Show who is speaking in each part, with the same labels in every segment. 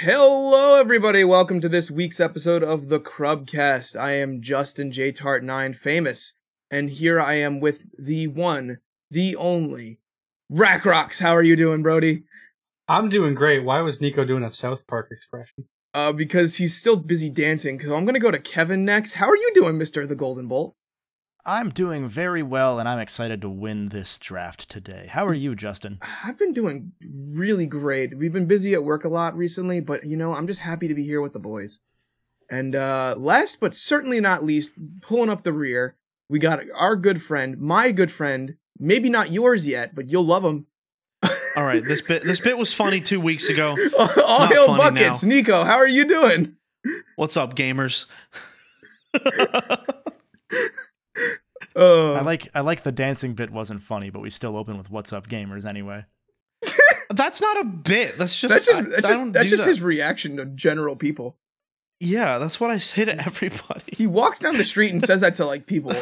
Speaker 1: Hello, everybody. Welcome to this week's episode of the Crubcast. I am Justin J. Tart9 Famous, and here I am with the one, the only, Rack Rocks. How are you doing, Brody?
Speaker 2: I'm doing great. Why was Nico doing a South Park expression?
Speaker 1: Uh, because he's still busy dancing, so I'm going to go to Kevin next. How are you doing, Mr. The Golden Bolt?
Speaker 3: I'm doing very well, and I'm excited to win this draft today. How are you, Justin?
Speaker 1: I've been doing really great. We've been busy at work a lot recently, but you know, I'm just happy to be here with the boys. And uh, last but certainly not least, pulling up the rear, we got our good friend, my good friend, maybe not yours yet, but you'll love him.
Speaker 4: All right, this bit this bit was funny two weeks ago.
Speaker 1: All
Speaker 4: not
Speaker 1: hail
Speaker 4: funny
Speaker 1: buckets,
Speaker 4: now.
Speaker 1: Nico. How are you doing?
Speaker 4: What's up, gamers?
Speaker 1: Uh,
Speaker 3: I like I like the dancing bit wasn't funny, but we still open with "What's up, gamers?" Anyway.
Speaker 4: That's not a bit. That's just
Speaker 1: that's just
Speaker 4: I-
Speaker 1: that's
Speaker 4: I
Speaker 1: just
Speaker 4: don't
Speaker 1: that's
Speaker 4: do
Speaker 1: just
Speaker 4: that.
Speaker 1: his reaction to general people.
Speaker 4: Yeah, that's what I say to everybody.
Speaker 1: He walks down the street and says that to like people,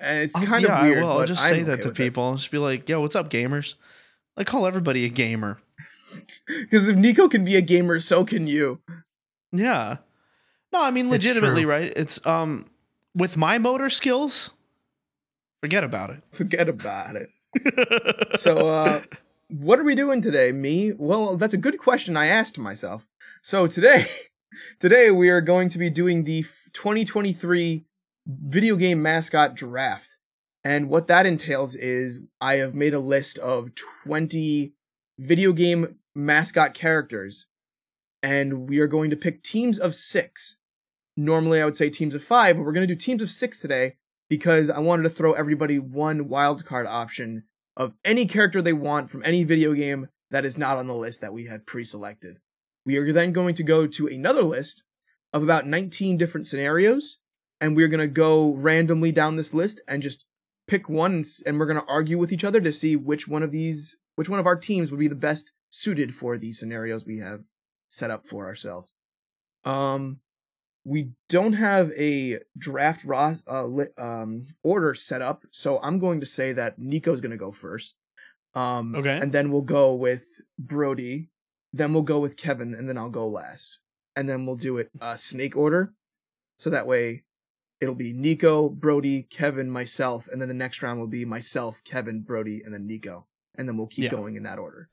Speaker 1: and it's
Speaker 4: I'll-
Speaker 1: kind
Speaker 4: Oh, yeah,
Speaker 1: of weird.
Speaker 4: I will.
Speaker 1: but
Speaker 4: I'll just
Speaker 1: I'm
Speaker 4: say that
Speaker 1: okay
Speaker 4: to
Speaker 1: with it.
Speaker 4: people. I'll just be like, "Yo, what's up, gamers?" I call everybody a gamer.
Speaker 1: Because if Nico can be a gamer, so can you.
Speaker 4: Yeah. No, I mean
Speaker 2: It's
Speaker 4: legitimately,
Speaker 2: true.
Speaker 4: right? It's um with my motor skills, forget about it.
Speaker 1: Forget about it. so, uh, what are we doing today? Me? Well, that's a good question I asked myself. So today, today we are going to be doing the f- 2023 video game mascot draft, and what that entails is I have made a list of 20 video game mascot characters, and we are going to pick teams of six. Normally, I would say teams of five, but we're going to do teams of six today because I wanted to throw everybody one wild card option of any character they want from any video game that is not on the list that we had pre-selected. We are then going to go to another list of about 19 different scenarios, and we're going to go randomly down this list and just pick one, and, s- and we're going to argue with each other to see which one of these, which one of our teams would be the best suited for these scenarios we have set up for ourselves. Um, we don't have a draft ros- uh, li- um, order set up, so I'm going to say that Nico's going to go first. Um,
Speaker 4: Okay.
Speaker 1: And then we'll go with Brody, then we'll go with Kevin, and then I'll go last. And then we'll do it uh, snake order. So that way it'll be Nico, Brody, Kevin, myself, and then the next round will be myself, Kevin, Brody, and then Nico. And then we'll keep
Speaker 4: Yeah.
Speaker 1: going in that order.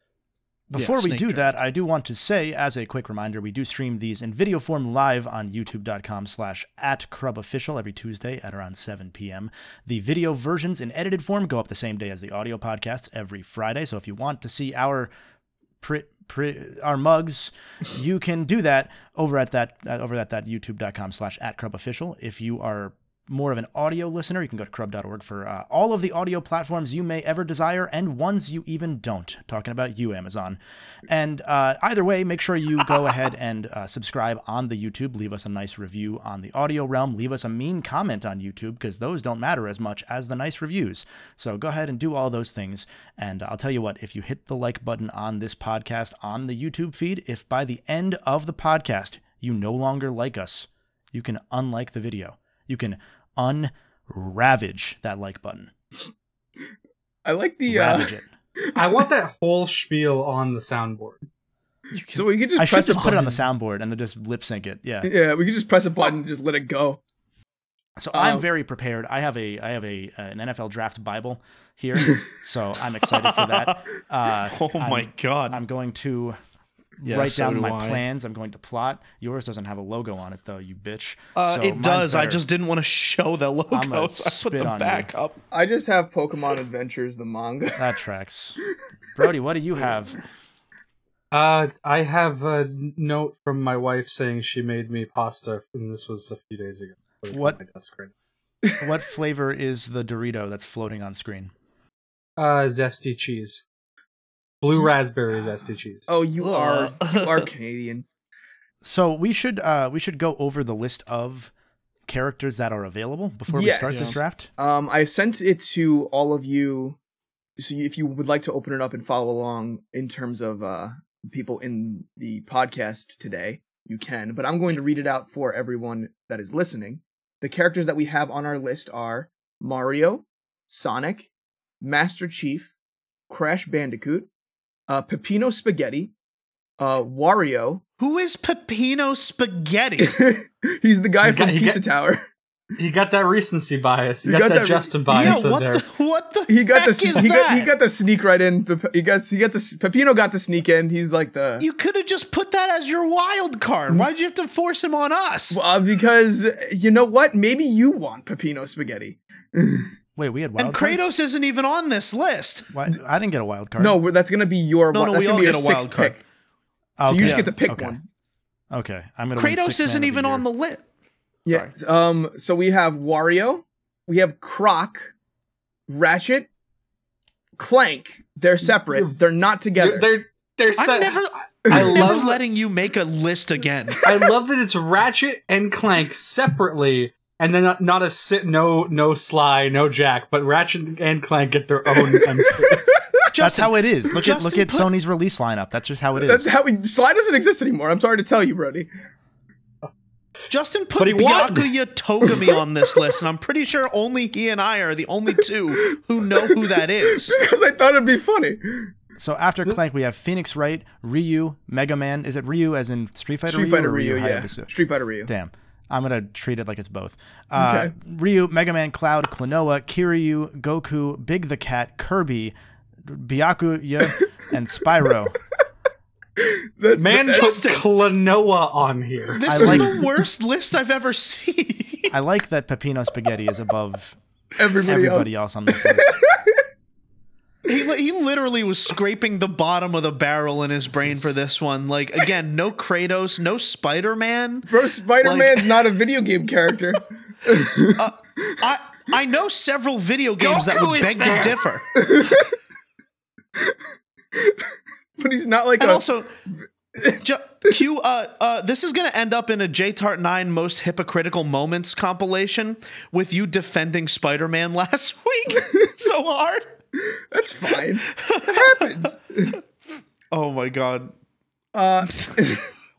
Speaker 4: Yeah,
Speaker 3: Before we
Speaker 4: snake
Speaker 3: do
Speaker 4: draft.
Speaker 3: that, I do want to say, as a quick reminder, we do stream these in video form live on youtube.com slash at crub official every Tuesday at around 7 p.m. The video versions in edited form go up the same day as the audio podcasts every Friday. So if you want to see our pri- pri- our mugs, you can do that over at that uh, over at that youtube.com slash at crub official. If you are more of an audio listener, you can go to crub.org for uh, all of the audio platforms you may ever desire and ones you even don't. Talking about you, Amazon. And uh, either way, make sure you go ahead and uh, subscribe on the YouTube. Leave us a nice review on the audio realm. Leave us a mean comment on YouTube because those don't matter as much as the nice reviews. So go ahead and do all those things. And I'll tell you what, if you hit the like button on this podcast on the YouTube feed, if by the end of the podcast you no longer like us, you can unlike the video. You can unravage that like button.
Speaker 1: I like the. Uh,
Speaker 3: Ravage it.
Speaker 2: I want that whole spiel on the soundboard.
Speaker 1: so we could just
Speaker 3: I should
Speaker 1: press
Speaker 3: just
Speaker 1: a
Speaker 3: put it on
Speaker 1: button.
Speaker 3: the soundboard and then just lip sync it. Yeah.
Speaker 1: Yeah, we could just press a button and just let it go.
Speaker 3: So
Speaker 1: Um,
Speaker 3: I'm very prepared. I have a I have a uh, an NFL draft Bible here, so I'm excited for that. Uh,
Speaker 4: Oh my
Speaker 3: I'm-
Speaker 4: god.
Speaker 3: I'm going to
Speaker 4: Yeah,
Speaker 3: write
Speaker 4: so
Speaker 3: down
Speaker 4: do
Speaker 3: my
Speaker 4: I.
Speaker 3: plans. I'm going to plot. Yours doesn't have a logo on it though, you bitch.
Speaker 4: Uh,
Speaker 3: So
Speaker 4: it
Speaker 3: mine's
Speaker 4: does. I
Speaker 3: better.
Speaker 4: just didn't want to show the
Speaker 3: I'ma
Speaker 4: logo, so I
Speaker 3: spit
Speaker 4: put
Speaker 3: on
Speaker 4: the
Speaker 3: you.
Speaker 4: back up.
Speaker 1: I just have Pokemon Adventures, the manga.
Speaker 3: that tracks. Brody, what do you have?
Speaker 2: Uh, I have a note from my wife saying she made me pasta, and this was a few days ago. Put it on
Speaker 3: What?
Speaker 2: My desk right
Speaker 3: What flavor is the Dorito that's floating on screen?
Speaker 2: now. Uh, zesty cheese, blue raspberry zesty cheese.
Speaker 1: Oh, you are
Speaker 4: Ugh.
Speaker 1: you are Canadian.
Speaker 3: So we should uh, we should go over the list of characters that are available before
Speaker 1: Yes.
Speaker 3: we start this
Speaker 4: Yeah.
Speaker 3: draft.
Speaker 1: Um, I sent it to all of you, so you- if you would like to open it up and follow along in terms of uh people in the podcast today, you can. But I'm going to read it out for everyone that is listening. The characters that we have on our list are Mario, Sonic, Master Chief, Crash Bandicoot, uh, Pepino Spaghetti, uh, Wario.
Speaker 4: Who is Peppino Spaghetti?
Speaker 1: He's the guy
Speaker 2: You
Speaker 1: from
Speaker 2: got- you
Speaker 1: Pizza
Speaker 2: got-
Speaker 1: Tower.
Speaker 2: He got that recency bias. He
Speaker 1: You
Speaker 2: got,
Speaker 1: got
Speaker 2: that,
Speaker 1: that re-
Speaker 2: Justin
Speaker 4: yeah,
Speaker 2: bias in
Speaker 4: what
Speaker 2: there.
Speaker 4: the what the
Speaker 1: He got the
Speaker 4: heck is
Speaker 1: he got,
Speaker 4: that?
Speaker 1: he got the sneak right in. Pep- He got he got the Pepino got to sneak in. He's like the
Speaker 4: you could have just put that as your wild card. Why'd you have to force him on us?
Speaker 1: uh, because you know what? Maybe you want Pepino spaghetti.
Speaker 3: Wait, we had wild
Speaker 4: and Kratos
Speaker 3: cards?
Speaker 4: isn't even on this list.
Speaker 3: Why, I didn't get a wild card.
Speaker 1: No, we're- that's gonna be your.
Speaker 4: No,
Speaker 1: wa-
Speaker 4: no,
Speaker 1: that's
Speaker 4: we
Speaker 1: gonna
Speaker 4: all
Speaker 1: be your
Speaker 4: get a
Speaker 1: sixth
Speaker 4: wild card.
Speaker 1: pick. So you just
Speaker 3: Oh, Okay.
Speaker 1: get to pick
Speaker 3: Okay.
Speaker 1: one.
Speaker 3: Okay, I'm gonna. win six
Speaker 4: Kratos
Speaker 3: man
Speaker 4: isn't
Speaker 3: of the
Speaker 4: even
Speaker 3: year.
Speaker 4: on the list.
Speaker 1: Yeah. Um. So we have Wario, we have Croc, Ratchet, Clank. They're separate. They're not together.
Speaker 2: They're they're set.
Speaker 4: I'm never,
Speaker 2: I
Speaker 4: I'm never
Speaker 2: love
Speaker 4: letting you make a list again.
Speaker 2: I love that it's Ratchet and Clank separately, and then not, not a sit no no Sly no Jack, but Ratchet and Clank get their own entries.
Speaker 3: That's
Speaker 4: Justin,
Speaker 3: how it is. Look at look
Speaker 4: Justin
Speaker 3: at
Speaker 4: put-
Speaker 3: Sony's release lineup. That's just how it
Speaker 1: That's
Speaker 3: is.
Speaker 1: how we Sly doesn't exist anymore. I'm sorry to tell you, Brody.
Speaker 4: Justin
Speaker 2: But
Speaker 4: put
Speaker 2: he won.
Speaker 4: Byakuya Togami on this list, and I'm pretty sure only he and I are the only two who know who that is.
Speaker 1: Because I thought it'd be funny.
Speaker 3: So after Clank, we have Phoenix Wright, Ryu, Mega Man. Is it Ryu as in Street Fighter?
Speaker 1: Street
Speaker 3: Ryu
Speaker 1: Fighter
Speaker 3: or
Speaker 1: Ryu, yeah.
Speaker 3: Hayabusa?
Speaker 1: Street Fighter Ryu.
Speaker 3: Damn. I'm gonna treat it like it's both. Uh,
Speaker 1: Okay.
Speaker 3: Ryu, Mega Man, Cloud, Klonoa, Kiryu, Goku, Big the Cat, Kirby, Byakuya, and Spyro.
Speaker 1: That's
Speaker 2: Man put Klonoa on here.
Speaker 4: This
Speaker 3: I
Speaker 4: is
Speaker 3: like-
Speaker 4: the worst list I've ever seen.
Speaker 3: I like that Pepino Spaghetti is above
Speaker 1: everybody,
Speaker 3: everybody
Speaker 1: else.
Speaker 3: else, on this list.
Speaker 4: he, li- he literally was scraping the bottom of the barrel in his brain for this one. Like, again, no Kratos, no Spider Man.
Speaker 1: Bro, Spider Man's not a video game character.
Speaker 4: I, I know several video games that
Speaker 2: Goku
Speaker 4: would
Speaker 2: is
Speaker 4: beg
Speaker 2: there.
Speaker 4: to differ.
Speaker 1: but he's not like
Speaker 4: And
Speaker 1: a.
Speaker 4: also, ju- Q, uh, uh, this is going to end up in a JTart 9 most hypocritical moments compilation with you defending Spider Man last week so hard.
Speaker 1: that's fine. That happens.
Speaker 4: Oh my God.
Speaker 1: Uh,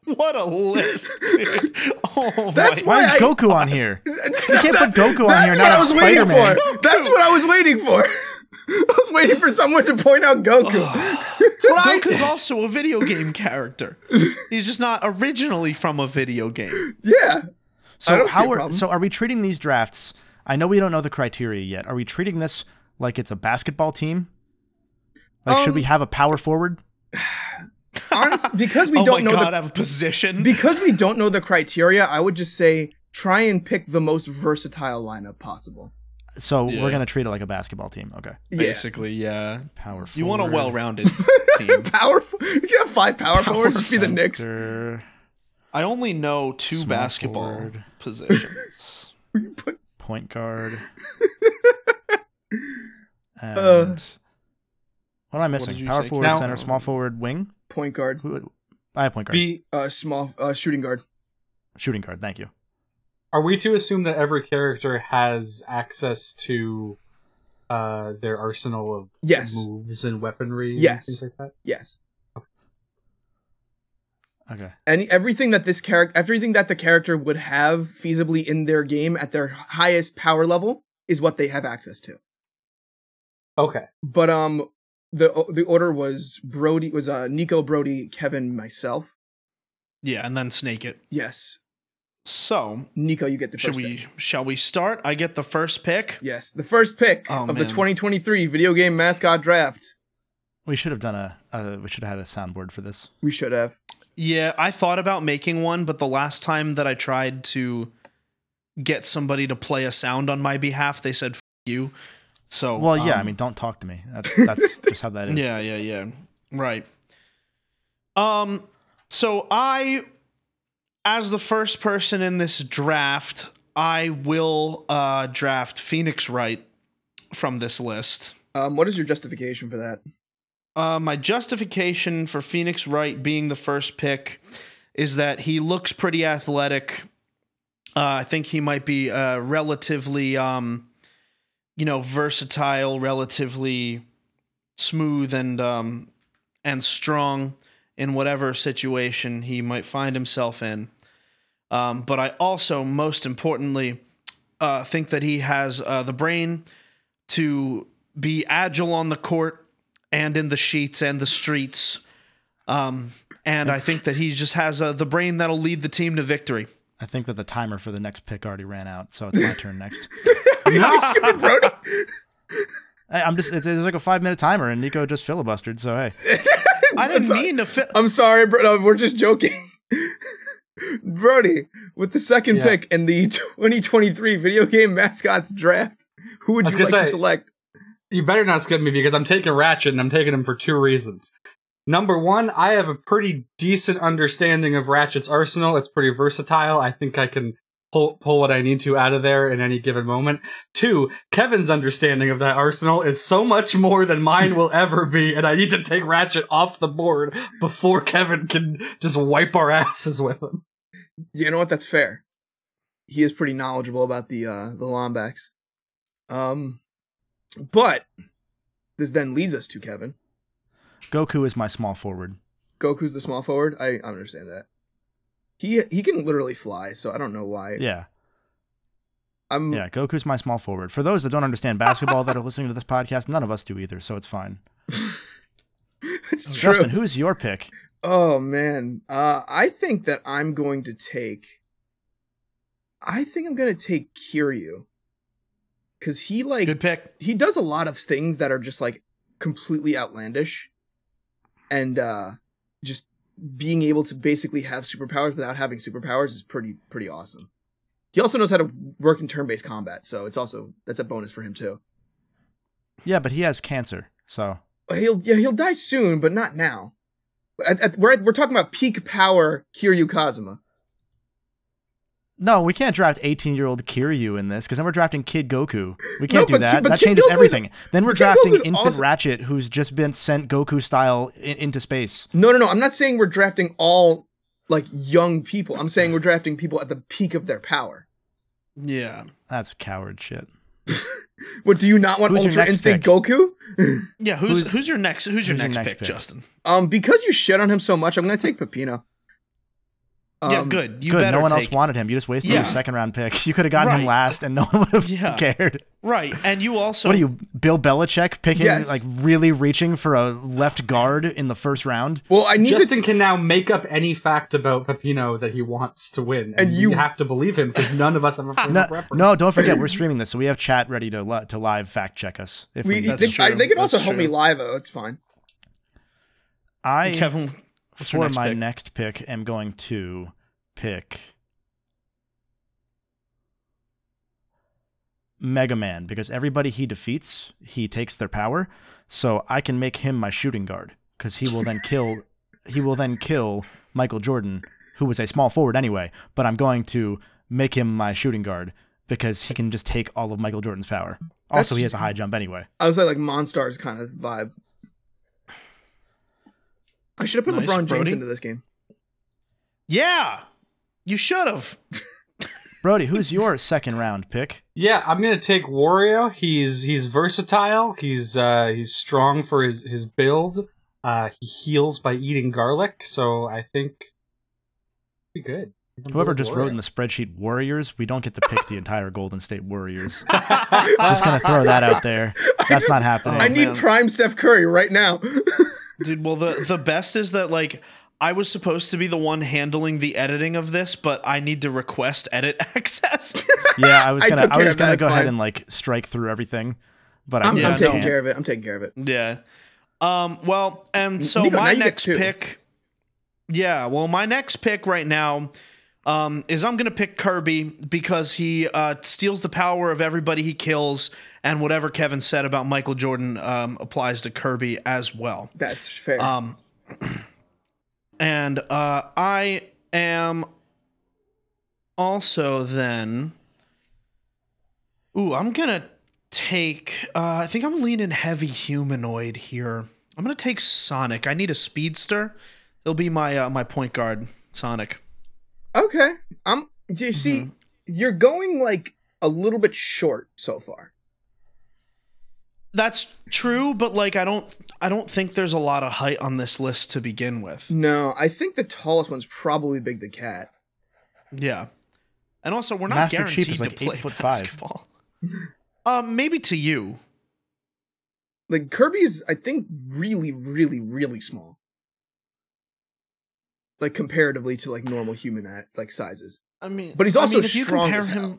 Speaker 4: What a list, dude. Oh
Speaker 1: That's
Speaker 4: my.
Speaker 3: Why is
Speaker 1: Why I-
Speaker 3: Goku on here? You can't put Goku on here.
Speaker 1: that's what
Speaker 3: Not
Speaker 1: I
Speaker 3: on
Speaker 1: was waiting
Speaker 3: Spider-Man.
Speaker 1: for. That's what I was waiting for. I was waiting for someone to point out Goku.
Speaker 4: Goku's also a video game character. He's just not originally from a video game.
Speaker 1: yeah. I
Speaker 3: So
Speaker 1: don't see
Speaker 3: how
Speaker 1: a
Speaker 3: are
Speaker 1: problem.
Speaker 3: so are we treating these drafts? I know we don't know the criteria yet. Are we treating this like it's a basketball team? Like should
Speaker 1: Um,
Speaker 3: we have a power forward?
Speaker 1: Honestly, because we
Speaker 4: oh
Speaker 1: don't
Speaker 4: my
Speaker 1: know
Speaker 4: god,
Speaker 1: the
Speaker 4: I have a position.
Speaker 1: because we don't know the criteria, I would just say try and pick the most versatile lineup possible.
Speaker 3: So
Speaker 4: Yeah.
Speaker 3: we're gonna treat it like a basketball team. Okay.
Speaker 1: Yeah.
Speaker 4: yeah.
Speaker 3: Power forward.
Speaker 4: You want a well rounded team.
Speaker 1: Power. f- You can have five power, forwards. Just be the Knicks.
Speaker 3: center,
Speaker 4: I only know two
Speaker 3: Small
Speaker 4: basketball
Speaker 3: forward.
Speaker 4: positions.
Speaker 3: point guard. and what am I
Speaker 4: Uh, did
Speaker 3: missing?
Speaker 4: you
Speaker 3: Power
Speaker 4: say?
Speaker 3: forward,
Speaker 2: Now-
Speaker 3: center, small forward, wing.
Speaker 1: Point guard.
Speaker 3: Who? I have point guard,
Speaker 2: Be,
Speaker 1: Uh, small uh, shooting guard.
Speaker 3: shooting guard. Thank you.
Speaker 2: are we to assume that every character has access to uh, their arsenal of
Speaker 1: Yes.
Speaker 2: moves and weaponry? and
Speaker 1: Yes.
Speaker 2: things like that.
Speaker 1: Yes.
Speaker 3: Okay.
Speaker 1: Any everything that this character, everything that the character would have feasibly in their game at their highest power level is what they have access to.
Speaker 2: Okay.
Speaker 1: But um, the the order was Brody was uh Nico Brody Kevin myself.
Speaker 4: yeah, and then snake it.
Speaker 1: Yes,
Speaker 4: So
Speaker 1: Nico, you get the
Speaker 4: should
Speaker 1: first
Speaker 4: we
Speaker 1: pick.
Speaker 4: shall we start? I get the first pick.
Speaker 1: Yes, the first pick of
Speaker 4: Oh,
Speaker 1: the
Speaker 4: man.
Speaker 1: 2023 video game mascot draft.
Speaker 3: We should have done a. Uh, we should have had a soundboard for this.
Speaker 1: We should have.
Speaker 4: Yeah, I thought about making one, but the last time that I tried to get somebody to play a sound on my behalf, they said F- you. So
Speaker 3: Well, yeah. I
Speaker 4: um,
Speaker 3: mean, don't talk to me. That's that's just how that is.
Speaker 4: Yeah, yeah, yeah. Right. Um so I as the first person in this draft, I will uh draft Phoenix Wright from this list.
Speaker 1: Um, what is your justification for that?
Speaker 4: Uh, my justification for Phoenix Wright being the first pick is that he looks pretty athletic. Uh, I think he might be uh, relatively, um, you know, versatile, relatively smooth and um, and strong in whatever situation he might find himself in. Um, but I also, most importantly, uh, think that he has uh, the brain to be agile on the court and in the sheets and the streets. Um, and I think that he just has uh, the brain that'll lead the team to victory.
Speaker 3: I think that the timer for the next pick already ran out, so it's my turn next.
Speaker 1: You're skipping Brody.
Speaker 3: Hey, I'm just it's, it's like a five minute timer, and Nico just filibustered. So hey,
Speaker 4: I didn't
Speaker 1: That's all-
Speaker 4: mean to fit.
Speaker 1: I'm sorry, bro. No, we're just joking. Brody, with the second
Speaker 2: Yeah.
Speaker 1: pick in the 2023 video game mascots draft, who would
Speaker 2: I was
Speaker 1: you like
Speaker 2: gonna
Speaker 1: to
Speaker 2: say-
Speaker 1: select?
Speaker 2: You better not skip me because I'm taking Ratchet and I'm taking him for two reasons. Number one, I have a pretty decent understanding of Ratchet's arsenal. It's pretty versatile. I think I can pull pull what I need to out of there in any given moment. Two, Kevin's understanding of that arsenal is so much more than mine will ever be, and I need to take Ratchet off the board before Kevin can just wipe our asses with him.
Speaker 1: You know what? That's fair. He is pretty knowledgeable about the uh, the Lombax. Um, but this then leads us to Kevin.
Speaker 3: Goku is my small forward.
Speaker 1: Goku's the small forward. I, I understand that. He he can literally fly, so I don't know why.
Speaker 3: Yeah,
Speaker 1: I'm
Speaker 3: yeah. Goku's my small forward. For those that don't understand basketball that are listening to this podcast, none of us do either, so it's fine.
Speaker 1: it's true.
Speaker 3: Justin, who's your pick?
Speaker 1: Oh man, uh, I think that I'm going to take. I think I'm going to take Kiryu, because he like
Speaker 4: Good pick.
Speaker 1: he does a lot of things that are just like completely outlandish, and uh, just being able to basically have superpowers without having superpowers is pretty pretty awesome. He also knows how to work in turn-based combat, so it's also that's a bonus for him too.
Speaker 3: Yeah, but he has cancer, so
Speaker 1: He'll yeah he'll die soon, but not now. At, at, we're at, we're talking about peak power Kiryu Kazuma.
Speaker 3: no, we can't draft 18 year old Kiryu in this because then we're drafting Kid Goku. We can't
Speaker 1: but
Speaker 3: do that.
Speaker 1: Ki- but
Speaker 3: that
Speaker 1: Kid
Speaker 3: changes
Speaker 1: Goku's-
Speaker 3: everything. Then we're
Speaker 1: Kid
Speaker 3: drafting
Speaker 1: Goku's
Speaker 3: infant
Speaker 1: awesome.
Speaker 3: Ratchet, who's just been sent Goku style i- into space.
Speaker 1: No, no, no. I'm not saying we're drafting all like young people. I'm saying we're drafting people at the peak of their power.
Speaker 4: Yeah.
Speaker 3: That's coward shit.
Speaker 1: What do you not want
Speaker 3: Who's your
Speaker 1: Ultra
Speaker 3: next
Speaker 1: Instinct
Speaker 3: pick?
Speaker 1: Goku?
Speaker 4: Yeah. Who's
Speaker 3: Who's-
Speaker 4: who's, your next? Who's your
Speaker 3: who's your
Speaker 4: next,
Speaker 3: next
Speaker 4: pick,
Speaker 3: pick?
Speaker 4: Justin?
Speaker 1: Um, because you shit on him so much, I'm gonna take Pepino. Um,
Speaker 4: yeah. Good. You
Speaker 3: Good.
Speaker 4: better
Speaker 3: No one
Speaker 4: take.
Speaker 3: else wanted him. You just wasted your
Speaker 4: Yeah.
Speaker 3: second round pick. You could have gotten him
Speaker 4: Right.
Speaker 3: last, and no one would have
Speaker 4: Yeah.
Speaker 3: cared.
Speaker 4: Right. And you also.
Speaker 3: what are you, Bill Belichick, picking
Speaker 1: Yes.
Speaker 3: like really reaching for a left guard in the first round?
Speaker 1: Well, I need
Speaker 2: Justin
Speaker 1: to.
Speaker 2: can now make up any fact about Pepino that he wants to win, and,
Speaker 1: And
Speaker 2: you
Speaker 1: you-
Speaker 2: have to believe him because none of us have a frame
Speaker 3: No,
Speaker 2: of reference.
Speaker 3: no, don't forget we're streaming this, so we have chat ready to li- to live fact check us if we,
Speaker 1: we,
Speaker 3: need
Speaker 1: they,
Speaker 3: to.
Speaker 4: true.
Speaker 1: I, they can
Speaker 4: That's
Speaker 1: also help
Speaker 4: true.
Speaker 1: me live. Oh, it's fine.
Speaker 3: I
Speaker 4: Kevin. What's your
Speaker 3: for
Speaker 4: next
Speaker 3: my
Speaker 4: pick?
Speaker 3: next pick am going to pick Mega Man because everybody he defeats, he takes their power, so I can make him my shooting guard because he will then kill he will then kill Michael Jordan, who was a small forward anyway, but I'm going to make him my shooting guard because he can just take all of Michael Jordan's power. Also,
Speaker 1: That's-
Speaker 3: he has a high jump anyway.
Speaker 1: I was like, like Monstars kind of vibe. I should have put
Speaker 4: Nice,
Speaker 1: LeBron James
Speaker 4: Brody.
Speaker 1: into this game.
Speaker 4: Yeah. You should have.
Speaker 3: Brody, who's your second round pick?
Speaker 2: Yeah, I'm gonna take Wario. He's he's versatile. He's uh, he's strong for his his build. Uh, he heals by eating garlic, so I think be good.
Speaker 3: Whoever just wrote in the spreadsheet Warriors, we don't get to pick the entire Golden State Warriors. Just gonna throw that out there. That's not happening.
Speaker 1: I need
Speaker 4: man.
Speaker 1: prime Steph Curry right now.
Speaker 4: Dude, well the the best is that like I was supposed to be the one handling the editing of this, but I need to request edit access.
Speaker 3: yeah, I was
Speaker 1: I
Speaker 3: gonna,
Speaker 1: took
Speaker 3: I,
Speaker 1: care
Speaker 3: was
Speaker 1: of
Speaker 3: gonna
Speaker 1: that,
Speaker 3: go
Speaker 1: it's
Speaker 3: ahead
Speaker 1: fine.
Speaker 3: and like strike through everything, but I
Speaker 1: I'm,
Speaker 4: Yeah,
Speaker 1: I'm taking
Speaker 4: no.
Speaker 1: care of it. I'm taking care of it.
Speaker 4: yeah. Um well, and so
Speaker 1: Nico, now
Speaker 4: my
Speaker 1: you get
Speaker 4: next
Speaker 1: two.
Speaker 4: pick Yeah, well my next pick right now um, is I'm gonna pick Kirby because he uh, steals the power of everybody he kills, and whatever Kevin said about Michael Jordan um, applies to Kirby as well.
Speaker 1: That's fair.
Speaker 4: Um, and uh, I am also then. Ooh, I'm gonna take. Uh, I think I'm leaning heavy humanoid here. I'm gonna take Sonic. I need a speedster. He'll be my uh, my point guard, Sonic.
Speaker 1: Okay. I'm do you see you're going like a little bit short so far.
Speaker 4: That's true, but like I don't I don't think there's a lot of height on this list to begin with.
Speaker 1: No, I think the tallest one's probably Big the Cat.
Speaker 4: Yeah, and also we're not
Speaker 3: Master
Speaker 4: guaranteed
Speaker 3: Chief is
Speaker 4: to
Speaker 3: like eight
Speaker 4: play
Speaker 3: foot five.
Speaker 4: basketball. um, maybe to you,
Speaker 1: Like Kirby's I think really really really small. like comparatively to like normal human at, like sizes.
Speaker 4: I mean,
Speaker 1: But he's
Speaker 4: I
Speaker 1: also
Speaker 4: mean, if you
Speaker 1: strong
Speaker 4: compare
Speaker 1: as hell.
Speaker 4: him,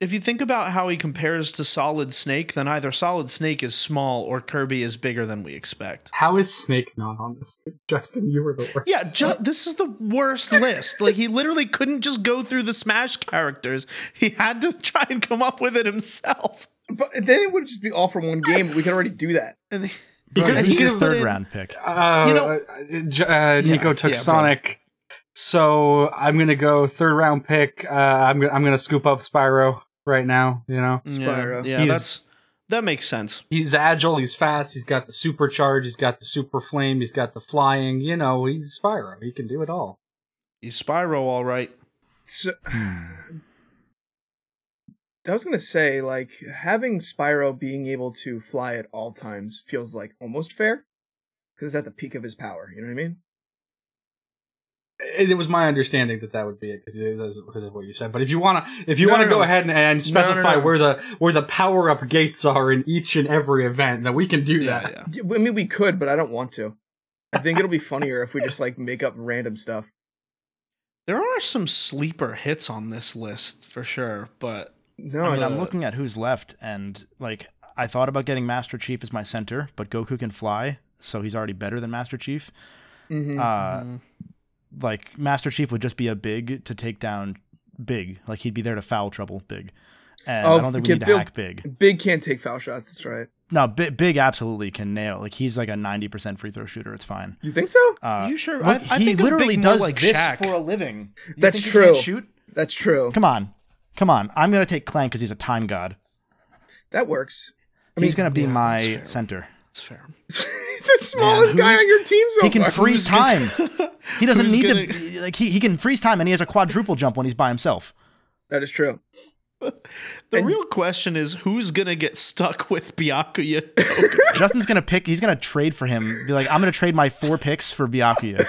Speaker 4: if you think about how he compares to Solid Snake, then either Solid Snake is small or Kirby is bigger than we expect.
Speaker 2: How is Snake not on this? Justin, you were the worst.
Speaker 4: Yeah, ju- this is the worst list. Like he literally couldn't just go through the Smash characters. He had to try and come up with it himself.
Speaker 1: But then it would just be all from one game. We could already do that.
Speaker 4: And he-
Speaker 2: He could-
Speaker 3: Brody,
Speaker 2: he
Speaker 3: who's your
Speaker 2: could've
Speaker 3: third
Speaker 4: put in-
Speaker 3: round pick?
Speaker 2: Uh,
Speaker 4: You know-
Speaker 2: uh, J- uh, Nico took
Speaker 4: yeah,
Speaker 2: Sonic, so I'm gonna go third round pick. Uh, I'm gonna I'm gonna scoop up Spyro right now. You know,
Speaker 1: Spyro.
Speaker 4: Yeah, yeah
Speaker 2: He's-
Speaker 4: that's that makes sense.
Speaker 2: he's agile, he's fast, he's got the supercharge, he's got the super flame, he's got the flying. You know, he's Spyro. He can do it all.
Speaker 4: He's Spyro, all right.
Speaker 1: So, I was gonna say like having Spyro being able to fly at all times feels like almost fair because it's at the peak of his power. You know what I mean?
Speaker 2: It, it was my understanding that that would be it because it is because of what you said. But if you wanna if you
Speaker 1: No,
Speaker 2: wanna
Speaker 1: no,
Speaker 2: go
Speaker 1: no.
Speaker 2: ahead and, and
Speaker 1: No, no,
Speaker 2: specify
Speaker 1: no.
Speaker 2: where the where the power up gates are in each and every event, then we can do that.
Speaker 4: yeah.
Speaker 1: D- I mean, we could, but I don't want to. I think it'll be funnier if we just like make up random stuff.
Speaker 4: There are some sleeper hits on this list for sure, but
Speaker 1: No,
Speaker 3: I mean,
Speaker 1: it's-
Speaker 3: I'm looking at who's left, and like I thought about getting Master Chief as my center, but Goku can fly, so he's already better than Master Chief.
Speaker 1: Mhm.
Speaker 3: Uh,
Speaker 4: Mhm.
Speaker 3: Like Master Chief would just be a big to take down big, like he'd be there to foul trouble big, and
Speaker 1: Oh,
Speaker 3: I don't think we
Speaker 1: get
Speaker 3: need to
Speaker 1: Bill-
Speaker 3: hack big.
Speaker 1: Big can't take foul shots. That's right.
Speaker 3: No, big, big absolutely can nail. Like he's like a ninety percent free throw shooter. It's fine.
Speaker 1: You think so?
Speaker 3: Uh,
Speaker 4: You sure?
Speaker 3: look,
Speaker 4: I- I
Speaker 3: he
Speaker 4: think of
Speaker 3: literally
Speaker 4: Big more
Speaker 3: does
Speaker 4: like
Speaker 3: this
Speaker 4: Shaq.
Speaker 3: for a living. You
Speaker 1: That's
Speaker 3: think he can't
Speaker 1: true.
Speaker 3: Shoot?
Speaker 1: That's true.
Speaker 3: Come on, come on. I'm gonna take Clank because he's a time god.
Speaker 1: That works. I
Speaker 3: he's
Speaker 1: mean,
Speaker 3: gonna be
Speaker 4: yeah, that's
Speaker 3: my
Speaker 4: fair.
Speaker 3: center.
Speaker 4: that's fair.
Speaker 1: the smallest guy
Speaker 3: who's-
Speaker 1: on your team so
Speaker 3: he can
Speaker 1: far.
Speaker 3: freeze time. he doesn't
Speaker 4: who's
Speaker 3: need to like he, he can freeze time and he has a quadruple jump when he's by himself.
Speaker 1: That is true.
Speaker 4: The
Speaker 1: And-
Speaker 4: real question is who's gonna get stuck with Byakuya?
Speaker 3: Justin's gonna pick. He's gonna trade for him. Be like, I'm gonna trade my four picks for Byakuya.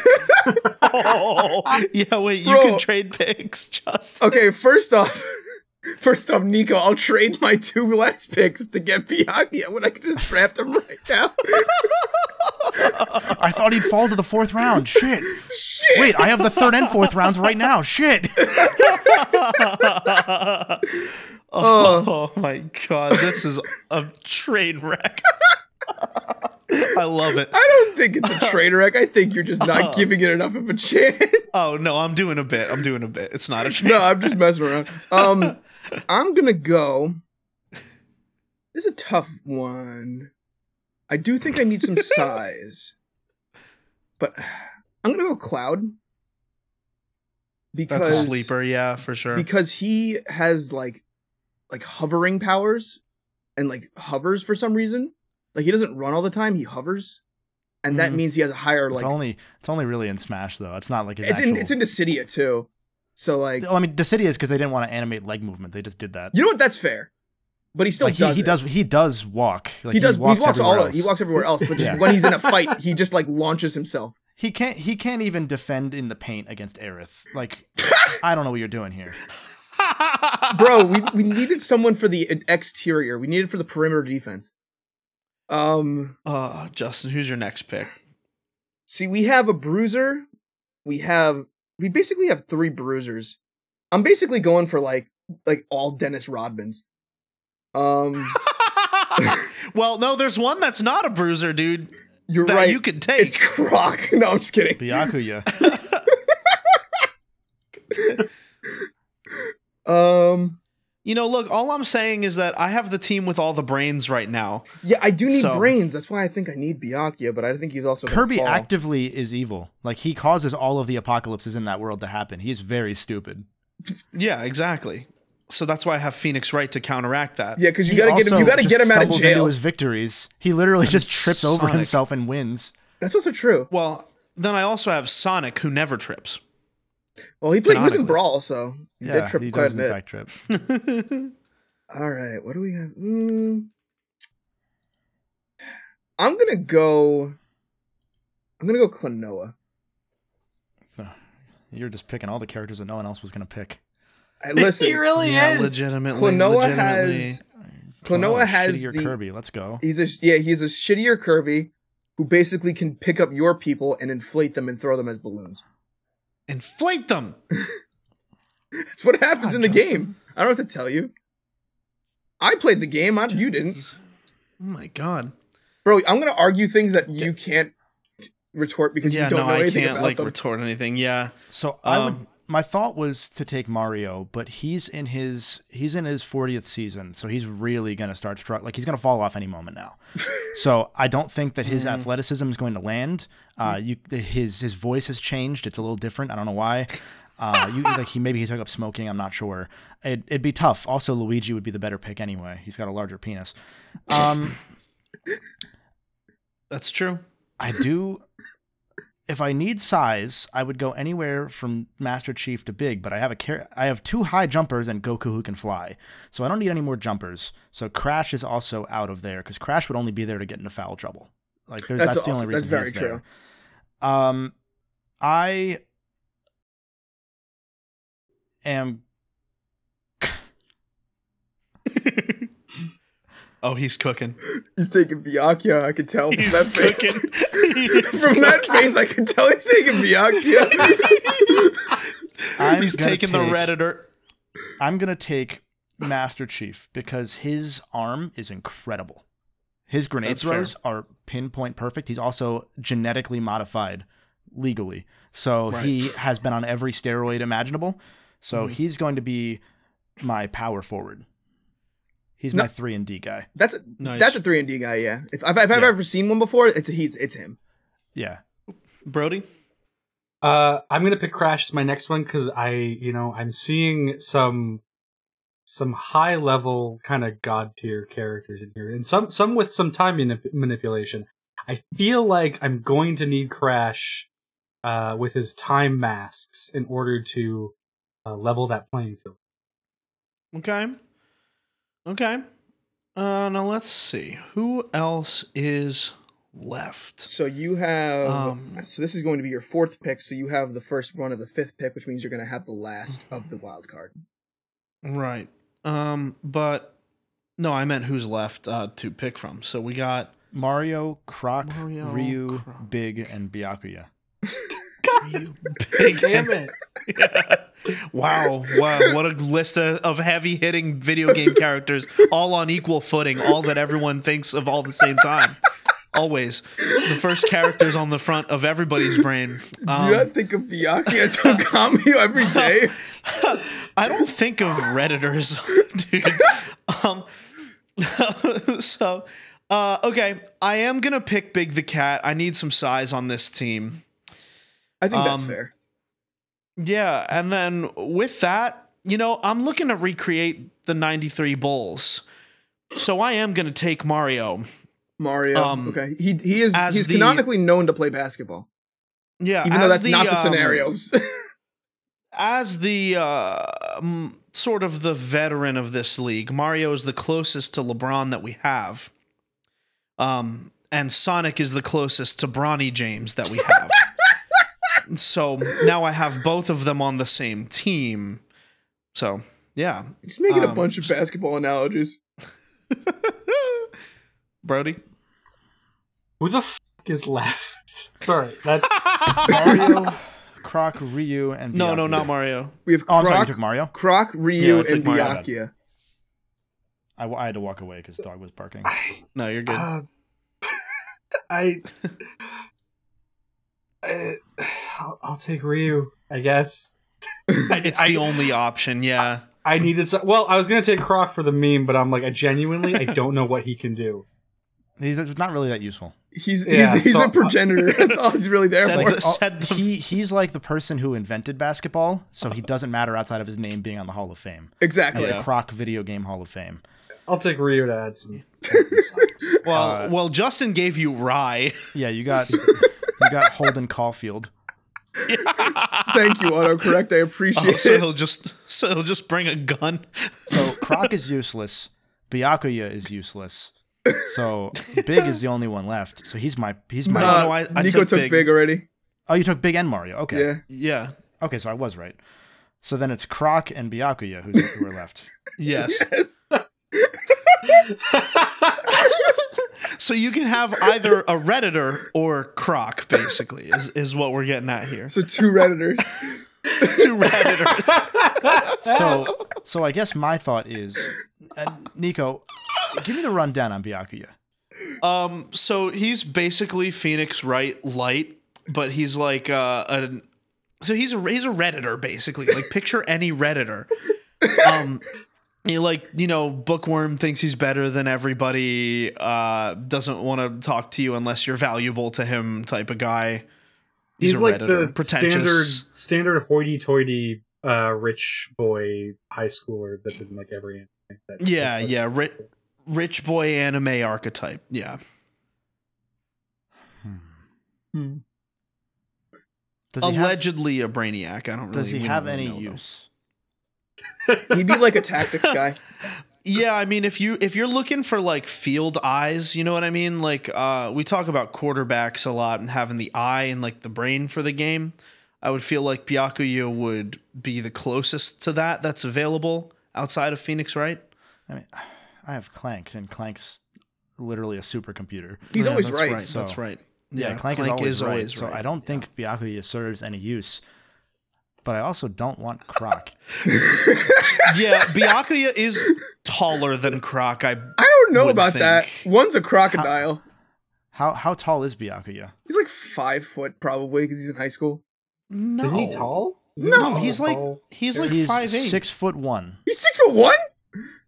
Speaker 4: oh, yeah. Wait, you
Speaker 1: Bro.
Speaker 4: can trade picks, Justin.
Speaker 1: Okay, first off, first off, Nico, I'll trade my two last picks to get Biagia when I could just draft him right now.
Speaker 3: I thought he'd fall to the fourth round. Shit.
Speaker 1: Shit.
Speaker 3: Wait, I have the third and fourth rounds right now. Shit.
Speaker 1: Uh.
Speaker 4: Oh. my god, this is a train wreck. I love it.
Speaker 1: I don't think it's a train wreck. I think you're just not giving it enough of a chance.
Speaker 4: Oh no, I'm doing a bit. I'm doing a bit. It's not a train.
Speaker 1: No, I'm just messing around. Um, I'm gonna go. This is a tough one. I do think I need some size, but I'm gonna go Cloud because
Speaker 4: That's a sleeper. Yeah, for sure.
Speaker 1: because he has like like hovering powers and like hovers for some reason. Like he doesn't run all the time; he hovers, and that
Speaker 4: Mhm.
Speaker 1: means he has a higher
Speaker 3: It's
Speaker 1: like.
Speaker 3: only it's only really in Smash though. It's not like his
Speaker 1: it's in
Speaker 3: actual- Oh.
Speaker 1: it's in Dissidia too, so like
Speaker 3: Well, I mean, Dissidia is because they didn't want to animate leg movement. They just did that.
Speaker 1: you know what? That's fair, but he still
Speaker 3: like he,
Speaker 1: does.
Speaker 3: he
Speaker 1: it.
Speaker 3: does he does walk. Like,
Speaker 1: he does. He walks, all.
Speaker 3: everywhere else.
Speaker 1: He walks everywhere else, but just
Speaker 3: Yeah.
Speaker 1: when he's in a fight, he just like launches himself.
Speaker 3: He can't. He can't even defend in the paint against Aerith. Like, I don't know what you're doing here.
Speaker 1: Bro, we, we needed someone for the e-, exterior. We needed for the perimeter defense. Um,
Speaker 4: oh, Justin, who's your next pick?
Speaker 1: see, we have a bruiser. We have we basically have three bruisers. I'm basically going for like like all Dennis Rodmans. Um,
Speaker 4: well, no, there's one that's not a bruiser, dude.
Speaker 1: you're
Speaker 4: That
Speaker 1: right.
Speaker 4: you could take.
Speaker 1: it's Croc. No, I'm just kidding.
Speaker 3: Byakuya.
Speaker 1: Um,
Speaker 4: You know, look, all I'm saying is that I have the team with all the brains right now.
Speaker 1: yeah, I do need
Speaker 4: So-
Speaker 1: brains. That's why I think I need Byakuya, but I think he's also gonna
Speaker 3: Kirby
Speaker 1: fall.
Speaker 3: actively is evil. Like he causes all of the apocalypses in that world to happen. He is very stupid.
Speaker 4: Yeah, exactly. So that's why I have Phoenix Wright to counteract that.
Speaker 1: Yeah, because you
Speaker 3: He
Speaker 1: gotta get him.
Speaker 3: also
Speaker 1: You gotta
Speaker 3: just
Speaker 1: get him out of
Speaker 3: stumbles Into
Speaker 1: jail.
Speaker 3: his victories, he literally just trips over
Speaker 4: Sonic.
Speaker 3: himself and wins.
Speaker 1: That's also true.
Speaker 4: Well, then I also have Sonic who never trips.
Speaker 1: Well, he played. He was in
Speaker 4: Canonically.
Speaker 1: Brawl, so he
Speaker 3: Yeah,
Speaker 1: did trip
Speaker 3: he
Speaker 1: quite
Speaker 3: does
Speaker 1: a
Speaker 3: in
Speaker 1: bit.
Speaker 3: fact trip.
Speaker 1: All right, what do we have? Mm, I'm gonna go. I'm gonna go Klonoa.
Speaker 3: You're just picking all the characters that no one else was gonna pick.
Speaker 1: I- Listen,
Speaker 2: he really
Speaker 4: yeah,
Speaker 2: is.
Speaker 4: legitimately.
Speaker 1: Oh, Klonoa
Speaker 4: legitimately.
Speaker 1: has.
Speaker 3: Oh,
Speaker 1: Klonoa has
Speaker 3: shittier
Speaker 1: the.
Speaker 3: Kirby. Let's go.
Speaker 1: He's a yeah. He's a shittier Kirby, who basically can pick up your people and inflate them and throw them as balloons.
Speaker 4: Inflate them. Oh
Speaker 1: That's what happens
Speaker 4: Ah,
Speaker 3: God,
Speaker 1: in the
Speaker 3: Justin.
Speaker 1: game. I don't have to tell you. I played the game. I, you didn't,
Speaker 4: Oh my god.
Speaker 1: bro. I'm gonna argue things that you can't retort because
Speaker 4: Yeah,
Speaker 1: you don't
Speaker 4: no,
Speaker 1: know
Speaker 4: I
Speaker 1: anything
Speaker 4: can't
Speaker 1: about
Speaker 4: like
Speaker 1: them.
Speaker 4: retort anything. Yeah.
Speaker 3: So I
Speaker 4: Um,
Speaker 3: would. My thought was to take Mario, but he's in his he's in his 40th season, so he's really gonna start struck like he's gonna fall off any moment now. so I don't think that his athleticism is going to land. Uh, you his his voice has changed; it's a little different. I don't know why. Uh, you like he maybe he took up smoking. I'm not sure. It, it'd be tough. Also, Luigi would be the better pick anyway. He's got a larger penis. Um,
Speaker 4: That's true.
Speaker 3: I do. If I need size, I would go anywhere from Master Chief to big, but I have a car- I have two high jumpers and Goku who can fly, so I don't need any more jumpers. So Crash is also out of there because Crash would only be there to get into foul trouble. Like there's,
Speaker 1: That's
Speaker 3: that's, the only
Speaker 1: awesome.
Speaker 3: reason.
Speaker 1: That's very
Speaker 3: he's there. Um, I am
Speaker 4: Oh, he's cooking.
Speaker 1: He's taking Byakuya. I can tell from that
Speaker 4: He's
Speaker 1: face.
Speaker 4: cooking. He's
Speaker 1: From that face, I can tell he's taking Byakuya.
Speaker 3: I'm
Speaker 4: He's
Speaker 3: gonna
Speaker 4: taking the
Speaker 3: take-
Speaker 4: redditor.
Speaker 3: I'm gonna take Master Chief because his arm is incredible. His grenade
Speaker 4: That's
Speaker 3: throws are pinpoint perfect. He's also genetically modified legally, so
Speaker 4: Right. Mm-hmm.
Speaker 3: he has been on every steroid imaginable. So he's going to be my power forward. He's
Speaker 1: No-
Speaker 3: my three and D guy.
Speaker 1: that's a,
Speaker 4: Nice.
Speaker 1: that's a three and D guy. Yeah. If, if, I've
Speaker 3: Yeah.
Speaker 1: ever seen one before, it's he's it's him.
Speaker 3: Yeah,
Speaker 4: Brody.
Speaker 2: Uh, I'm gonna pick Crash as my next one because I, you know, I'm seeing some some high level kind of god tier characters in here, and some some with some time manip- manipulation. I feel like I'm going to need Crash uh, with his time masks in order to uh, level that playing field.
Speaker 4: Okay. Okay. Uh, now let's see who else is left.
Speaker 1: So you have.
Speaker 4: Um,
Speaker 1: so this is going to be your fourth pick. So you have the first run of the fifth pick, which means you're going to have the last of the wild card.
Speaker 4: Right. Um, but no, I meant who's left uh, to pick from. So we got
Speaker 3: Mario, Croc,
Speaker 4: Mario,
Speaker 3: Ryu,
Speaker 4: Croc.
Speaker 3: Big, and Byakuya.
Speaker 4: Big
Speaker 2: Damn it!
Speaker 4: Wow, wow, what a list of of heavy hitting video game characters, all on equal footing, all that everyone thinks of all the same time. Always. The first characters on the front of everybody's brain.
Speaker 1: Do you not
Speaker 4: Um,
Speaker 1: think of Byakuya as Okami every day?
Speaker 4: I don't think of Redditors, dude. Um, so, uh, okay, I am going to pick Big the Cat. I need some size on this team.
Speaker 1: I think that's
Speaker 4: Um,
Speaker 1: fair.
Speaker 4: Yeah, and then with that, you know, I'm looking to recreate the 93 Bulls. So I am going to take Mario.
Speaker 1: Mario.
Speaker 4: um,
Speaker 1: okay. He he is
Speaker 4: as
Speaker 1: he's
Speaker 4: the-
Speaker 1: canonically known to play basketball,
Speaker 4: Yeah,
Speaker 1: even though
Speaker 4: as
Speaker 1: that's not the
Speaker 4: um,
Speaker 1: scenarios.
Speaker 4: As the uh, um, sort of the veteran of this league, Mario is the closest to LeBron that we have. Um, and Sonic is the closest to Bronny James that we have. so now I have both of them on the same team. So, yeah.
Speaker 1: Just making a
Speaker 4: Um,
Speaker 1: bunch of basketball analogies.
Speaker 4: Brody?
Speaker 2: Who the f- is left? Sorry, that's
Speaker 3: Mario, Croc, Ryu, and
Speaker 4: No, no,
Speaker 3: Byakuya.
Speaker 4: not Mario.
Speaker 1: We have
Speaker 3: Oh, I'm sorry, you
Speaker 1: Croc,
Speaker 3: took Mario.
Speaker 1: Croc Ryu,
Speaker 4: Yeah, I took
Speaker 1: and
Speaker 4: Mario.
Speaker 1: Byakuya.
Speaker 3: I, I had to walk away because dog was barking.
Speaker 4: No, you're good.
Speaker 2: Uh, I, I I'll, I'll take Ryu, I guess. I,
Speaker 4: It's
Speaker 2: I,
Speaker 4: the only option, yeah.
Speaker 2: I needed some. Well, I was gonna take Croc for the meme, but I'm like, I genuinely, I don't know what he can do.
Speaker 3: He's not really that useful.
Speaker 1: He's
Speaker 2: Yeah,
Speaker 1: he's, he's
Speaker 2: so-
Speaker 1: a progenitor. That's all he's really there
Speaker 4: Said
Speaker 1: for.
Speaker 4: Like,
Speaker 3: Like,
Speaker 4: all-
Speaker 3: all- he he's like the person who invented basketball, so he doesn't matter outside of his name being on the Hall of Fame,
Speaker 1: Exactly.
Speaker 4: Yeah.
Speaker 3: the Croc Video Game Hall of Fame.
Speaker 2: I'll take Ryu to add some. add some size.
Speaker 4: Well,
Speaker 3: Uh,
Speaker 4: well, Justin gave you rye.
Speaker 3: Yeah, you got you got Holden Caulfield.
Speaker 1: Thank you, autocorrect. I appreciate
Speaker 4: Oh, so
Speaker 1: it.
Speaker 4: he'll just so he'll just bring a gun.
Speaker 3: So Croc is useless. Byakuya is useless. So Big is the only one left. So he's my he's my.
Speaker 4: No, no, I- I
Speaker 1: Uh, Nico
Speaker 4: took
Speaker 1: took big,
Speaker 4: big.
Speaker 1: already.
Speaker 3: oh, you took Big and Mario. Okay.
Speaker 1: Yeah.
Speaker 4: Yeah.
Speaker 3: Okay, so I was right. So then it's Croc and Byakuya who's, who are left.
Speaker 4: Yes.
Speaker 1: Yes.
Speaker 4: So you can have either a redditor or croc, basically, is, is what we're getting at here.
Speaker 1: So two redditors.
Speaker 4: Two redditors.
Speaker 3: So, so I guess my thought is, uh, Nico, give me the rundown on Byakuya.
Speaker 4: Um, so he's basically Phoenix Wright light, but he's like uh, an so he's a he's a redditor basically. Like picture any redditor. Um, he like you know bookworm thinks he's better than everybody. Uh, doesn't want to talk to you unless you're valuable to him. Type of guy.
Speaker 2: He's,
Speaker 4: a
Speaker 2: like the
Speaker 4: redditor.
Speaker 2: standard
Speaker 4: Pretentious.
Speaker 2: standard hoity-toity uh, rich boy high schooler that's in like every anime. That-
Speaker 4: Yeah,
Speaker 2: that's-
Speaker 4: yeah, ri- rich boy anime archetype. Yeah.
Speaker 3: Does he have,
Speaker 4: Allegedly a brainiac. I don't really.
Speaker 3: does he
Speaker 4: we don't
Speaker 3: have
Speaker 4: really
Speaker 3: any
Speaker 4: know, though.
Speaker 3: use?
Speaker 1: He'd be like a tactics guy.
Speaker 4: Yeah, I mean, if you if you're looking for like field eyes, you know what I mean. Like uh, we talk about quarterbacks a lot and having the eye and like the brain for the game. I would feel like Byakuya would be the closest to that that's available outside of Phoenix, right?
Speaker 3: I mean, I have Clank, and Clank's literally a supercomputer.
Speaker 1: He's
Speaker 4: Yeah,
Speaker 1: always
Speaker 4: that's
Speaker 1: right.
Speaker 3: So-
Speaker 4: That's right.
Speaker 3: Yeah, Clank, is always, right, So I don't think Byakuya serves any use. But I also don't want Croc.
Speaker 4: yeah, Byakuya is taller than Croc. I
Speaker 1: I don't know
Speaker 4: Would
Speaker 1: about that.
Speaker 4: think.
Speaker 1: One's a crocodile.
Speaker 3: how how tall is Byakuya?
Speaker 1: He's like five foot probably because he's in high school.
Speaker 4: no.
Speaker 2: Isn't he tall? Isn't he
Speaker 4: No,
Speaker 2: tall?
Speaker 4: he's like he's like
Speaker 3: He's
Speaker 4: five eight.
Speaker 3: six foot one.
Speaker 1: He's six foot one,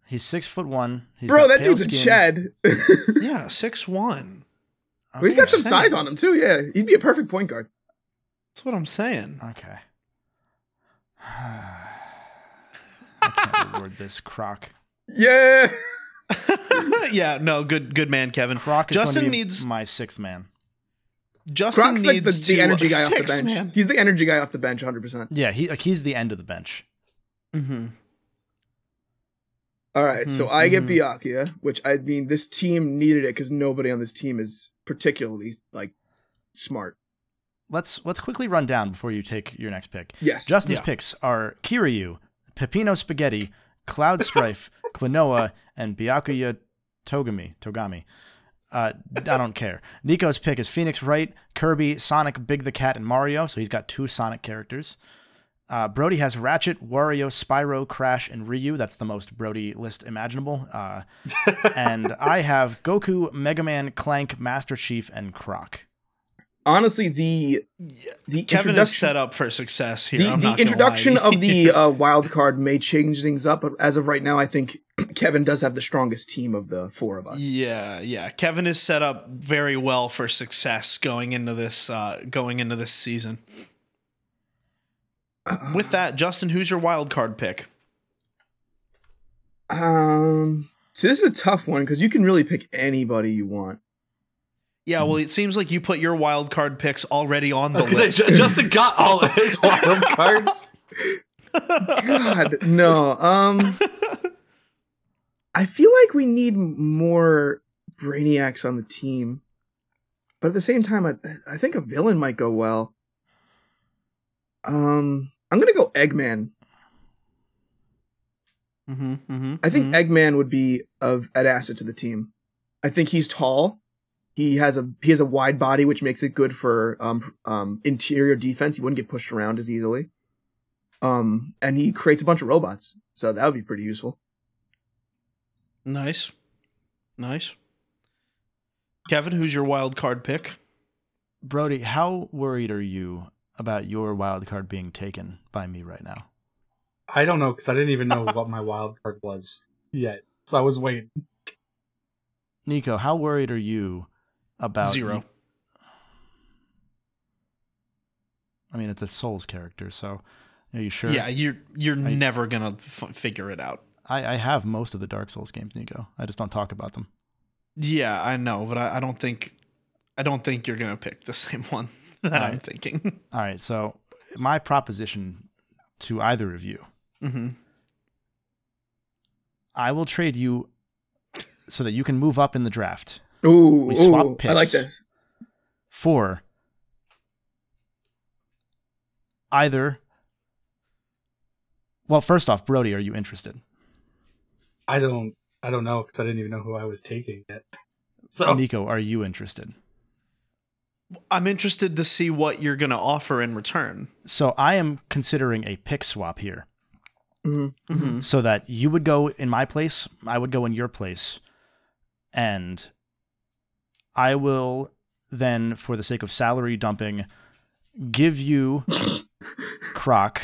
Speaker 3: He's six foot one. He's
Speaker 1: bro.
Speaker 3: got
Speaker 1: That
Speaker 3: pale
Speaker 1: dude's a
Speaker 3: skin.
Speaker 1: Chad.
Speaker 4: Yeah, six one.
Speaker 1: he's got some
Speaker 4: saying.
Speaker 1: size on him too. Yeah, he'd be a perfect point guard.
Speaker 4: That's what I'm saying.
Speaker 3: Okay. I can't reward this Croc.
Speaker 1: Yeah,
Speaker 4: yeah, no, good good man, Kevin.
Speaker 3: Croc is
Speaker 4: Justin
Speaker 3: going to be
Speaker 4: needs
Speaker 3: my sixth man.
Speaker 4: Justin
Speaker 1: Croc's like
Speaker 4: needs
Speaker 1: the,
Speaker 4: to
Speaker 1: the energy guy off the
Speaker 4: Six,
Speaker 1: bench.
Speaker 4: man.
Speaker 1: He's the energy guy off the bench, hundred percent.
Speaker 3: Yeah, he like he's the end of the bench.
Speaker 2: Mm-hmm.
Speaker 1: All right, so I get
Speaker 4: Mm-hmm.
Speaker 1: Byakuya, which I mean, this team needed it because nobody on this team is particularly like smart.
Speaker 3: Let's let's quickly run down before you take your next pick.
Speaker 1: Yes,
Speaker 3: Justin's
Speaker 4: Yeah.
Speaker 3: picks are Kiryu, Pepino Spaghetti, Cloud Strife, Klonoa, and Byakuya Togami. Togami. Uh, I don't care. Nico's pick is Phoenix Wright, Kirby, Sonic, Big the Cat, and Mario. So he's got two Sonic characters. Uh, Brody has Ratchet, Wario, Spyro, Crash, and Ryu. That's the most Brody list imaginable. Uh, and I have Goku, Mega Man, Clank, Master Chief, and Croc.
Speaker 1: honestly, the the
Speaker 4: Kevin is
Speaker 1: introduction
Speaker 4: set up for success here.
Speaker 1: the,
Speaker 4: I'm
Speaker 1: the
Speaker 4: not gonna
Speaker 1: introduction
Speaker 4: lie.
Speaker 1: of the uh, wild card may change things up, but as of right now, I think Kevin does have the strongest team of the four of us.
Speaker 4: yeah, yeah. Kevin is set up very well for success going into this uh, going into this season. With that, Justin, who's your wild card pick?
Speaker 1: Um, so this is a tough one because you can really pick anybody you want.
Speaker 4: Yeah, well, it seems like you put your wild card picks already on
Speaker 2: Mm-hmm. I
Speaker 4: the
Speaker 2: was gonna
Speaker 4: list.
Speaker 2: say Ju- Justin got all of his wild cards.
Speaker 1: God, no. Um, I feel like we need more brainiacs on the team, but at the same time, I I think a villain might go well. Um, I'm gonna go Eggman.
Speaker 4: mm-hmm, mm-hmm,
Speaker 1: I think Eggman would be of an asset to the team. I think he's tall. He has a he has a wide body, which makes it good for um, um, interior defense. He wouldn't get pushed around as easily. Um, and he creates a bunch of robots, so that would be pretty useful.
Speaker 4: nice, nice. Kevin, who's your wild card pick?
Speaker 3: Brody, how worried are you about your wild card being taken by me right now?
Speaker 2: I don't know because I didn't even know what my wild card was yet, so I was waiting.
Speaker 3: Nico, how worried are you about
Speaker 4: Zero.
Speaker 3: I mean, it's a Souls character, so are you sure?
Speaker 4: Yeah, you're you're
Speaker 3: I-
Speaker 4: never gonna f- figure it out.
Speaker 3: I, I have most of the Dark Souls games, Nico. I just don't talk about them.
Speaker 4: Yeah, I know, but I, I don't think I don't think you're gonna pick the same one that I'm
Speaker 3: Alright.
Speaker 4: thinking.
Speaker 3: All right, so my proposition to either of you,
Speaker 4: mm-hmm.
Speaker 3: I will trade you so that you can move up in the draft
Speaker 1: Ooh,
Speaker 3: We swap
Speaker 1: ooh, I like
Speaker 3: picks.
Speaker 1: this.
Speaker 3: for either. Well, first off, Brody, are you interested?
Speaker 2: I don't. I don't know because I didn't even know who I was taking yet.
Speaker 1: Oh.
Speaker 2: So
Speaker 3: Nico, are you interested?
Speaker 4: I'm interested to see what you're going to offer in return.
Speaker 3: So I am considering a pick swap here.
Speaker 1: Mm-hmm.
Speaker 3: so that you would go in my place, I would go in your place, and I will then, for the sake of salary dumping, give you Croc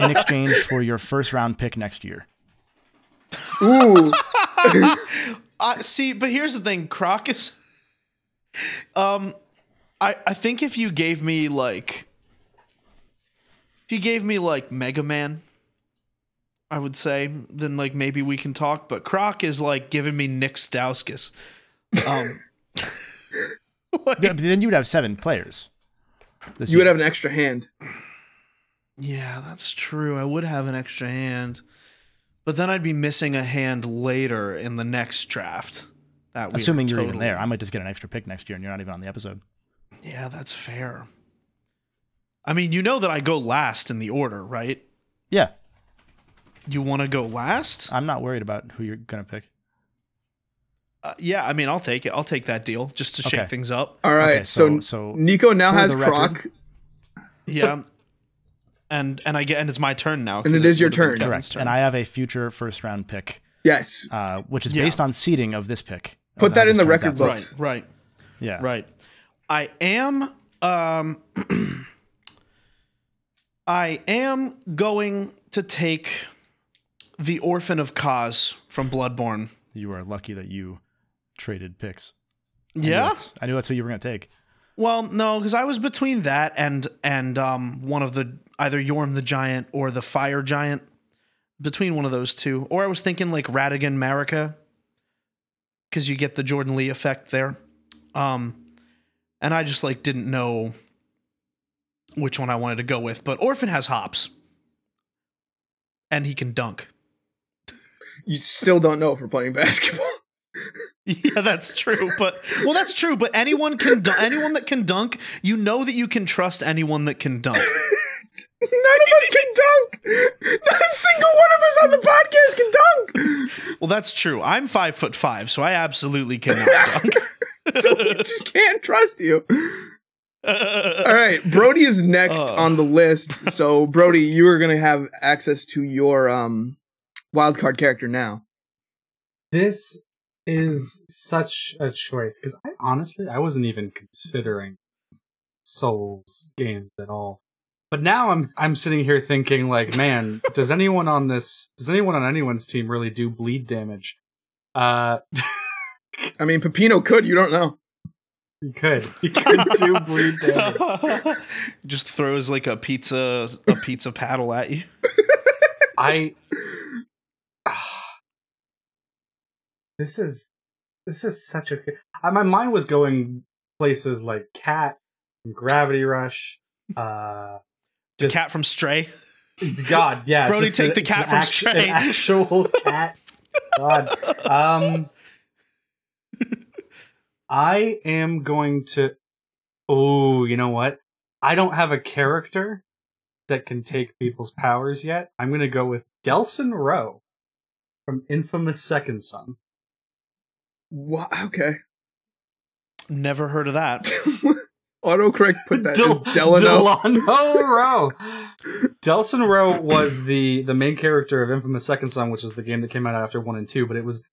Speaker 3: in exchange for your first round pick next year.
Speaker 1: Ooh,
Speaker 4: I see, but here's the thing, Croc is. Um, I I think if you gave me like, if you gave me like Mega Man, I would say then like maybe we can talk. But Croc is like giving me Nick Stauskas. Um,
Speaker 3: Th- Then you would have seven players. This
Speaker 1: you would
Speaker 3: year.
Speaker 1: have an extra hand.
Speaker 4: yeah, that's true. I would have an extra hand, but then I'd be missing a hand later in the next draft. That we are
Speaker 3: Assuming you're even
Speaker 4: totally-
Speaker 3: there, I might just get an extra pick next year, and you're not even on the episode.
Speaker 4: Yeah, that's fair. I mean, you know that I go last in the order, right?
Speaker 3: Yeah,
Speaker 4: You want to go last?
Speaker 3: I'm not worried about who you're gonna pick.
Speaker 4: Uh, yeah, I mean, I'll take it. I'll take that deal just to shake
Speaker 3: Okay.
Speaker 4: things up.
Speaker 1: All right,
Speaker 3: Okay,
Speaker 1: so,
Speaker 3: so- so
Speaker 1: Nico now
Speaker 3: for
Speaker 1: has
Speaker 3: the record-
Speaker 1: Croc.
Speaker 4: Yeah. and and I get and it's my turn now.
Speaker 1: And it
Speaker 4: 'cause
Speaker 1: is your
Speaker 4: would've been
Speaker 1: turn.
Speaker 4: Kevin's
Speaker 3: Correct. And I have a future first round pick,
Speaker 1: Yes,
Speaker 3: uh, which is
Speaker 4: Yeah.
Speaker 3: based on seeding of this pick.
Speaker 1: Put
Speaker 3: of
Speaker 1: that
Speaker 3: how
Speaker 1: in
Speaker 3: this
Speaker 1: the
Speaker 3: turns
Speaker 1: record
Speaker 3: out.
Speaker 1: book.
Speaker 4: right, right,
Speaker 3: Yeah.
Speaker 4: right. I am um I am going to take the orphan of Kaz from Bloodborne.
Speaker 3: you are lucky that you traded picks. I knew
Speaker 4: Yeah?
Speaker 3: that's- I knew that's what you were going to take.
Speaker 4: Well, no, because I was between that and and um one of the either Yorm the Giant or the Fire Giant, between one of those two, or I was thinking like Radigan Marika, because you get the Jordan Lee effect there, um, and I just like didn't know which one I wanted to go with, but Orphan has hops, and he can dunk.
Speaker 1: you still don't know if we're playing basketball.
Speaker 4: Yeah, that's true. But well, that's true. But anyone can dun- anyone that can dunk, you know that you can trust anyone that can dunk.
Speaker 1: None of us can dunk. Not a single one of us on the podcast can dunk.
Speaker 4: Well, that's true. I'm five foot five, so I absolutely cannot dunk.
Speaker 1: So we just can't trust you. All right, Brody is next
Speaker 4: Oh.
Speaker 1: on the list. So Brody, you are going to have access to your um wildcard character now.
Speaker 2: this is such a choice because I honestly I wasn't even considering Souls games at all. But now I'm I'm sitting here thinking like, man, does anyone on this does anyone on anyone's team really do bleed damage? Uh,
Speaker 1: I mean, Pepino could. You don't know.
Speaker 2: you could you could do bleed damage.
Speaker 4: Just throws like a pizza a pizza paddle at you.
Speaker 2: I. this is this is such a. I, my mind was going places like Cat, Gravity Rush, uh,
Speaker 4: The
Speaker 2: just
Speaker 4: cat from Stray.
Speaker 2: God, yeah.
Speaker 4: Brody,
Speaker 2: just
Speaker 4: take
Speaker 2: an-
Speaker 4: the cat
Speaker 2: an
Speaker 4: from
Speaker 2: act-
Speaker 4: Stray.
Speaker 2: An actual cat. God. Um, I am going to. Oh, you know what? I don't have a character that can take people's powers yet. I'm going to go with Delson Rowe from Infamous Second Son.
Speaker 1: Wha Okay.
Speaker 4: Never heard of that.
Speaker 1: Autocorrect put that
Speaker 2: Del-
Speaker 1: as Delano.
Speaker 2: Delano Rowe. Delson Rowe was the the main character of Infamous Second Son, which is the game that came out after one and two. But it was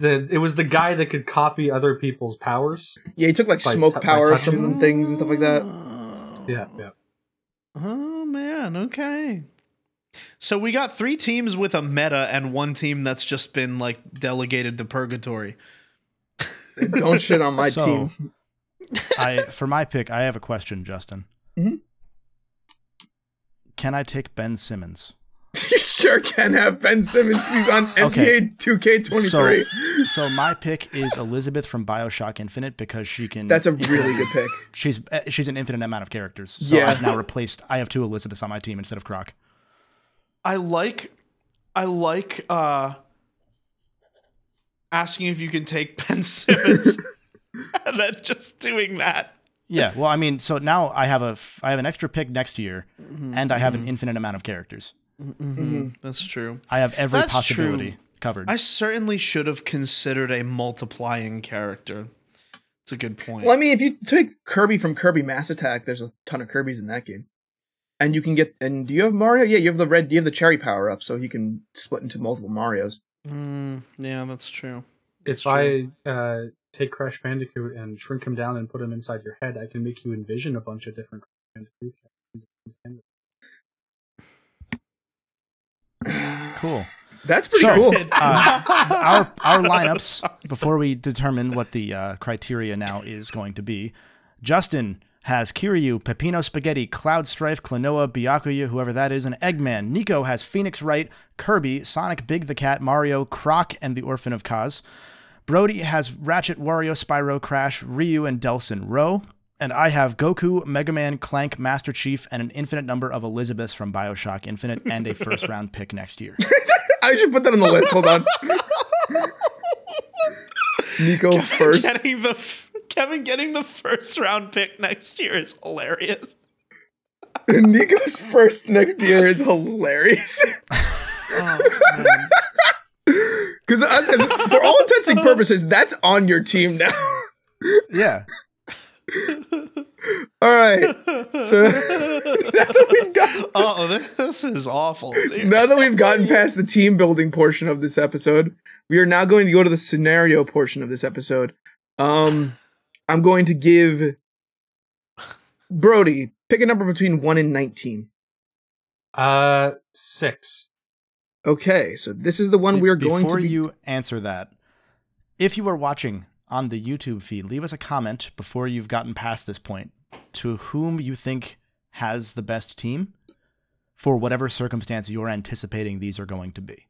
Speaker 2: the it was the guy that could copy other people's powers.
Speaker 1: yeah, he took like
Speaker 2: By
Speaker 1: smoke
Speaker 2: tou- by
Speaker 1: powers
Speaker 2: touching
Speaker 1: from things and stuff like that.
Speaker 2: Yeah, yeah.
Speaker 4: Oh man. Okay. So we got three teams with a meta and one team that's just been like delegated to purgatory.
Speaker 1: Don't shit on my
Speaker 3: So,
Speaker 1: team.
Speaker 3: I, for my pick, I have a question, Justin.
Speaker 1: Mhm.
Speaker 3: Can I take Ben Simmons?
Speaker 1: You sure can have Ben Simmons. He's on
Speaker 3: Okay.
Speaker 1: NBA 2K23.
Speaker 3: So my pick is Elizabeth from Bioshock Infinite because she can.
Speaker 1: That's a really good pick.
Speaker 3: she's eh, she's an infinite amount of characters. So
Speaker 1: Yeah.
Speaker 3: I've now replaced. I have two Elizabeths on my team instead of Croc.
Speaker 4: I like I like uh asking if you can take Ben Simmons and then just doing that.
Speaker 3: Yeah. Well, I mean, so now I have a f- I have an extra pick next year,
Speaker 4: Mm-hmm.
Speaker 3: and I have an infinite amount of characters.
Speaker 4: That's true.
Speaker 3: I have every
Speaker 4: That's
Speaker 3: possibility.
Speaker 4: true.
Speaker 3: covered.
Speaker 4: I certainly should have considered a multiplying character. It's a good point.
Speaker 1: Well, I mean, if you take Kirby from Kirby Mass Attack, there's a ton of Kirby's in that game, and you can get. And do you have Mario? Yeah, you have the red. You have the cherry power up, so you can split into multiple Mario's.
Speaker 4: Mm, yeah, that's true.
Speaker 2: If I uh, take Crash Bandicoot and shrink him down and put him inside your head, I can make you envision a bunch of different Crash Bandicoots.
Speaker 3: Cool.
Speaker 1: That's pretty cool.
Speaker 3: uh, our our lineups before we determine what the uh, criteria now is going to be. Justin has Kiryu, Peppino Spaghetti, Cloud Strife, Klonoa, Byakuya, whoever that is, and Eggman. Nico has Phoenix Wright, Kirby, Sonic Big the Cat, Mario, Croc, and the Orphan of Kaz. Brody has Ratchet, Wario, Spyro, Crash, Ryu, and Delson Rowe. And I have Goku, Mega Man, Clank, Master Chief, and an infinite number of Elizabeths from Bioshock Infinite, and a first round pick next year.
Speaker 1: I should put that on the list. Hold on. Nico first.
Speaker 4: Getting the f- Kevin getting the first round pick next year is hilarious.
Speaker 1: Nico's first next year is hilarious. Because for all intents and purposes, that's on your team now.
Speaker 3: Yeah.
Speaker 1: all right. So now that we've done
Speaker 4: Oh, this is awful, dude.
Speaker 1: now that we've gotten past the team building portion of this episode, we are now going to go to the scenario portion of this episode. Um, I'm going to give Brody pick a number between one and nineteen.
Speaker 2: Uh, six.
Speaker 1: Okay, so this is the one we are
Speaker 3: Before
Speaker 1: going to be.
Speaker 3: you answer that, if you are watching on the YouTube feed, leave us a comment before you've gotten past this point to whom you think has the best team for whatever circumstance you're anticipating these are going to be.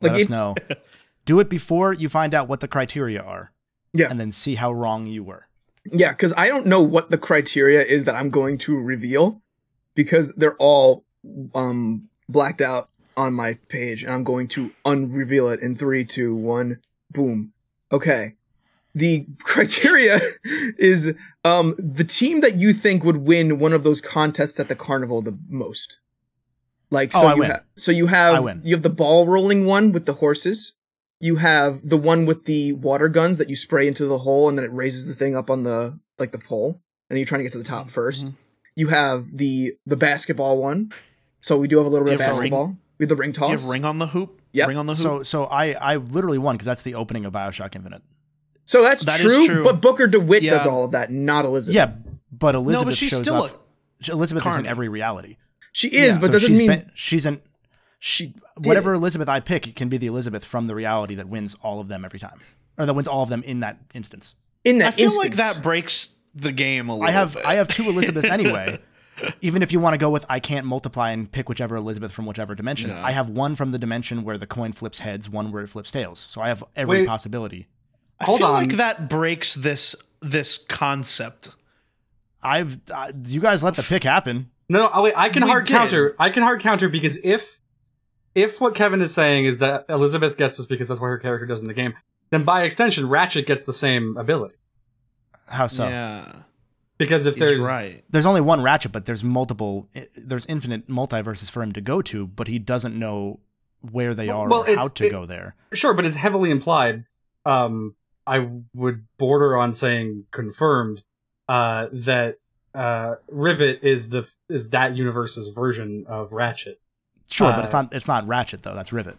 Speaker 3: Let
Speaker 1: Like,
Speaker 3: us
Speaker 1: if-
Speaker 3: know. Do it before you find out what the criteria are.
Speaker 1: Yeah.
Speaker 3: And then see how wrong you were.
Speaker 1: yeah, because I don't know what the criteria is that I'm going to reveal because they're all um blacked out on my page, and I'm going to unreveal it in three, two, one, boom. Okay. The criteria is um the team that you think would win one of those contests at the carnival the most. Like
Speaker 3: Oh,
Speaker 1: so
Speaker 3: I
Speaker 1: you
Speaker 3: win.
Speaker 1: ha- so you have
Speaker 3: I win.
Speaker 1: you have the ball rolling one with the horses. You have the one with the water guns that you spray into the hole and then it raises the thing up on the like the pole and you're trying to get to the top 1st You have the the basketball one. So we do have a little bit
Speaker 4: Do
Speaker 1: of
Speaker 4: you have a ring?
Speaker 1: basketball. We have the ring
Speaker 4: Do
Speaker 1: toss.
Speaker 4: you have ring on the hoop?
Speaker 1: Yep.
Speaker 4: Ring on the hoop.
Speaker 3: So so I I literally won because that's the opening of Bioshock Infinite.
Speaker 1: So that's
Speaker 4: That is
Speaker 1: true,
Speaker 4: true.
Speaker 1: but Booker DeWitt does
Speaker 4: Yeah.
Speaker 1: all of that, not Elizabeth.
Speaker 3: Yeah, but Elizabeth
Speaker 4: no, but she's
Speaker 3: shows
Speaker 4: still
Speaker 3: up. Elizabeth is in
Speaker 4: Carmen.
Speaker 3: every reality.
Speaker 1: She is,
Speaker 4: Yeah.
Speaker 1: but
Speaker 3: So
Speaker 1: doesn't
Speaker 3: she's
Speaker 1: mean
Speaker 3: been- she's an
Speaker 1: she did
Speaker 3: whatever
Speaker 1: it.
Speaker 3: Elizabeth I pick it can be the Elizabeth from the reality that wins all of them every time, or that wins all of them in that instance.
Speaker 1: in
Speaker 4: a.
Speaker 1: that
Speaker 4: I feel
Speaker 1: instance.
Speaker 4: like that breaks the game a little.
Speaker 3: I have
Speaker 4: bit.
Speaker 3: I have two Elizabeths anyway. Even if you want to go with I can't multiply and pick whichever Elizabeth from whichever dimension,
Speaker 4: Yeah.
Speaker 3: I have one from the dimension where the coin flips heads, one where it flips tails. So I have every
Speaker 2: Wait.
Speaker 3: possibility.
Speaker 4: I
Speaker 2: Hold
Speaker 4: feel
Speaker 2: on.
Speaker 4: like that breaks this this concept.
Speaker 3: I've uh, you guys let the pick happen.
Speaker 2: No, no, wait, I can
Speaker 4: We
Speaker 2: hard
Speaker 4: did.
Speaker 2: counter. I can hard counter because if if what Kevin is saying is that Elizabeth gets this because that's what her character does in the game, then by extension, Ratchet gets the same ability.
Speaker 3: How so?
Speaker 4: yeah,
Speaker 2: Because if
Speaker 4: he's
Speaker 2: there's
Speaker 4: right.
Speaker 3: There's only one Ratchet, but there's multiple. i- There's infinite multiverses for him to go to, but he doesn't know where they are
Speaker 2: Well,
Speaker 3: or how
Speaker 2: it's-
Speaker 3: to
Speaker 2: it-
Speaker 3: go there.
Speaker 2: sure, but it's heavily implied. Um, I would border on saying confirmed uh, that uh, Rivet is the is that universe's version of Ratchet.
Speaker 3: Sure,
Speaker 2: Uh,
Speaker 3: but it's not. It's not Ratchet though. That's Rivet.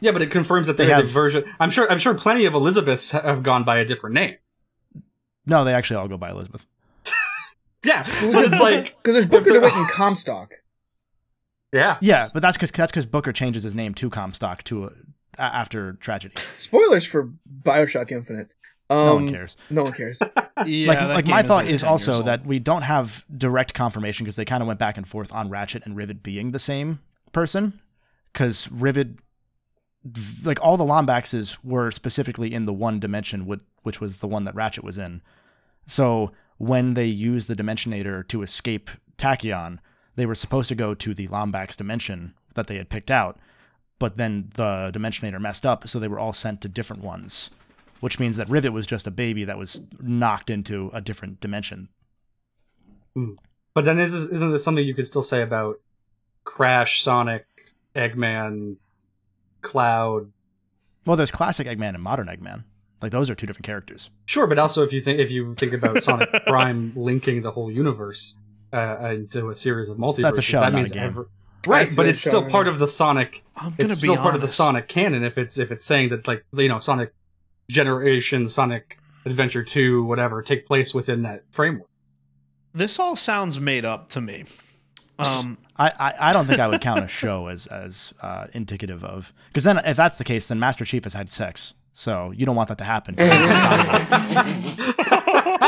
Speaker 2: Yeah, but it confirms that there
Speaker 3: They
Speaker 2: is
Speaker 3: have-
Speaker 2: a version. I'm sure. I'm sure plenty of Elizabeths have gone by a different name.
Speaker 3: No, they actually all go by Elizabeth.
Speaker 2: Yeah, but it's like
Speaker 1: because there's Booker DeWitt and Comstock.
Speaker 2: yeah,
Speaker 3: Yeah, but that's because that's because Booker changes his name to Comstock to uh, a- after tragedy.
Speaker 1: Spoilers for Bioshock Infinite. Um,
Speaker 3: No one cares.
Speaker 1: No one cares.
Speaker 4: Yeah,
Speaker 3: like,
Speaker 4: that
Speaker 3: like
Speaker 4: game
Speaker 3: my thought
Speaker 4: like
Speaker 3: is
Speaker 4: 10 years
Speaker 3: also
Speaker 4: old.
Speaker 3: that we don't have direct confirmation because they kind of went back and forth on Ratchet and Rivet being the same person. Because Rivet, v- like all the Lombaxes, were specifically in the one dimension, with, which was the one that Ratchet was in. So when they used the Dimensionator to escape Tachyon, they were supposed to go to the Lombax dimension that they had picked out, but then the Dimensionator messed up, so they were all sent to different ones which means that Rivet was just a baby that was knocked into a different dimension.
Speaker 2: But then is isn't this something you could still say about Crash, Sonic, Eggman, Cloud,
Speaker 3: Well, there's classic Eggman and modern Eggman. Like those are two different characters.
Speaker 2: Sure, but also if you think if you think about Sonic Prime linking the whole universe uh, into a series of multiverses,
Speaker 3: show,
Speaker 2: that
Speaker 3: not a
Speaker 2: means
Speaker 3: game.
Speaker 2: every-
Speaker 1: Right,
Speaker 2: right, but
Speaker 1: so
Speaker 2: it's still
Speaker 1: showing-
Speaker 2: part of the Sonic.
Speaker 4: I'm gonna
Speaker 2: It's
Speaker 4: be
Speaker 2: still part of the
Speaker 4: honest.
Speaker 2: Sonic canon if it's if it's saying that like you know Sonic Generation, Sonic Adventure Two, whatever, take place within that framework.
Speaker 4: This all sounds made up to me. Um,
Speaker 3: I, I, I don't think I would count a show as as uh, indicative of because then if that's the case, then Master Chief has had sex, so you don't want that to happen.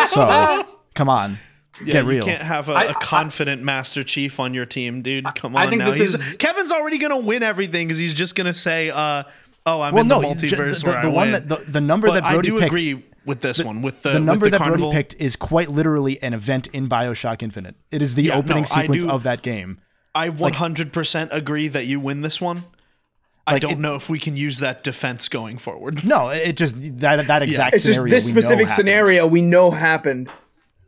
Speaker 3: so come on,
Speaker 4: yeah,
Speaker 3: get
Speaker 4: you
Speaker 3: real.
Speaker 4: can't have a
Speaker 2: I-
Speaker 4: a
Speaker 2: I-
Speaker 4: confident Master Chief on your team, dude. Come on,
Speaker 2: I think
Speaker 4: now.
Speaker 2: this
Speaker 4: He's-
Speaker 2: is-
Speaker 4: Kevin's already gonna win everything because he's just gonna say, uh, "Oh, I'm
Speaker 3: Well,
Speaker 4: in
Speaker 3: no,
Speaker 4: the
Speaker 3: you- ju-
Speaker 4: multiverse
Speaker 3: the,
Speaker 4: where
Speaker 3: the
Speaker 4: I
Speaker 3: one
Speaker 4: win."
Speaker 3: that the, the number
Speaker 4: but
Speaker 3: that Brody
Speaker 4: I do
Speaker 3: picked,
Speaker 4: agree with this one with the,
Speaker 3: the number
Speaker 4: with
Speaker 3: that
Speaker 4: the carnival.
Speaker 3: Brody picked is quite literally an event in Bioshock Infinite. It is the
Speaker 4: Yeah,
Speaker 3: opening
Speaker 4: no, I
Speaker 3: sequence
Speaker 4: do-
Speaker 3: of that game.
Speaker 4: I 100% agree that you win this one. I
Speaker 3: Like,
Speaker 4: don't
Speaker 3: it-
Speaker 4: know if we can use that defense going forward.
Speaker 3: No, it just that that exact
Speaker 1: It's just
Speaker 3: scenario.
Speaker 1: this
Speaker 3: we know
Speaker 1: specific
Speaker 3: happened.
Speaker 1: scenario we know happened.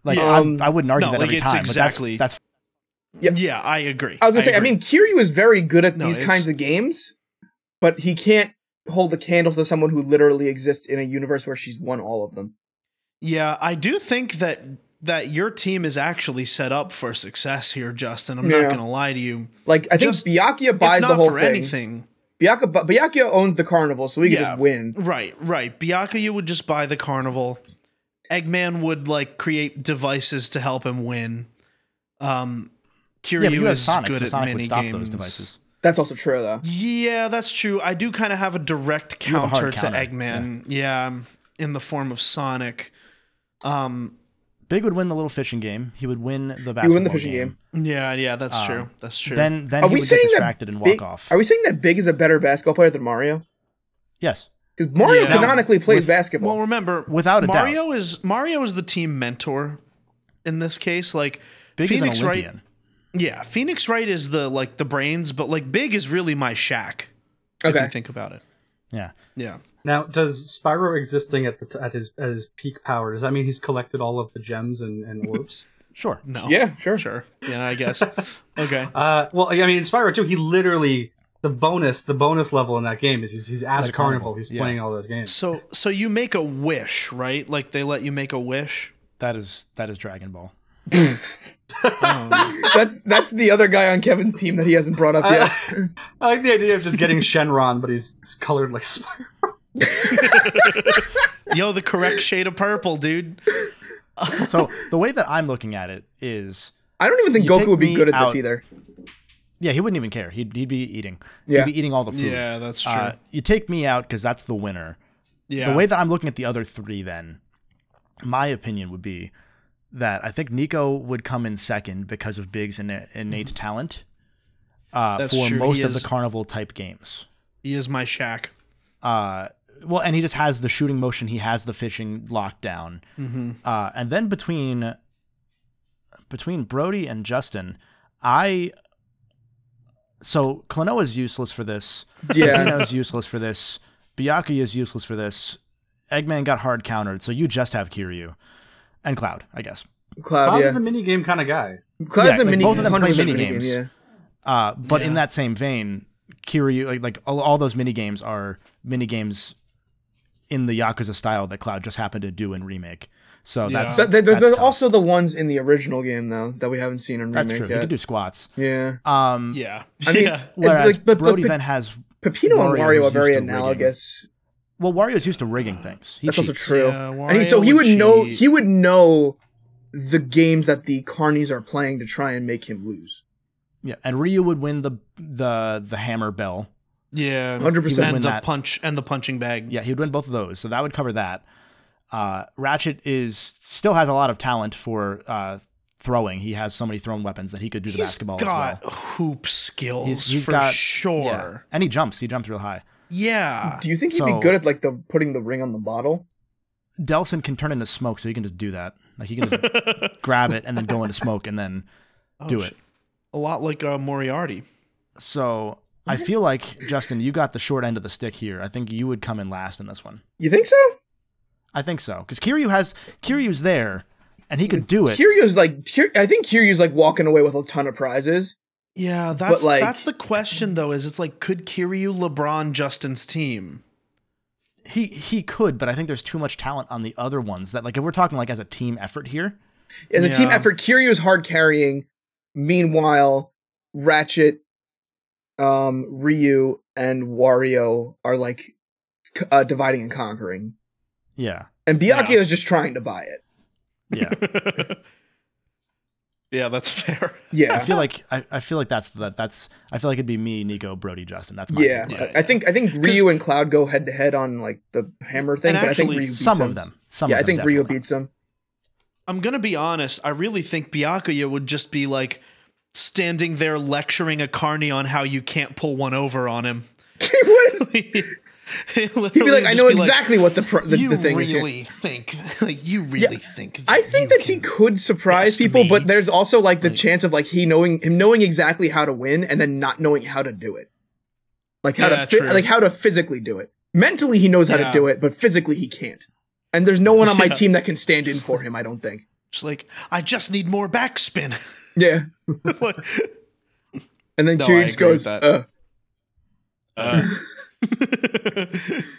Speaker 3: Like
Speaker 4: Yeah.
Speaker 1: Um,
Speaker 3: I'm- I, wouldn't argue
Speaker 4: No,
Speaker 3: that
Speaker 4: like,
Speaker 3: every
Speaker 4: it's
Speaker 3: time.
Speaker 4: exactly-
Speaker 3: But that's that's
Speaker 4: Yeah, I agree.
Speaker 1: I was gonna say, I mean, Kiryu is very good at
Speaker 4: No,
Speaker 1: these
Speaker 4: it's-
Speaker 1: kinds of games, but he can't hold a candle to someone who literally exists in a universe where she's won all of them.
Speaker 4: yeah, I do think that that your team is actually set up for success here, Justin. I'm
Speaker 1: Yeah.
Speaker 4: not going to lie to you.
Speaker 1: Like I think
Speaker 4: Just-
Speaker 1: Byakuya
Speaker 4: If
Speaker 1: buys
Speaker 4: not
Speaker 1: the whole
Speaker 4: for
Speaker 1: thing.
Speaker 4: anything,
Speaker 1: Byakuya, bu- Byakuya owns the carnival, so we can
Speaker 4: Yeah.
Speaker 1: just win.
Speaker 4: right, right. Byakuya would just buy the carnival. Eggman would like create devices to help him win. Um, Kiryu
Speaker 3: yeah, but you have
Speaker 4: is
Speaker 3: Sonic,
Speaker 4: good
Speaker 3: so
Speaker 4: at
Speaker 3: Sonic would
Speaker 4: mini
Speaker 3: stop
Speaker 4: games.
Speaker 3: those devices.
Speaker 1: That's also true, though.
Speaker 4: Yeah, that's true. I do kind of have a direct
Speaker 3: have a
Speaker 4: counter
Speaker 3: hard
Speaker 4: to
Speaker 3: counter,
Speaker 4: Eggman. Yeah. in the form of Sonic. Um.
Speaker 3: Big would win the little fishing game. He would win the basketball.
Speaker 1: You win the fishing game.
Speaker 4: Yeah, yeah, that's
Speaker 3: Um,
Speaker 4: true. That's true.
Speaker 3: Then then
Speaker 1: Are
Speaker 3: he
Speaker 1: we
Speaker 3: would get
Speaker 1: saying that
Speaker 3: distracted and walk
Speaker 1: Big,
Speaker 3: off.
Speaker 1: Are we saying that Big is a better basketball player than Mario?
Speaker 3: yes.
Speaker 1: Because Mario
Speaker 4: Yeah.
Speaker 1: canonically plays
Speaker 3: With-
Speaker 1: basketball.
Speaker 4: well, remember,
Speaker 3: Without a doubt.
Speaker 4: Mario is Mario is the team mentor in this case. Like
Speaker 3: Big
Speaker 4: Phoenix
Speaker 3: is an Olympian.
Speaker 4: Wright, yeah, Phoenix Wright is the like the brains, but like Big is really my Shack. If
Speaker 1: okay.
Speaker 4: you think about it,
Speaker 3: Yeah.
Speaker 4: yeah.
Speaker 2: Now, does Spyro existing at the t- at his at his peak power? Does that mean he's collected all of the gems and, and orbs?
Speaker 3: Sure.
Speaker 4: No.
Speaker 1: Yeah, sure.
Speaker 4: Sure. Yeah, I guess. okay.
Speaker 2: Uh, well, I mean, in Spyro 2, he literally the bonus the bonus level in that game is he's, he's at a
Speaker 3: At a
Speaker 2: carnival.
Speaker 3: carnival,
Speaker 2: He's
Speaker 3: yeah.
Speaker 2: playing all those games.
Speaker 4: So so you make a wish, right? Like they let you make a wish.
Speaker 3: That is that is Dragon Ball.
Speaker 1: That's that's the other guy on Kevin's team that he hasn't brought up yet.
Speaker 2: I like the idea of just getting Shenron, but he's colored like Spyro.
Speaker 4: Yo, the correct shade of purple, dude.
Speaker 3: So the way that I'm looking at it is
Speaker 1: I don't even think
Speaker 3: You
Speaker 1: Goku
Speaker 3: take
Speaker 1: would be
Speaker 3: me
Speaker 1: good at this
Speaker 3: out.
Speaker 1: either.
Speaker 3: yeah, he wouldn't even care. He'd he'd be eating.
Speaker 1: Yeah.
Speaker 3: He'd be eating all the food.
Speaker 4: Yeah, that's true.
Speaker 3: Uh, you take me out because that's the winner.
Speaker 4: yeah.
Speaker 3: The way that I'm looking at the other three, then, my opinion would be that I think Nico would come in second because of Big's inna- innate talent uh,
Speaker 4: Mm-hmm. That's
Speaker 3: for
Speaker 4: true.
Speaker 3: most
Speaker 4: He
Speaker 3: of the
Speaker 4: is-
Speaker 3: carnival type games.
Speaker 4: he is my shack.
Speaker 3: Uh, well, and he just has the shooting motion. He has the fishing lockdown.
Speaker 4: Mm-hmm.
Speaker 3: Uh, and then between between Brody and Justin, I so Klonoa is useless for this.
Speaker 1: Yeah.
Speaker 3: Dino is useless for this. Byakuya is useless for this. Eggman got hard countered, so you just have Kiryu and Cloud, I guess.
Speaker 1: Cloud,
Speaker 3: Uh,
Speaker 2: Cloud
Speaker 1: yeah.
Speaker 2: is a minigame kind of guy.
Speaker 1: Cloud's
Speaker 3: yeah,
Speaker 1: a
Speaker 3: like,
Speaker 1: mini
Speaker 3: both of them play
Speaker 1: 100%
Speaker 3: mini
Speaker 1: minigame,
Speaker 3: games.
Speaker 1: yeah.
Speaker 3: Uh, but in
Speaker 4: Yeah.
Speaker 3: that same vein, Kiryu, like, like all, all those mini games are mini games in the Yakuza style that Cloud just happened to do in remake. So
Speaker 4: Yeah.
Speaker 3: that's
Speaker 1: But they- they're,
Speaker 3: that's
Speaker 1: they're
Speaker 3: tough.
Speaker 1: also the ones in the original game though that we haven't seen in
Speaker 3: that's
Speaker 1: remake
Speaker 3: true. You
Speaker 1: yet.
Speaker 3: can do squats.
Speaker 1: yeah.
Speaker 3: Um,
Speaker 4: Yeah.
Speaker 1: I mean,
Speaker 4: yeah.
Speaker 1: it-
Speaker 3: whereas
Speaker 1: like, but,
Speaker 3: Brody
Speaker 1: but,
Speaker 3: then has
Speaker 1: Pepino and
Speaker 3: Wario
Speaker 1: Wario are
Speaker 3: was
Speaker 1: very
Speaker 3: used to rigging.
Speaker 1: analogous.
Speaker 3: well, Wario's used to rigging things. He
Speaker 1: That's also
Speaker 3: cheats.
Speaker 1: true.
Speaker 4: Yeah,
Speaker 1: and he, so
Speaker 4: Wario
Speaker 1: he would
Speaker 4: would
Speaker 1: know
Speaker 4: cheat.
Speaker 1: he would know the games that the carnies are playing to try and make him lose.
Speaker 3: Yeah, and Ryu would win the the the hammer bell.
Speaker 4: Yeah.
Speaker 1: 100%
Speaker 3: win
Speaker 4: And the
Speaker 3: that.
Speaker 4: punch and the punching bag.
Speaker 3: Yeah, he would win both of those. So that would cover that. Uh, Ratchet is still has a lot of talent for uh, throwing. He has so many thrown weapons that he could do the
Speaker 4: He's
Speaker 3: basketball as
Speaker 4: got
Speaker 3: well.
Speaker 4: hoop skills for
Speaker 3: yeah.
Speaker 4: sure.
Speaker 3: and he jumps. He jumps real high.
Speaker 4: Yeah.
Speaker 1: Do you think he'd be
Speaker 3: So-
Speaker 1: good at like the putting the ring on the bottle?
Speaker 3: Delson can turn into smoke, so he can just do that. Like he can just grab it and then go into smoke and then do it.
Speaker 4: Oh, A lot like uh, Moriarty.
Speaker 3: So
Speaker 4: Mm-hmm.
Speaker 3: I feel like Justin, you got the short end of the stick here. I think you would come in last in this one.
Speaker 1: You think so?
Speaker 3: I think so because Kiryu has Kiryu's there, and he
Speaker 4: Mm-hmm.
Speaker 3: could do it.
Speaker 1: Kiryu's like Kir- I think Kiryu's like walking away with a ton of prizes.
Speaker 4: Yeah, that's
Speaker 1: like-
Speaker 4: that's the question though. Is it's like could Kiryu LeBron Justin's team?
Speaker 3: he he could, but I think there's too much talent on the other ones that like if we're talking like as a team effort here.
Speaker 1: As a team
Speaker 4: Yeah.
Speaker 1: effort, Kiryu's hard carrying. Meanwhile, Ratchet, um, Ryu, and Wario are like c- uh, dividing and conquering,
Speaker 3: Yeah.
Speaker 1: and Byakuya
Speaker 4: Yeah.
Speaker 1: is just trying to buy it.
Speaker 3: Yeah.
Speaker 4: yeah, that's fair.
Speaker 3: I
Speaker 1: Yeah,
Speaker 3: feel like I, I feel like that's that that's I feel like it'd be me, Nico, Brody, Justin. That's my
Speaker 1: yeah.
Speaker 3: pick.
Speaker 4: Yeah,
Speaker 1: I I think I think Ryu and Cloud go head to head on like the hammer thing,
Speaker 4: And
Speaker 1: but I
Speaker 4: actually,
Speaker 1: think Ryu beats
Speaker 3: Some
Speaker 1: him.
Speaker 3: of them. Some
Speaker 1: yeah,
Speaker 3: of
Speaker 1: I think
Speaker 3: them
Speaker 1: Ryu
Speaker 3: definitely.
Speaker 1: beats him.
Speaker 4: I'm gonna be honest. I really think Byakuya would just be like standing there lecturing a carny on how you can't pull one over on him.
Speaker 1: he would.
Speaker 4: He'd
Speaker 1: He'd be like, I know exactly what the pro- the,
Speaker 4: you
Speaker 1: the thing is. here."
Speaker 4: really think like you really think
Speaker 1: I think
Speaker 4: you
Speaker 1: that he
Speaker 4: can-
Speaker 1: could surprise
Speaker 4: best
Speaker 1: people,
Speaker 4: me.
Speaker 1: but there's also like the chance of like he knowing him knowing exactly how to win and then not knowing how to do it. Like how
Speaker 4: Yeah,
Speaker 1: to fi-
Speaker 4: true.
Speaker 1: like how to physically do it. Mentally he knows how
Speaker 4: Yeah.
Speaker 1: to do it, but physically he can't. And there's no one on my
Speaker 4: Yeah.
Speaker 1: team that can stand in for him, I don't think.
Speaker 4: just like I just need more backspin.
Speaker 1: Yeah.
Speaker 4: Like,
Speaker 1: And then no,
Speaker 4: No, I
Speaker 1: Kiryu
Speaker 4: agree with
Speaker 1: goes,
Speaker 4: that.
Speaker 1: uh,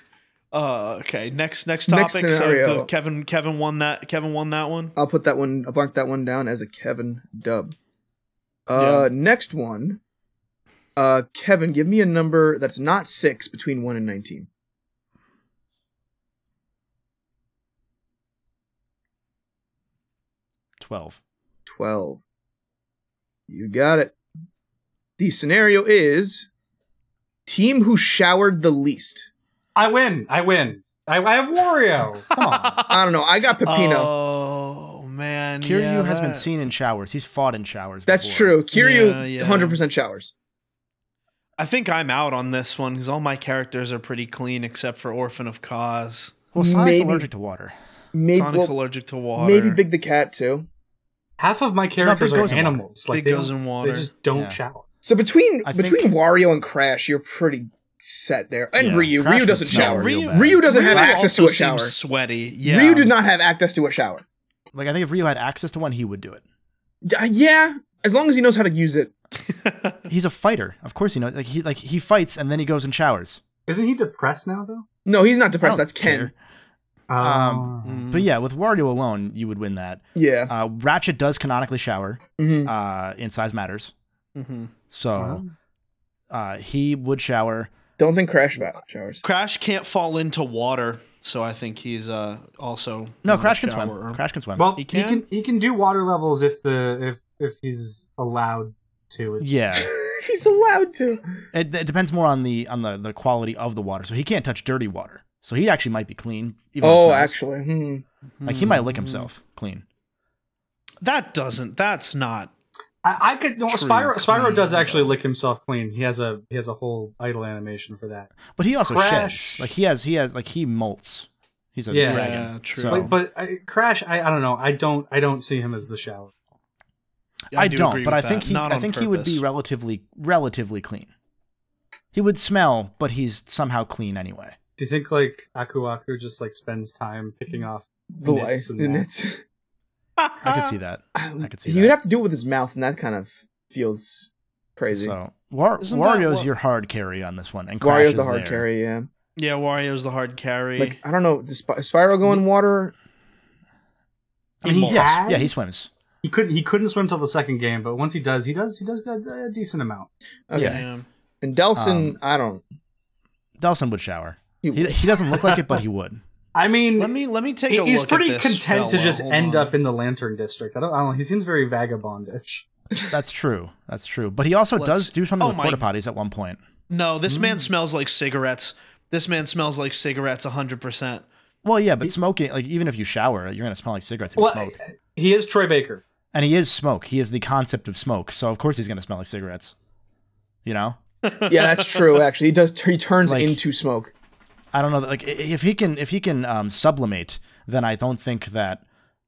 Speaker 4: uh, okay, next next
Speaker 1: Next
Speaker 4: topic. so
Speaker 1: scenario.
Speaker 4: the- Kevin Kevin won that Kevin won that one.
Speaker 1: I'll put that one I'll mark that one down as a Kevin dub. Uh next one. Uh Kevin, give me a number that's not six between one and nineteen.
Speaker 3: twelve.
Speaker 1: 12. You got it. The scenario is team who showered the least.
Speaker 2: I win. I win. I, I have Wario. Come on.
Speaker 1: I don't know. I got Pepino.
Speaker 4: Oh man,
Speaker 3: Kiryu
Speaker 4: yeah,
Speaker 3: has been
Speaker 4: that-
Speaker 3: seen in showers. He's fought in showers.
Speaker 1: That's true.
Speaker 3: before.
Speaker 1: Kiryu
Speaker 4: Yeah, yeah.
Speaker 1: 100% showers.
Speaker 4: I think I'm out on this one because all my characters are pretty clean except for Orphan of Cause.
Speaker 3: Well, Sonic's
Speaker 1: Maybe.
Speaker 3: allergic to water.
Speaker 1: Maybe
Speaker 4: Sonic's
Speaker 1: well,
Speaker 4: allergic to water.
Speaker 1: maybe Big the Cat too.
Speaker 2: Half of my characters
Speaker 3: Big
Speaker 2: are
Speaker 3: goes in water.
Speaker 2: animals. Like
Speaker 4: Big
Speaker 2: they
Speaker 4: goes
Speaker 2: don't-
Speaker 4: in water.
Speaker 2: They just don't
Speaker 3: Yeah.
Speaker 2: shower.
Speaker 1: So between
Speaker 3: I think-
Speaker 1: between Wario and Crash, you're pretty set there. And
Speaker 3: Yeah,
Speaker 1: Ryu,
Speaker 3: Crash
Speaker 1: Ryu
Speaker 3: would
Speaker 1: doesn't
Speaker 3: smell
Speaker 1: shower.
Speaker 3: real
Speaker 4: Ryu-
Speaker 3: bad.
Speaker 1: Ryu doesn't have
Speaker 4: Ryu
Speaker 1: access to
Speaker 4: also
Speaker 1: a shower.
Speaker 4: seems Sweaty. Yeah.
Speaker 1: Ryu did not have access to a shower.
Speaker 3: Like I think if Ryu had access to one, he would do it.
Speaker 1: D- uh, yeah, as long as he knows how to use it.
Speaker 3: He's a fighter. Of course he knows. Like he like he fights and then he goes and showers.
Speaker 2: Isn't he depressed now though?
Speaker 1: No, he's not
Speaker 3: I
Speaker 1: depressed.
Speaker 3: don't
Speaker 1: That's Ken.
Speaker 3: care.
Speaker 2: Oh.
Speaker 4: Mm-hmm.
Speaker 3: But yeah, with Wario alone, you would win that.
Speaker 1: Yeah.
Speaker 3: Uh, Ratchet does canonically shower
Speaker 1: Mhm.
Speaker 3: uh, in Size Matters,
Speaker 4: hmm
Speaker 3: so
Speaker 4: Oh.
Speaker 3: uh, he would shower.
Speaker 1: Don't think Crash about showers.
Speaker 4: Crash can't fall into water, so I think he's uh, also
Speaker 3: No,
Speaker 4: not a
Speaker 3: Crash can swim.
Speaker 4: showerer.
Speaker 3: Crash can swim.
Speaker 2: Well,
Speaker 4: He
Speaker 2: he
Speaker 4: can?
Speaker 2: can? he can do water levels if the if if he's allowed to. It's,
Speaker 3: yeah,
Speaker 1: He's allowed to.
Speaker 3: it, it depends more on the on the, the quality of the water. So he can't touch dirty water. So he actually might be clean. Even though
Speaker 1: Oh,
Speaker 3: it smells.
Speaker 1: actually, hmm.
Speaker 3: like he might lick
Speaker 4: Hmm.
Speaker 3: himself clean.
Speaker 4: That doesn't. That's not.
Speaker 2: I, I could. No,
Speaker 4: True
Speaker 2: Spyro Spyro
Speaker 4: clean,
Speaker 2: does actually
Speaker 4: though.
Speaker 2: lick himself clean. He has a he has a whole idle animation for that.
Speaker 3: But he also
Speaker 2: Crash.
Speaker 3: sheds. Like he has he has like he molts. He's a
Speaker 2: Yeah.
Speaker 3: dragon.
Speaker 4: Yeah, true.
Speaker 3: So-
Speaker 2: But, but I, Crash, I, I don't know. I don't I don't see him as the shower.
Speaker 3: I, do not
Speaker 4: agree
Speaker 3: but I
Speaker 4: with
Speaker 3: think
Speaker 4: that.
Speaker 3: he
Speaker 4: Not
Speaker 3: I
Speaker 4: on
Speaker 3: think he would be
Speaker 4: purpose.
Speaker 3: relatively relatively clean. He would smell, but he's somehow clean anyway.
Speaker 2: Do you think like Aku Aku just like spends time picking off
Speaker 1: The
Speaker 2: nits
Speaker 1: lice
Speaker 2: and
Speaker 1: and
Speaker 2: that?
Speaker 1: it's.
Speaker 3: I
Speaker 4: Uh,
Speaker 3: could see that. I could see
Speaker 1: He
Speaker 3: that.
Speaker 1: would have to do it with his mouth, and that kind of feels crazy.
Speaker 3: So War-
Speaker 4: Isn't that
Speaker 3: Wario's
Speaker 4: what-
Speaker 3: your hard carry on this one, and Crash
Speaker 1: Wario's
Speaker 3: is
Speaker 1: the hard
Speaker 3: there.
Speaker 1: carry, yeah.
Speaker 4: Yeah, Wario's the hard carry.
Speaker 1: Like I don't know, does Spy- Spyro go in water?
Speaker 2: And he
Speaker 3: Yes.
Speaker 2: has,
Speaker 3: Yeah, he swims.
Speaker 2: He couldn't he couldn't swim till the second game, but once he does, he does he does get a, a decent amount.
Speaker 1: Okay.
Speaker 3: Yeah.
Speaker 4: Yeah.
Speaker 1: And Delson,
Speaker 3: Um,
Speaker 1: I don't.
Speaker 3: Delson would shower.
Speaker 1: He
Speaker 3: He,
Speaker 1: would.
Speaker 3: he doesn't look like it, but he would.
Speaker 2: I mean,
Speaker 4: Let me let me take
Speaker 2: he-
Speaker 4: a
Speaker 2: he's
Speaker 4: look.
Speaker 2: pretty
Speaker 4: at this
Speaker 2: content to
Speaker 4: fella.
Speaker 2: just
Speaker 4: Hold
Speaker 2: end
Speaker 4: on.
Speaker 2: up in the Lantern District. I don't, I don't know. He seems very vagabondish.
Speaker 3: That's true. That's true. But he also
Speaker 4: Let's-
Speaker 3: does do something
Speaker 4: oh
Speaker 3: with
Speaker 4: my-
Speaker 3: porta potties at one point.
Speaker 4: No, this
Speaker 3: Mm.
Speaker 4: man smells like cigarettes. This man smells like cigarettes 100%.
Speaker 3: Well, yeah, but smoking, like even if you shower, you're gonna smell like cigarettes if you
Speaker 2: Well,
Speaker 3: smoke.
Speaker 2: he is Troy Baker.
Speaker 3: And he is smoke. He is the concept of smoke. So of course he's gonna smell like cigarettes. You know.
Speaker 1: Yeah, that's true. Actually, he does. He turns
Speaker 3: Like-
Speaker 1: into smoke.
Speaker 3: I don't know. Like i- if he can, if he can um, sublimate, then I don't think that,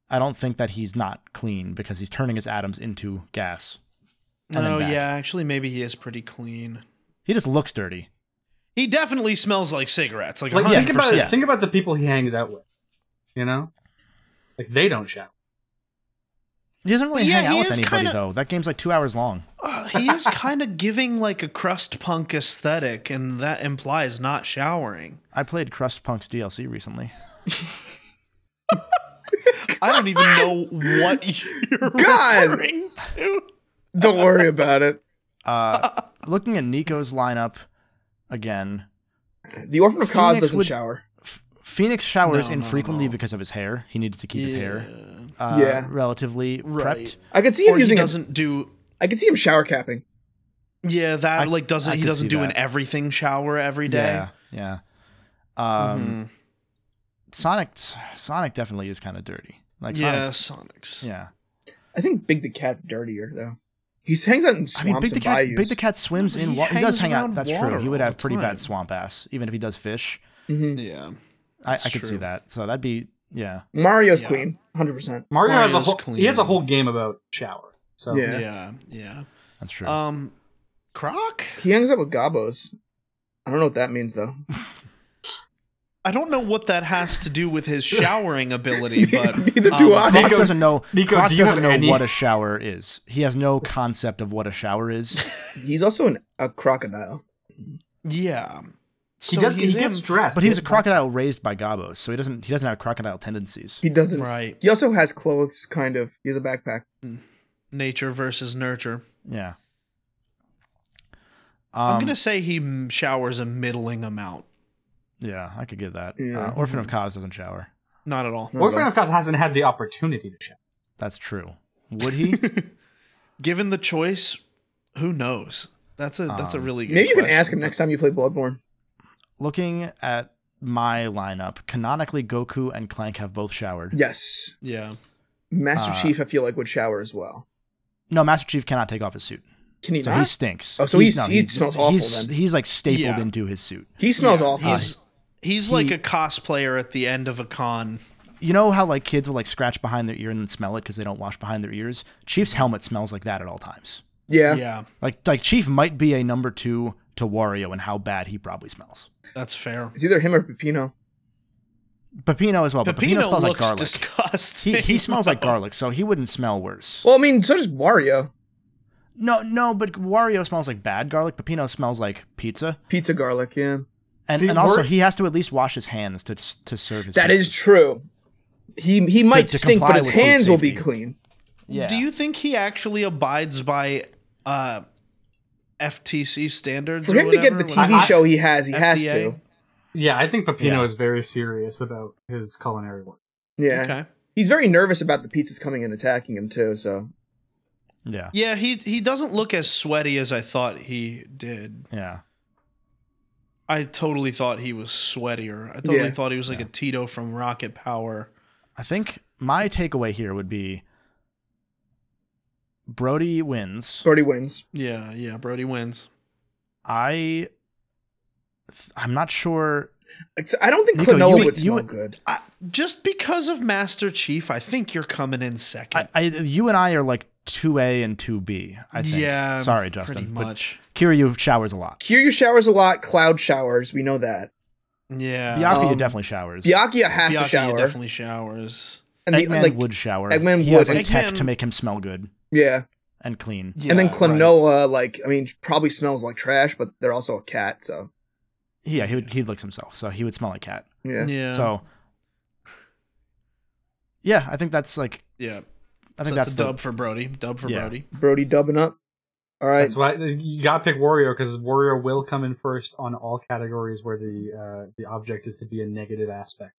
Speaker 3: I don't think that he's not clean because he's turning his atoms into gas. And then
Speaker 4: No,
Speaker 3: back.
Speaker 4: Oh, yeah, actually maybe he is pretty clean.
Speaker 3: He just looks dirty.
Speaker 4: He definitely smells like cigarettes. Like,
Speaker 2: Like
Speaker 4: 100%.
Speaker 2: think about it,
Speaker 3: Yeah.
Speaker 2: think about the people he hangs out with. You know, like they don't shout.
Speaker 3: He doesn't really
Speaker 4: Yeah,
Speaker 3: hang out
Speaker 4: he
Speaker 3: with
Speaker 4: is
Speaker 3: anybody
Speaker 4: kinda-
Speaker 3: though. That game's like two hours long.
Speaker 4: Uh, he is kind of giving like a crust punk aesthetic, and that implies not showering.
Speaker 3: I played Crust Punk's DLC recently.
Speaker 4: I don't even know what you're
Speaker 1: God!
Speaker 4: referring to.
Speaker 1: Don't worry about it.
Speaker 3: Uh, looking at Nico's lineup again,
Speaker 1: The Orphan of Cause
Speaker 3: Phoenix
Speaker 1: doesn't
Speaker 3: would-
Speaker 1: shower.
Speaker 3: Phoenix showers
Speaker 4: No, no,
Speaker 3: infrequently
Speaker 4: no.
Speaker 3: because of his hair. He needs to keep his hair uh,
Speaker 1: Yeah.
Speaker 3: relatively prepped.
Speaker 4: Right.
Speaker 1: I could see him
Speaker 4: or he
Speaker 1: using. A,
Speaker 4: doesn't do.
Speaker 1: I could see him shower capping.
Speaker 4: Yeah, that
Speaker 3: I-
Speaker 4: like doesn't
Speaker 3: I
Speaker 4: he
Speaker 3: could
Speaker 4: doesn't
Speaker 3: see
Speaker 4: do an
Speaker 3: that.
Speaker 4: everything shower every day.
Speaker 3: Yeah, yeah.
Speaker 4: Mm-hmm.
Speaker 3: Um, Sonic, Sonic definitely is kind of dirty. Like
Speaker 4: Mm-hmm. yeah,
Speaker 3: Sonic's
Speaker 4: Sonics.
Speaker 3: yeah.
Speaker 1: I think Big the Cat's dirtier though. He hangs out in
Speaker 3: I
Speaker 1: swamps
Speaker 3: mean, Big the
Speaker 1: and
Speaker 3: cat,
Speaker 1: bayous.
Speaker 3: Big the cat swims
Speaker 4: No,
Speaker 3: in.
Speaker 4: he
Speaker 3: Wa- he does
Speaker 4: hangs
Speaker 3: hang out.
Speaker 4: around
Speaker 3: That's
Speaker 4: water
Speaker 3: true. He would
Speaker 4: all
Speaker 3: have
Speaker 4: the
Speaker 3: pretty
Speaker 4: time.
Speaker 3: bad swamp ass, even if he does fish.
Speaker 1: Mhm.
Speaker 4: Yeah.
Speaker 3: I,
Speaker 4: That's
Speaker 3: I could see
Speaker 4: true.
Speaker 3: that. So that'd be yeah.
Speaker 1: Mario's
Speaker 4: Yeah.
Speaker 1: queen, hundred percent.
Speaker 2: Mario has a
Speaker 4: Mario's
Speaker 2: whole he has a
Speaker 4: clean.
Speaker 2: whole game about shower. So
Speaker 1: Yeah.
Speaker 4: Yeah. Yeah.
Speaker 3: That's true.
Speaker 4: Um, Croc.
Speaker 1: He hangs out with gobos. I don't know what that means though.
Speaker 4: I don't know what that has to do with his showering ability, but
Speaker 1: Neither do
Speaker 4: um,
Speaker 1: I.
Speaker 3: Croc
Speaker 2: Nico-
Speaker 3: doesn't know.
Speaker 2: Nico,
Speaker 3: Croc
Speaker 2: do you have
Speaker 3: doesn't know
Speaker 2: any-
Speaker 3: what a shower is. He has no concept of what a shower is.
Speaker 1: He's also an, a crocodile.
Speaker 4: Yeah.
Speaker 2: he
Speaker 4: So
Speaker 2: does he
Speaker 4: he's
Speaker 2: gets
Speaker 4: in-
Speaker 2: dressed.
Speaker 3: But he was a
Speaker 2: It's-
Speaker 3: crocodile raised by gobos, so he doesn't he doesn't have crocodile tendencies.
Speaker 1: He doesn't.
Speaker 4: Right.
Speaker 1: He also has clothes, kind of. He has a backpack.
Speaker 4: Nature versus nurture.
Speaker 3: Yeah.
Speaker 4: I'm
Speaker 3: Um,
Speaker 4: gonna say he m- showers a middling amount.
Speaker 3: Yeah, I could get that.
Speaker 1: Yeah.
Speaker 3: Uh, Orphan of Cause doesn't shower.
Speaker 4: Not at all.
Speaker 2: Orphan of Cause hasn't had the opportunity to shower.
Speaker 3: That's true. Would he?
Speaker 4: Given the choice, who knows? That's a that's a
Speaker 3: Um,
Speaker 4: really good
Speaker 1: Maybe you can ask him
Speaker 4: question.
Speaker 1: next time you play Bloodborne.
Speaker 3: Looking at my lineup, canonically Goku and Clank have both showered.
Speaker 1: Yes,
Speaker 4: Yeah.
Speaker 1: Master
Speaker 3: Uh,
Speaker 1: Chief. I feel like would shower as well. No,
Speaker 3: No, Master Chief cannot take off his suit,
Speaker 1: can he
Speaker 3: so he
Speaker 1: not?
Speaker 3: stinks.
Speaker 1: Oh, so he's- he smells awful
Speaker 3: He's,
Speaker 1: then.
Speaker 3: he's like stapled
Speaker 4: Yeah.
Speaker 3: into his suit.
Speaker 1: He smells
Speaker 4: Yeah,
Speaker 1: awful.
Speaker 4: He's he's like a cosplayer at the end of a con.
Speaker 3: You know how like kids will like scratch behind their ear and then smell it because they don't wash behind their ears. Chief's helmet smells like that at all times.
Speaker 1: yeah.
Speaker 4: Yeah.
Speaker 3: Like like Chief might be a number two to Wario and how bad he probably smells.
Speaker 4: That's fair.
Speaker 1: It's either him or Pepino.
Speaker 3: Pepino as well. but Pepino
Speaker 4: Pepino
Speaker 3: smells like
Speaker 4: looks
Speaker 3: garlic.
Speaker 4: disgusting.
Speaker 3: he, he smells like garlic, so he wouldn't smell worse.
Speaker 1: Well, I mean, so does Wario.
Speaker 3: No, no, but Wario smells like bad garlic. Pepino smells like pizza,
Speaker 1: Pizza garlic. Yeah,
Speaker 3: and,
Speaker 2: See,
Speaker 3: and also
Speaker 2: we're-
Speaker 3: he has to at least wash his hands to to serve his.
Speaker 1: that
Speaker 3: pizza.
Speaker 1: is true. He he might
Speaker 3: to
Speaker 1: stink, but
Speaker 3: comply
Speaker 1: his
Speaker 3: with food
Speaker 1: hands will be
Speaker 3: safety.
Speaker 1: clean.
Speaker 3: Yeah.
Speaker 4: Do you think he actually abides by uh, FTC standards?
Speaker 1: For
Speaker 4: or
Speaker 1: him to get the
Speaker 4: whatever?
Speaker 1: TV
Speaker 2: I-
Speaker 1: show he has, he has
Speaker 4: FDA?
Speaker 1: to.
Speaker 2: Yeah, I think Pepino
Speaker 3: Yeah.
Speaker 2: is very serious about his culinary work.
Speaker 1: Yeah,
Speaker 4: Okay.
Speaker 1: he's very nervous about the pizzas coming and attacking him too. So
Speaker 3: Yeah.
Speaker 4: Yeah, he he doesn't look as sweaty as I thought he did.
Speaker 3: Yeah.
Speaker 4: I totally thought he was sweatier. I totally
Speaker 1: Yeah.
Speaker 4: thought he was like a Tito from Rocket Power.
Speaker 3: I think my takeaway here would be Brody wins.
Speaker 1: Brody wins.
Speaker 4: Yeah, yeah, Brody wins.
Speaker 3: I I'm not sure.
Speaker 1: It's- I don't think
Speaker 3: Nico,
Speaker 1: Klonoa
Speaker 3: you-
Speaker 1: would
Speaker 3: you-
Speaker 1: smell good.
Speaker 4: I, just because of Master Chief, I think you're coming in second.
Speaker 3: I, I you and I are like two A and two B. I think.
Speaker 4: Yeah,
Speaker 3: Sorry, Justin.
Speaker 4: Pretty
Speaker 3: but
Speaker 4: much.
Speaker 3: Kiryu showers a lot.
Speaker 1: Kiryu showers a lot. Cloud showers. We know that.
Speaker 4: Yeah,
Speaker 3: Byakuya
Speaker 1: Um,
Speaker 3: definitely showers.
Speaker 1: Byakuya has
Speaker 4: Byakuya
Speaker 1: to shower.
Speaker 4: definitely showers.
Speaker 1: and the,
Speaker 3: Eggman
Speaker 1: like,
Speaker 3: would shower.
Speaker 1: Eggman
Speaker 3: he
Speaker 1: would.
Speaker 3: has like tech
Speaker 4: Eggman-
Speaker 3: to make him smell good
Speaker 1: yeah.
Speaker 3: and clean.
Speaker 4: Yeah,
Speaker 1: and then
Speaker 4: right.
Speaker 1: Klonoa, like, I mean, probably smells like trash, but they're also a cat, so
Speaker 3: Yeah, he would, he licks himself, so he would smell like cat.
Speaker 1: yeah.
Speaker 4: Yeah,
Speaker 3: So, yeah, I think that's like
Speaker 4: yeah.
Speaker 3: I think
Speaker 4: so
Speaker 3: that's
Speaker 4: it's a
Speaker 3: the-
Speaker 4: dub for Brody. Dub for
Speaker 3: Yeah.
Speaker 4: Brody.
Speaker 1: Brody dubbing up. All right.
Speaker 2: That's why you gotta pick Wario because Wario will come in first on all categories where the uh, the object is to be a negative aspect.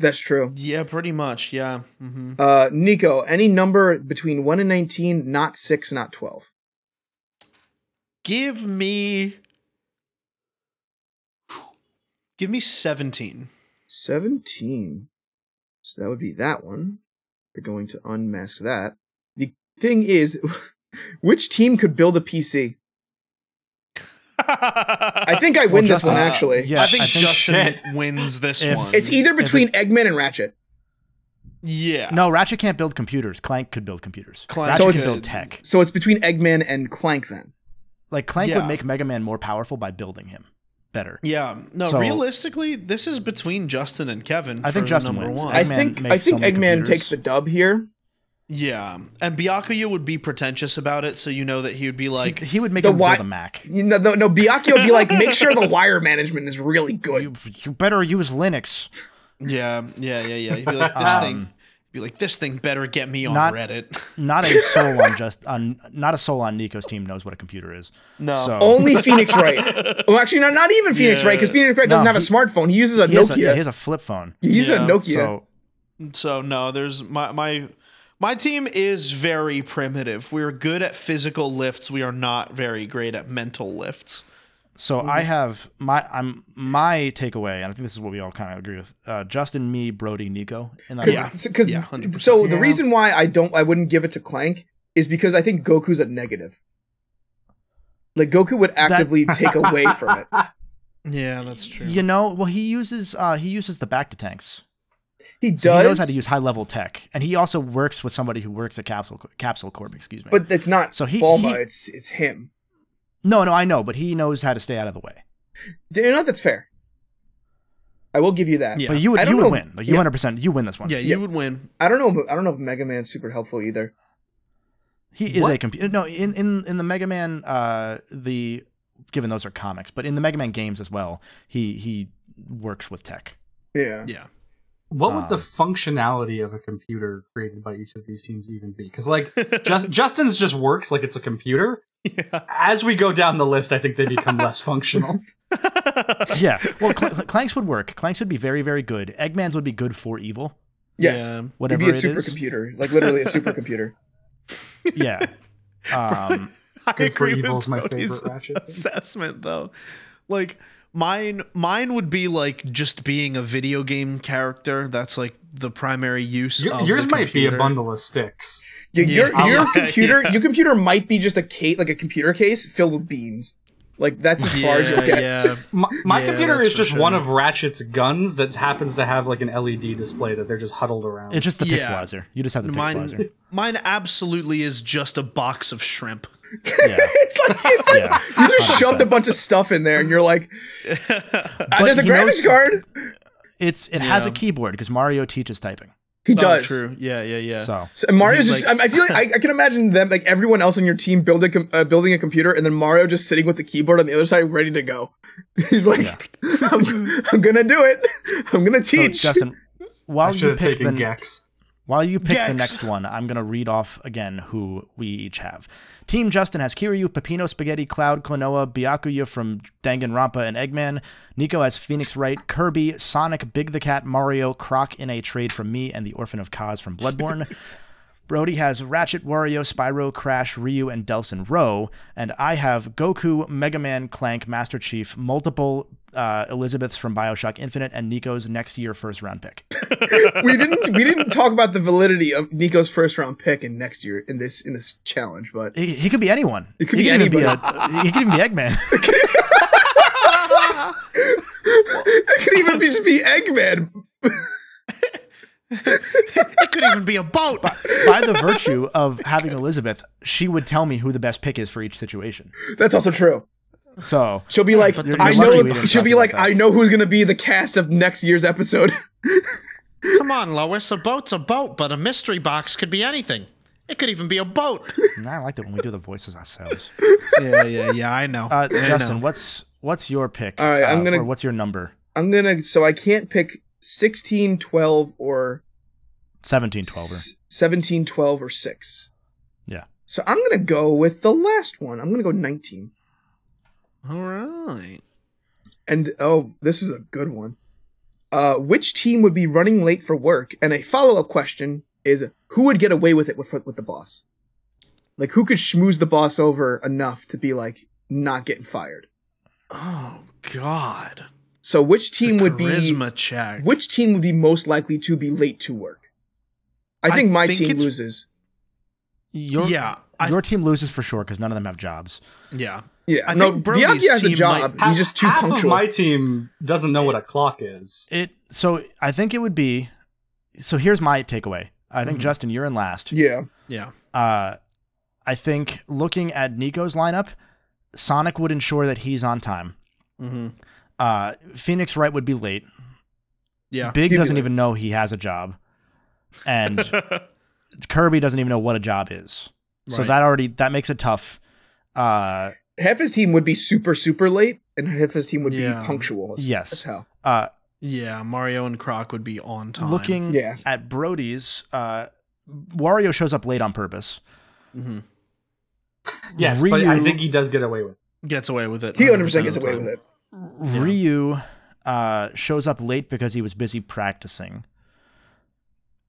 Speaker 1: That's true.
Speaker 4: Yeah, pretty much. Yeah. hmm
Speaker 1: Uh, Nico, any number between 1 and 19, not 6, not 12.
Speaker 4: Give me. Give me 17.
Speaker 1: 17. So that would be that one. They're going to unmask that. The thing is, which team could build a PC? I
Speaker 3: Uh,
Speaker 4: I
Speaker 1: think I win this
Speaker 3: Justin-
Speaker 1: one, actually.
Speaker 3: yeah,
Speaker 4: I think
Speaker 3: I think-
Speaker 4: Justin
Speaker 2: Shit.
Speaker 4: wins this
Speaker 3: If-
Speaker 4: one.
Speaker 1: It's either
Speaker 3: If it-
Speaker 1: between Eggman and Ratchet.
Speaker 4: yeah.
Speaker 3: No, Ratchet can't build computers. Clank could build computers.
Speaker 4: Clank
Speaker 3: Ratchet
Speaker 1: So
Speaker 3: can
Speaker 1: it's-
Speaker 3: build tech.
Speaker 1: So it's between Eggman and Clank then.
Speaker 3: Like Clank
Speaker 4: Yeah.
Speaker 3: would make Mega Man more powerful by building him better.
Speaker 4: Yeah. No,
Speaker 3: So-
Speaker 4: realistically, this is between Justin and Kevin.
Speaker 3: I think
Speaker 4: for
Speaker 3: Justin
Speaker 4: number
Speaker 3: wins.
Speaker 4: One.
Speaker 1: I
Speaker 3: Oh, Eggman
Speaker 1: think I
Speaker 3: makes so
Speaker 1: think
Speaker 3: many
Speaker 1: Eggman
Speaker 3: computers.
Speaker 1: takes the dub here.
Speaker 4: Yeah, and Byakuya would be pretentious about it, so you know that he would be like,
Speaker 3: He, he would make
Speaker 1: The
Speaker 3: him build
Speaker 1: wi-
Speaker 3: a Mac.
Speaker 1: You know, no, no, Biacchio would be like, make sure the wire management is really good.
Speaker 3: You, you better use Linux.
Speaker 4: yeah, yeah, yeah, yeah. He'd be like, this thing, he'd be like, this thing better get me on
Speaker 3: Um, Not-
Speaker 4: Reddit.
Speaker 3: Not a soul on just on not a soul on Nico's team knows what a computer is.
Speaker 4: No.
Speaker 3: so,
Speaker 1: Only Phoenix Wright. Well, actually, no, not even Phoenix Wright, because Phoenix Wright doesn't
Speaker 3: No,
Speaker 1: have a
Speaker 3: he-
Speaker 1: smartphone. He uses a
Speaker 3: he has a, yeah,
Speaker 1: Nokia.
Speaker 3: he has a flip phone.
Speaker 1: he uses
Speaker 4: Yeah,
Speaker 1: a Nokia.
Speaker 3: So
Speaker 4: So no, there's my my my team is very primitive. We're good at physical lifts. We are not very great at mental lifts.
Speaker 3: So
Speaker 1: Mm-hmm.
Speaker 3: I have my I'm my takeaway, and I think this is what we all kind of agree with. Uh, Justin, me, Brody, Nico, and that
Speaker 4: Yeah.
Speaker 1: Cause, so- 'cause-
Speaker 4: Yeah, 100%.
Speaker 1: so the reason why I don't I wouldn't give it to Clank is because I think Goku's a negative. Like Goku would actively take away from it.
Speaker 4: Yeah, that's true.
Speaker 3: you know, well he uses uh, he uses the back to tanks.
Speaker 1: He
Speaker 3: So
Speaker 1: does,
Speaker 3: he knows how to use high level tech, and he also works with somebody who works at Capsule Capsule Corp. Excuse me.
Speaker 1: but it's not
Speaker 3: So he-
Speaker 1: Bulma.
Speaker 3: he-
Speaker 1: it's it's him.
Speaker 3: no, no, I know, but he knows how to stay out of the way.
Speaker 1: You know that's fair. I will give you that.
Speaker 4: Yeah.
Speaker 3: But you would
Speaker 1: I
Speaker 3: you
Speaker 1: don't
Speaker 3: would
Speaker 1: know-
Speaker 3: win. Like you
Speaker 1: yeah.
Speaker 3: hundred percent you win this one.
Speaker 4: yeah, you
Speaker 1: Yeah.
Speaker 4: would win.
Speaker 1: I don't know. I don't know if Mega Man's super helpful either.
Speaker 3: He is a
Speaker 1: What?
Speaker 3: computer. No, in in in the Mega Man, uh, the given those are comics, but in the Mega Man games as well, he he works with tech.
Speaker 1: Yeah.
Speaker 4: Yeah.
Speaker 2: What would the
Speaker 3: Um,
Speaker 2: functionality of a computer created by each of these teams even be? Because like just, Justin's just works like it's a computer.
Speaker 4: Yeah.
Speaker 2: As we go down the list, I think they become less functional.
Speaker 3: yeah. Well, Cl- Clanks would work. Clanks would be very, very good. Eggman's would be good for evil.
Speaker 1: Yes.
Speaker 4: Yeah.
Speaker 1: It'd
Speaker 3: Whatever
Speaker 1: be a
Speaker 3: it is.
Speaker 1: supercomputer, like literally a supercomputer.
Speaker 3: Yeah. Um,
Speaker 4: I
Speaker 2: Good for
Speaker 4: agree with
Speaker 2: evil's my
Speaker 4: Cody's
Speaker 2: favorite ratchet. thing.
Speaker 4: assessment though. Like mine mine would be like just being a video game character. That's like the primary use
Speaker 2: Your-
Speaker 4: of
Speaker 2: yours
Speaker 4: the
Speaker 2: might be a
Speaker 4: computer.
Speaker 2: bundle of sticks.
Speaker 1: Your, your,
Speaker 4: Yeah.
Speaker 1: your
Speaker 4: Yeah.
Speaker 1: computer, your computer might be just a case, like a computer case filled with beams. Like that's as far as you'll
Speaker 4: Yeah,
Speaker 1: get.
Speaker 4: yeah.
Speaker 2: My, my
Speaker 4: Yeah,
Speaker 2: computer
Speaker 4: that's
Speaker 2: is
Speaker 4: for
Speaker 2: just
Speaker 4: sure.
Speaker 2: one of Ratchet's guns that happens to have like an LED display that they're just huddled around.
Speaker 3: it's just the
Speaker 4: Yeah.
Speaker 3: pixelizer. You just have the
Speaker 4: Mine
Speaker 3: pixelizer.
Speaker 4: mine absolutely is just a box of shrimp.
Speaker 3: Yeah.
Speaker 1: It's like it's like
Speaker 3: Yeah.
Speaker 1: you just shoved a bunch of stuff in there, and you're like, "Ah, "There's a
Speaker 3: he knows-
Speaker 1: graphics card."
Speaker 3: It's it has a
Speaker 4: Yeah.
Speaker 3: keyboard because Mario teaches typing.
Speaker 1: He does.
Speaker 4: Oh, true. Yeah, yeah, yeah.
Speaker 3: So
Speaker 1: So, and Mario's
Speaker 4: he's
Speaker 1: just.
Speaker 4: like-
Speaker 1: I, I feel like I, I can imagine them, like everyone else on your team, building com- uh, building a computer, and then Mario just sitting with the keyboard on the other side, ready to go. He's like, I'm, "I'm gonna do it. I'm gonna
Speaker 3: so,
Speaker 1: teach."
Speaker 3: Justin,
Speaker 2: I
Speaker 3: while
Speaker 2: should
Speaker 3: you
Speaker 2: have
Speaker 3: pick
Speaker 2: taken
Speaker 3: the
Speaker 2: Gex.
Speaker 3: while you pick the
Speaker 4: Gex.
Speaker 3: next one, I'm gonna read off again who we each have. Team Justin has Kiryu, Pepino, Spaghetti, Cloud, Klonoa, Byakuya from Danganronpa and Eggman. Nico has Phoenix Wright, Kirby, Sonic, Big the Cat, Mario, Croc in a trade from me, and the Orphan of Kaz from Bloodborne. Brody has Ratchet, Wario, Spyro, Crash, Ryu, and Delson Rowe, and I have Goku, Mega Man, Clank, Master Chief, multiple uh, Elizabeths from Bioshock Infinite, and Nico's next year first round pick.
Speaker 1: we didn't we didn't talk about the validity of Nico's first round pick in next year in this in this challenge, but
Speaker 3: He, he could be anyone. It
Speaker 1: could be
Speaker 3: a, he could even be Eggman.
Speaker 1: it could even be just be Eggman.
Speaker 4: It could even be a boat.
Speaker 3: By the virtue of having Elizabeth, she would tell me who the best pick is for each situation.
Speaker 1: That's also true.
Speaker 3: So
Speaker 1: She'll be like,
Speaker 4: but
Speaker 1: I
Speaker 4: you're
Speaker 3: we
Speaker 4: lucky
Speaker 1: know.
Speaker 3: didn't
Speaker 1: She'll
Speaker 3: talk
Speaker 1: be
Speaker 3: about
Speaker 1: like,
Speaker 3: that.
Speaker 1: I know who's gonna be the cast of next year's episode.
Speaker 4: Come on, Lois. A boat's a boat, but a mystery box could be anything. It could even be a boat.
Speaker 3: nah, I like that when we do the voices ourselves.
Speaker 4: yeah, yeah, yeah. I know.
Speaker 3: Uh, Justin, what's what's your pick?
Speaker 1: All right, I'm
Speaker 3: uh,
Speaker 1: gonna-
Speaker 3: for- what's your number?
Speaker 1: I'm gonna. So I can't pick 16, 12, or
Speaker 3: Seventeen, twelve.
Speaker 1: s- 17, 12, or six.
Speaker 3: Yeah.
Speaker 1: So I'm gonna go with the last one. I'm gonna go 19.
Speaker 4: All right.
Speaker 1: And oh, this is a good one. Uh, which team would be running late for work? And a follow up question is who would get away with it with, with the boss? Like, who could schmooze the boss over enough to be like not getting fired?
Speaker 4: Oh God.
Speaker 1: So, which
Speaker 4: It's a
Speaker 1: team would be
Speaker 4: charisma check.
Speaker 1: which team would be most likely to be late to work? I
Speaker 4: I
Speaker 1: think my
Speaker 4: think
Speaker 1: team
Speaker 4: it's-
Speaker 1: loses.
Speaker 3: Your,
Speaker 4: Yeah, I-
Speaker 3: your team loses for sure because none of them have jobs.
Speaker 4: yeah.
Speaker 1: Yeah,
Speaker 4: I
Speaker 1: no,
Speaker 4: think Brody's
Speaker 1: Bianchi has a
Speaker 4: team
Speaker 1: job.
Speaker 4: might-
Speaker 1: He's just too
Speaker 2: half
Speaker 1: punctual.
Speaker 2: Of my team doesn't know what a clock is.
Speaker 3: It. So I think it would be. So here's my takeaway. I
Speaker 1: Mm-hmm.
Speaker 3: think Justin, you're in last.
Speaker 1: yeah,
Speaker 4: Yeah.
Speaker 3: Uh, I think looking at Nico's lineup, Sonic would ensure that he's on time.
Speaker 4: Mm-hmm.
Speaker 3: Uh, Phoenix Wright would be late.
Speaker 4: Yeah.
Speaker 3: Big
Speaker 1: He'd be
Speaker 3: doesn't
Speaker 1: late.
Speaker 3: even know he has a job, and Kirby doesn't even know what a job is. So
Speaker 4: Right.
Speaker 3: that already that makes it tough. Uh,
Speaker 1: Half his team would be super super late, and half his team would
Speaker 4: Yeah.
Speaker 1: be punctual. As,
Speaker 3: Yes.
Speaker 1: as hell.
Speaker 3: uh,
Speaker 4: Yeah, Mario and Croc would be on time.
Speaker 3: looking
Speaker 1: Yeah.
Speaker 3: at Brody's, uh, Wario shows up late on purpose.
Speaker 4: Mhm.
Speaker 2: Yes, but I
Speaker 3: Ryu-
Speaker 2: think he does get away with. it.
Speaker 4: gets away with it.
Speaker 1: He 100 percent gets
Speaker 4: of the
Speaker 1: away
Speaker 4: time.
Speaker 1: with it.
Speaker 3: Ryu uh, shows up late because he was busy practicing.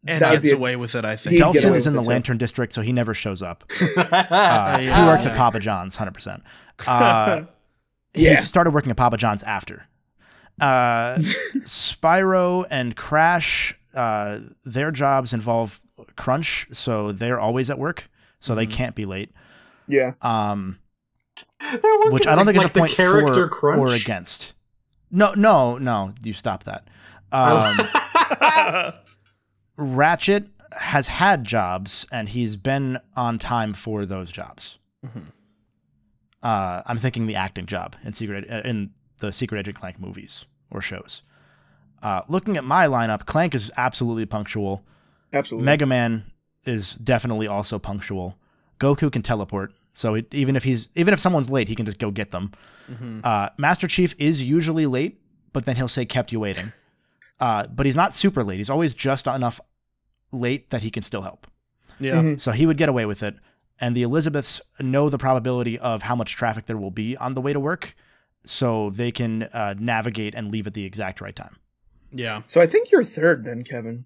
Speaker 4: and
Speaker 1: That'd
Speaker 4: gets
Speaker 1: be a-
Speaker 4: away with it. I think.
Speaker 1: He'd get
Speaker 3: Delson
Speaker 1: away
Speaker 3: is in the
Speaker 1: with it, too.
Speaker 3: Lantern District, so he never shows up. Uh, He
Speaker 4: yeah.
Speaker 3: works at Papa John's, hundred percent. Uh, he
Speaker 1: Yeah.
Speaker 3: started working at Papa John's after. Uh, Spyro and Crash, uh, their jobs involve crunch, so they're always at work, so
Speaker 2: Mm-hmm.
Speaker 3: they can't be late.
Speaker 1: Yeah.
Speaker 3: Um,
Speaker 2: They're working
Speaker 3: which I don't
Speaker 2: like-
Speaker 3: think is
Speaker 2: like
Speaker 3: a point
Speaker 2: the character
Speaker 3: for
Speaker 2: crunch.
Speaker 3: or against. No, no, no. You stop that.
Speaker 2: Oh.
Speaker 3: Um,
Speaker 1: Ah!
Speaker 3: Ratchet has had jobs and he's been on time for those jobs. Uh, I'm thinking the acting job in secret uh, in the Secret Agent Clank movies or shows. Uh, looking at my lineup, Clank is absolutely punctual.
Speaker 1: Absolutely.
Speaker 3: Mega Man is definitely also punctual. Goku can teleport, so it, even if he's even if someone's late, he can just go get them.
Speaker 1: Mm-hmm.
Speaker 3: Uh, Master Chief is usually late, but then he'll say kept you waiting. Uh, but he's not super late. He's always just enough late that he can still help.
Speaker 4: Yeah.
Speaker 1: Mhm.
Speaker 3: So he would get away with it. And the Elizabeths know the probability of how much traffic there will be on the way to work, so they can uh, navigate and leave at the exact right time.
Speaker 4: Yeah.
Speaker 1: So I think you're third then, Kevin,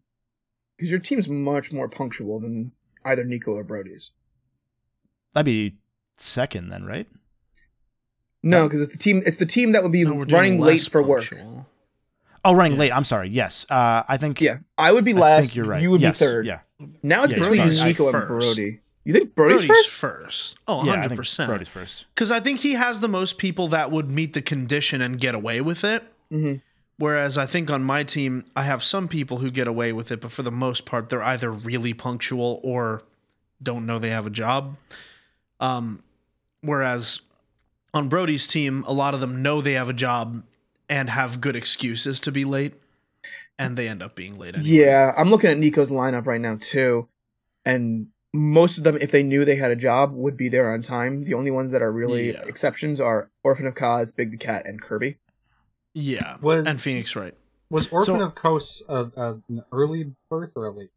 Speaker 1: because your team's much more punctual than either Nico or Brody's.
Speaker 3: That'd be second then, right?
Speaker 1: No, because it's the team. It's the team that would be
Speaker 4: No, we're doing
Speaker 1: running late
Speaker 4: less
Speaker 1: for work.
Speaker 4: punctual.
Speaker 3: Oh, running late. I'm sorry. Yes. Uh, I think.
Speaker 1: Yeah, I would be
Speaker 3: I
Speaker 1: last.
Speaker 3: think you're right.
Speaker 1: You would
Speaker 3: Yes,
Speaker 1: be third.
Speaker 3: Yeah.
Speaker 1: Now it's
Speaker 3: Yeah,
Speaker 1: between
Speaker 3: Brody's
Speaker 1: Nico and
Speaker 4: first.
Speaker 1: Brody. You think Brody's,
Speaker 4: Brody's
Speaker 1: first?
Speaker 4: first. Oh,
Speaker 3: Yeah, I
Speaker 4: 100
Speaker 3: think Brody's
Speaker 4: percent.
Speaker 3: first.
Speaker 4: Because I think he has the most people that would meet the condition and get away with it.
Speaker 1: Mhm.
Speaker 4: Whereas I think on my team, I have some people who get away with it, but for the most part, they're either really punctual or don't know they have a job. Um, whereas on Brody's team, a lot of them know they have a job and have good excuses to be late, and they end up being late anyway.
Speaker 1: Yeah, I'm looking at Nico's lineup right now too, and most of them, if they knew they had a job, would be there on time. The only ones that are really
Speaker 4: Yeah.
Speaker 1: exceptions are Orphan of Cause, Big the Cat, and Kirby.
Speaker 4: Yeah.
Speaker 2: Was-
Speaker 4: and Phoenix right.
Speaker 2: Was Orphan
Speaker 3: So-
Speaker 2: of Coast uh, uh, an early birth or a late?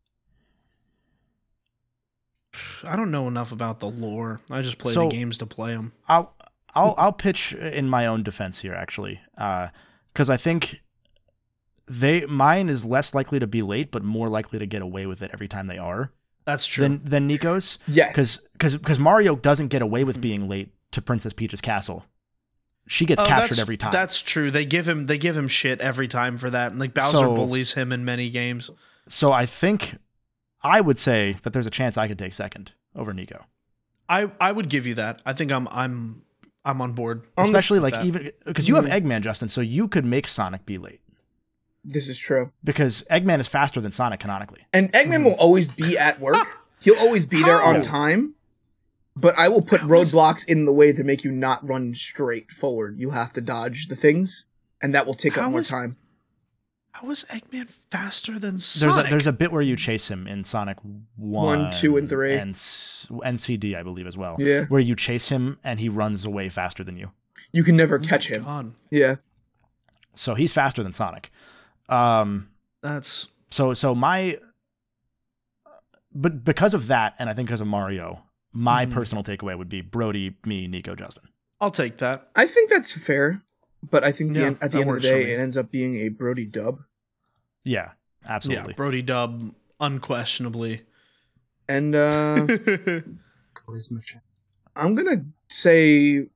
Speaker 4: I don't know enough about the lore. I just play
Speaker 3: So-
Speaker 4: the games to play them.
Speaker 3: I'll I'll I'll pitch in my own defense here actually, because I think they mine is less likely to be late, but more likely to get away with it every time they are
Speaker 4: That's true.
Speaker 3: than than Nico's,
Speaker 1: Yes,
Speaker 3: because because Mario doesn't get away with being late to Princess Peach's castle. She gets
Speaker 4: Oh,
Speaker 3: captured
Speaker 4: that's-
Speaker 3: every time.
Speaker 4: That's true. They give him they give him shit every time for that. And like Bowser
Speaker 3: So-
Speaker 4: bullies him in many games.
Speaker 3: so I think I would say that there's a chance I could take second over Nico,
Speaker 4: I I would give you that. I think I'm I'm I'm on board.
Speaker 1: On the-
Speaker 3: especially like
Speaker 4: that.
Speaker 3: even because you have
Speaker 1: Mm-hmm.
Speaker 3: Eggman, Justin, so you could make Sonic be late
Speaker 1: this is true.
Speaker 3: because Eggman is faster than Sonic canonically.
Speaker 1: And Eggman will always be at work. He'll always be there
Speaker 4: Hmm. How?
Speaker 1: on time. But I will put roadblocks in the way to make you not run straight forward. You have to dodge the things, and that will take
Speaker 4: How
Speaker 1: up more
Speaker 4: is-
Speaker 1: time.
Speaker 4: How is Eggman faster than
Speaker 3: There's
Speaker 4: Sonic?
Speaker 3: a, there's a bit where you chase him in Sonic one,
Speaker 1: two, and three.
Speaker 3: and s- NCD, I believe, as well.
Speaker 1: Yeah.
Speaker 3: where you chase him and he runs away faster than you,
Speaker 1: You can never catch him.
Speaker 4: Oh God,
Speaker 1: Yeah.
Speaker 3: so he's faster than Sonic. Um,
Speaker 4: that's
Speaker 3: so so my, but because of that, and I think because of Mario, my
Speaker 1: Mm-hmm.
Speaker 3: personal takeaway would be Brody, me, Nico, Justin.
Speaker 4: I'll take that.
Speaker 1: I think that's fair. But I think the
Speaker 4: Yeah,
Speaker 1: end, at
Speaker 4: that
Speaker 1: the end of the
Speaker 4: works for
Speaker 1: day,
Speaker 4: me.
Speaker 1: it ends up being a Brody dub.
Speaker 3: Yeah, absolutely.
Speaker 4: Yeah, Brody Dub unquestionably.
Speaker 1: And uh,
Speaker 2: Cody's mission.
Speaker 1: I'm going to say,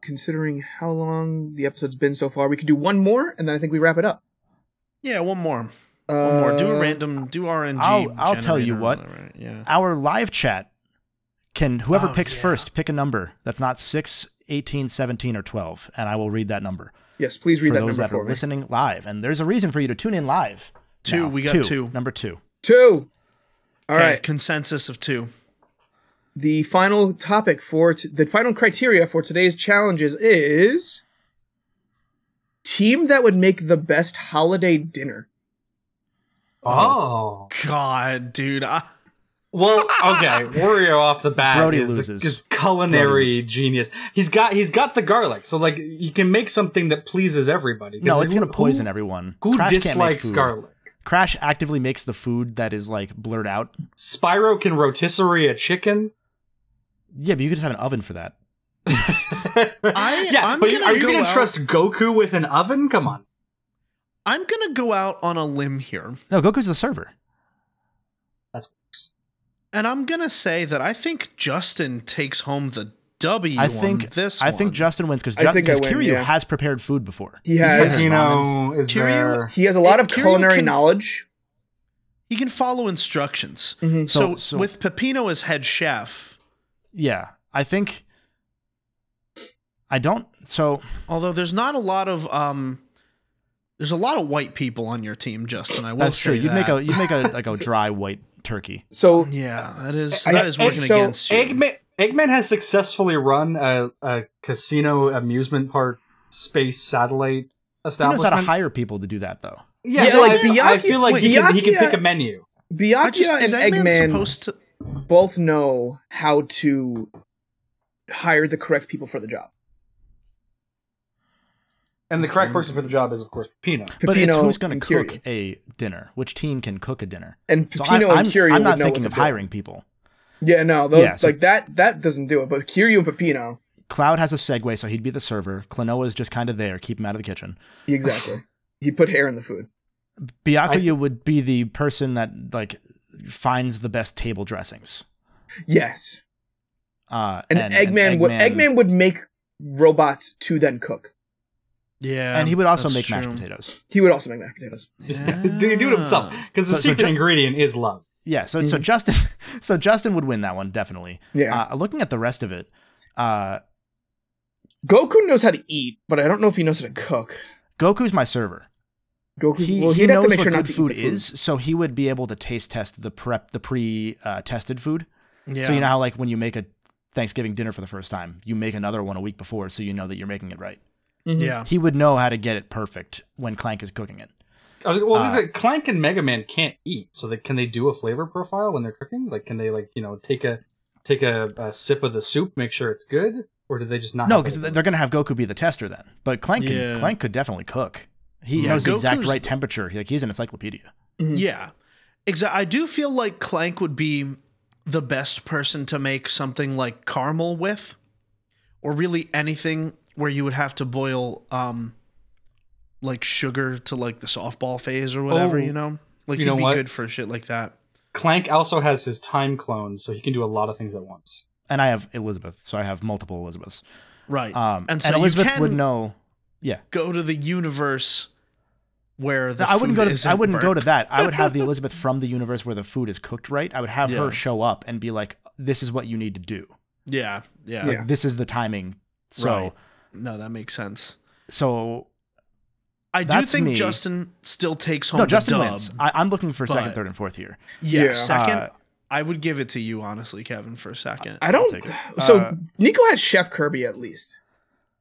Speaker 1: considering how long the episode's been so far, we could do one more, and then I think we wrap it up.
Speaker 4: yeah, one more.
Speaker 1: Uh,
Speaker 4: One more. Do a random do RNG.
Speaker 3: I'll- I'll tell you
Speaker 4: generator or
Speaker 3: what.
Speaker 4: whatever, Yeah.
Speaker 3: Our live chat can whoever
Speaker 4: Oh,
Speaker 3: picks
Speaker 4: yeah.
Speaker 3: first pick a number that's not 6 18 17 or 12 and i will read that number
Speaker 1: Yes, please read
Speaker 3: for
Speaker 1: that
Speaker 3: those
Speaker 1: number
Speaker 3: that
Speaker 1: for
Speaker 3: are
Speaker 1: me.
Speaker 3: listening live. And there's a reason for you to tune in live.
Speaker 4: Two,
Speaker 3: now.
Speaker 4: we got two.
Speaker 3: Number two.
Speaker 1: Two. All
Speaker 4: Okay,
Speaker 1: right.
Speaker 4: Consensus of two.
Speaker 1: the final topic for t- the final criteria for today's challenges is team that would make the best holiday dinner.
Speaker 2: Oh,
Speaker 4: God, dude. I,
Speaker 2: Well, okay, Wario off the bat
Speaker 3: Brody
Speaker 2: is,
Speaker 3: loses.
Speaker 2: is culinary genius. He's got he's got the garlic, so like you can make something that pleases everybody. 'Cause,
Speaker 3: No,
Speaker 2: like,
Speaker 3: it's
Speaker 2: who-
Speaker 3: gonna poison
Speaker 2: who,
Speaker 3: everyone.
Speaker 2: Who
Speaker 3: Crash can't make
Speaker 2: dislikes
Speaker 3: food.
Speaker 2: garlic?
Speaker 3: Crash actively makes the food that is like blurred out.
Speaker 2: Spyro can rotisserie a chicken.
Speaker 3: Yeah, but you could just have an oven for that.
Speaker 2: I, yeah,
Speaker 4: I'm
Speaker 2: but you-
Speaker 4: gonna
Speaker 2: are you
Speaker 4: go
Speaker 2: gonna
Speaker 4: out-
Speaker 2: trust Goku with an oven? Come on.
Speaker 4: I'm gonna go out on a limb here,
Speaker 3: No, Goku's the server.
Speaker 4: and I'm gonna say that I think Justin takes home the W.
Speaker 3: I
Speaker 4: on
Speaker 3: think
Speaker 4: this.
Speaker 3: I
Speaker 4: one.
Speaker 3: think Justin wins because
Speaker 1: I
Speaker 3: Ju-
Speaker 1: think I
Speaker 3: because
Speaker 1: win,
Speaker 3: Kiryu
Speaker 1: yeah.
Speaker 3: has prepared food before.
Speaker 1: He
Speaker 3: has-
Speaker 1: has
Speaker 3: Yeah.
Speaker 2: Kino is
Speaker 4: Kiryu-
Speaker 2: there.
Speaker 1: he has a lot of
Speaker 4: Kiryu
Speaker 1: culinary
Speaker 4: can-
Speaker 1: knowledge.
Speaker 4: he can follow instructions.
Speaker 1: Mhm.
Speaker 4: So,
Speaker 3: Mm-hmm. So- so-
Speaker 4: with Pepino as head chef,
Speaker 3: Yeah, I think. I don't. So
Speaker 4: although there's not a lot of um, there's a lot of white people on your team, Justin. I will
Speaker 3: that's
Speaker 4: say
Speaker 3: true. You'd make
Speaker 4: that.
Speaker 3: a you'd make a like a dry white turkey.
Speaker 1: So
Speaker 4: yeah. That is
Speaker 1: I-
Speaker 4: that is
Speaker 1: I-
Speaker 4: working
Speaker 1: so
Speaker 4: against you.
Speaker 2: Eggman, Eggman has successfully run a, a casino amusement park space satellite
Speaker 3: Who knows how
Speaker 2: establishment.
Speaker 3: to hire people to do like that though?
Speaker 2: yeah,
Speaker 1: Yeah,
Speaker 2: so
Speaker 1: like,
Speaker 2: I, I
Speaker 1: Byakuya-
Speaker 2: feel like he,
Speaker 1: wait,
Speaker 2: can, he can
Speaker 1: Byakuya-
Speaker 4: uh,
Speaker 2: pick a menu.
Speaker 4: I
Speaker 1: Byakuya
Speaker 4: just, is
Speaker 1: and
Speaker 4: Eggman,
Speaker 1: Eggman
Speaker 4: supposed to?
Speaker 1: both know how to hire the correct people for the job.
Speaker 2: And the
Speaker 4: Mm.
Speaker 2: correct person for the job is, of course, Pino.
Speaker 3: but it's
Speaker 1: Pepino
Speaker 3: who's going
Speaker 1: and
Speaker 3: to
Speaker 1: Kiryu.
Speaker 3: cook a dinner? Which team can cook a dinner?
Speaker 1: And
Speaker 3: So
Speaker 1: Pepino and
Speaker 3: I, am
Speaker 1: Kiryu
Speaker 3: I'm
Speaker 1: would
Speaker 3: not
Speaker 1: know
Speaker 3: thinking
Speaker 1: what
Speaker 3: of
Speaker 1: to do.
Speaker 3: hiring people.
Speaker 1: Yeah, no, those,
Speaker 3: Yeah, so-
Speaker 1: like that that doesn't do it. But Kiryu and Pepino,
Speaker 3: Cloud has a segue, so he'd be the server. Klonoa is just kind of there, keep him out of the kitchen.
Speaker 1: exactly. he put hair in the food.
Speaker 3: Byakuya would be the person that like finds the best table dressings.
Speaker 1: Yes,
Speaker 3: Uh,
Speaker 1: and, Eggman, would Eggman would make robots to then cook.
Speaker 4: Yeah,
Speaker 3: and he would also
Speaker 4: that's
Speaker 3: make mashed
Speaker 4: true.
Speaker 3: potatoes.
Speaker 1: He would also make mashed potatoes.
Speaker 4: Yeah.
Speaker 2: do, do it himself. Because the
Speaker 3: Ah. So- so
Speaker 2: secret
Speaker 3: Ju-
Speaker 2: ingredient is love.
Speaker 3: Yeah, so so Justin, so Justin would win that one definitely.
Speaker 1: Mm-hmm. Yeah,
Speaker 3: Uh, looking at the rest of it, uh,
Speaker 1: Goku knows how to eat, but I don't know if he knows how to cook.
Speaker 3: Goku's my server.
Speaker 1: Goku,
Speaker 3: He,
Speaker 1: well,
Speaker 3: he
Speaker 1: he'd have
Speaker 3: knows
Speaker 1: to make
Speaker 3: what
Speaker 1: sure not
Speaker 3: good
Speaker 1: to
Speaker 3: food
Speaker 1: eat the food.
Speaker 3: is, so he would be able to taste test the prep, the pre-tested food.
Speaker 4: Yeah.
Speaker 3: So you know how like when you make a Thanksgiving dinner for the first time, you make another one a week before, so you know that you're making it right.
Speaker 1: Mhm.
Speaker 4: Yeah.
Speaker 3: He would know how to get it perfect when Clank is cooking it.
Speaker 2: I was- Well,
Speaker 3: Uh,
Speaker 2: these are- Clank and Mega Man can't eat, so they, can they do a flavor profile when they're cooking? Like, can they, like, you know, take a take a, a sip of the soup, make sure it's good, or do they
Speaker 1: Ah.
Speaker 2: just not?
Speaker 3: No,
Speaker 2: have
Speaker 3: because
Speaker 2: it?
Speaker 3: they're going to have Goku be the tester then. But Clank, can,
Speaker 4: Yeah.
Speaker 3: Clank could definitely cook. He
Speaker 4: Yeah,
Speaker 3: knows the exact
Speaker 4: Goku's
Speaker 3: right
Speaker 4: the-
Speaker 3: temperature. He- Like he's an encyclopedia.
Speaker 4: Yeah. Exactly. I do feel like Clank would be the best person to make something like caramel with, or really anything where you would have to boil um like sugar to like the softball phase or whatever,
Speaker 2: Oh.
Speaker 4: you know? Like
Speaker 2: You
Speaker 4: he'd
Speaker 2: know
Speaker 4: be
Speaker 2: what?
Speaker 4: good for shit like that.
Speaker 2: Clank also has his time clone, so he can do a lot of things at once.
Speaker 3: And I have Elizabeth, so I have multiple Elizabeths.
Speaker 4: Right.
Speaker 3: Um,
Speaker 4: and
Speaker 3: and,
Speaker 4: so
Speaker 3: Elizabeth
Speaker 4: you can
Speaker 3: would know. Yeah,
Speaker 4: go to the universe where the
Speaker 3: I wouldn't
Speaker 4: food
Speaker 3: go to.
Speaker 4: isn't
Speaker 3: I wouldn't go to
Speaker 4: burnt.
Speaker 3: that. I would have the Elizabeth from the universe where the food is cooked right. I would have
Speaker 4: Yeah.
Speaker 3: her show up and be like, "This is what you need to do.
Speaker 4: Yeah, yeah.
Speaker 1: Yeah.
Speaker 3: This is the timing." So,
Speaker 4: Right. No, that makes sense.
Speaker 3: so
Speaker 4: I do
Speaker 3: That's
Speaker 4: think
Speaker 3: me.
Speaker 4: Justin still takes home
Speaker 3: no,
Speaker 4: the
Speaker 3: Justin
Speaker 4: dub.
Speaker 3: wins. I, I'm looking for second,
Speaker 4: but-
Speaker 3: third, and fourth here.
Speaker 4: Yeah,
Speaker 1: Yeah.
Speaker 4: second.
Speaker 3: Uh,
Speaker 4: I would give it to you, honestly, Kevin, for a second. I,
Speaker 1: I don't.
Speaker 3: take it.
Speaker 1: So
Speaker 3: Uh,
Speaker 1: Nico has Chef Kirby at least.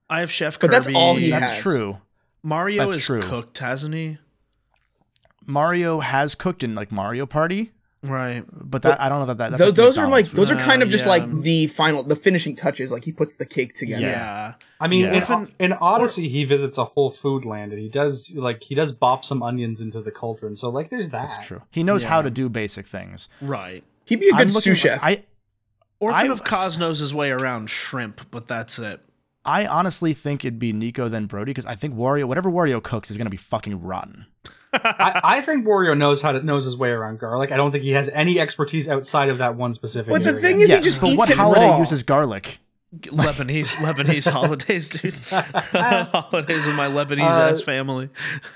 Speaker 4: have Chef Kirby.
Speaker 1: But that's all he
Speaker 3: That's
Speaker 1: has.
Speaker 3: true.
Speaker 4: Mario
Speaker 3: That's
Speaker 4: is
Speaker 3: true.
Speaker 4: cooked, hasn't he?
Speaker 3: Mario has cooked in like Mario Party,
Speaker 4: Right.
Speaker 3: but that I don't know that, that that's
Speaker 1: Tho- those are like
Speaker 3: McDonald's food.
Speaker 1: those are kind of
Speaker 4: Uh,
Speaker 1: just
Speaker 4: yeah.
Speaker 1: like the final, the finishing touches. Like he puts the cake
Speaker 4: Yeah.
Speaker 1: together.
Speaker 2: I mean,
Speaker 3: Yeah.
Speaker 2: in,
Speaker 4: Often-
Speaker 2: in Odyssey, he visits a whole food land, and he does like he does bop some onions into the cauldron. So like, there's that.
Speaker 3: That's true. He knows how
Speaker 4: Yeah.
Speaker 3: to do basic things.
Speaker 4: Right.
Speaker 1: He'd be a
Speaker 3: I'm
Speaker 1: good
Speaker 3: looking-
Speaker 1: sous chef.
Speaker 3: I
Speaker 4: Or
Speaker 3: I
Speaker 4: think of
Speaker 3: was-
Speaker 4: Cosmos' his way around shrimp, but that's it.
Speaker 3: I honestly think it'd be Nico then Brody because I think Wario, whatever Wario cooks, is gonna be fucking rotten.
Speaker 2: I, I think Wario knows how to knows his way around garlic. I don't think he has any expertise outside of that one specific.
Speaker 1: But the
Speaker 2: area.
Speaker 1: thing is- he
Speaker 3: Yes,
Speaker 1: just
Speaker 3: but
Speaker 1: eats
Speaker 3: what
Speaker 1: it
Speaker 3: holiday
Speaker 1: raw.
Speaker 3: uses garlic?
Speaker 4: Lebanese, Lebanese holidays, dude. holidays with my Lebanese
Speaker 1: Uh,
Speaker 4: ass family.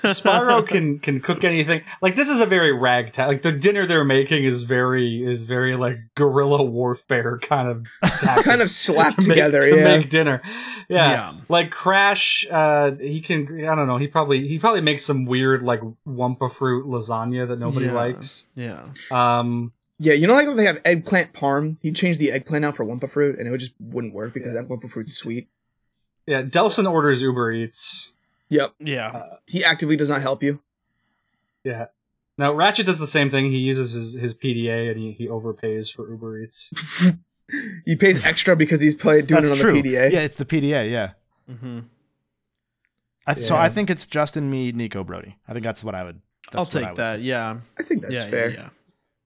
Speaker 2: Spyro can can cook anything. Like this is a very ragtag. Like the dinner they're making is very is very like guerrilla warfare kind of tactics
Speaker 1: kind of slapped
Speaker 2: to make-
Speaker 1: together.
Speaker 2: to
Speaker 1: yeah.
Speaker 2: make dinner. Yeah.
Speaker 4: Yeah.
Speaker 2: like Crash. Uh, he can. I don't know. He probably he probably makes some weird like wumpa fruit lasagna that nobody
Speaker 4: Yeah.
Speaker 2: likes.
Speaker 4: Yeah.
Speaker 2: Um,
Speaker 1: yeah, you know, like they have eggplant parm. He changed the eggplant out for Wumpa fruit, and it would just wouldn't work because that Wumpa fruit's sweet.
Speaker 2: yeah, Delson orders Uber Eats.
Speaker 1: Yep,
Speaker 4: Yeah.
Speaker 3: Uh,
Speaker 1: uh, he actively does not help you.
Speaker 2: Yeah, Now Ratchet does the same thing. He uses his, his PDA and he, he overpays for Uber Eats.
Speaker 1: he pays extra because he's played doing
Speaker 3: That's
Speaker 1: it on
Speaker 3: true.
Speaker 1: the PDA.
Speaker 3: Yeah, it's the PDA. Yeah.
Speaker 4: Mm-hmm.
Speaker 3: I th- So I
Speaker 1: Yeah.
Speaker 3: think it's Justin, me, Nico, Brody. I think that's what I would. That's
Speaker 4: I'll
Speaker 3: what I
Speaker 4: take
Speaker 3: would
Speaker 4: that.
Speaker 3: say.
Speaker 4: Yeah.
Speaker 1: I think that's
Speaker 4: yeah,
Speaker 1: fair.
Speaker 4: Yeah. yeah.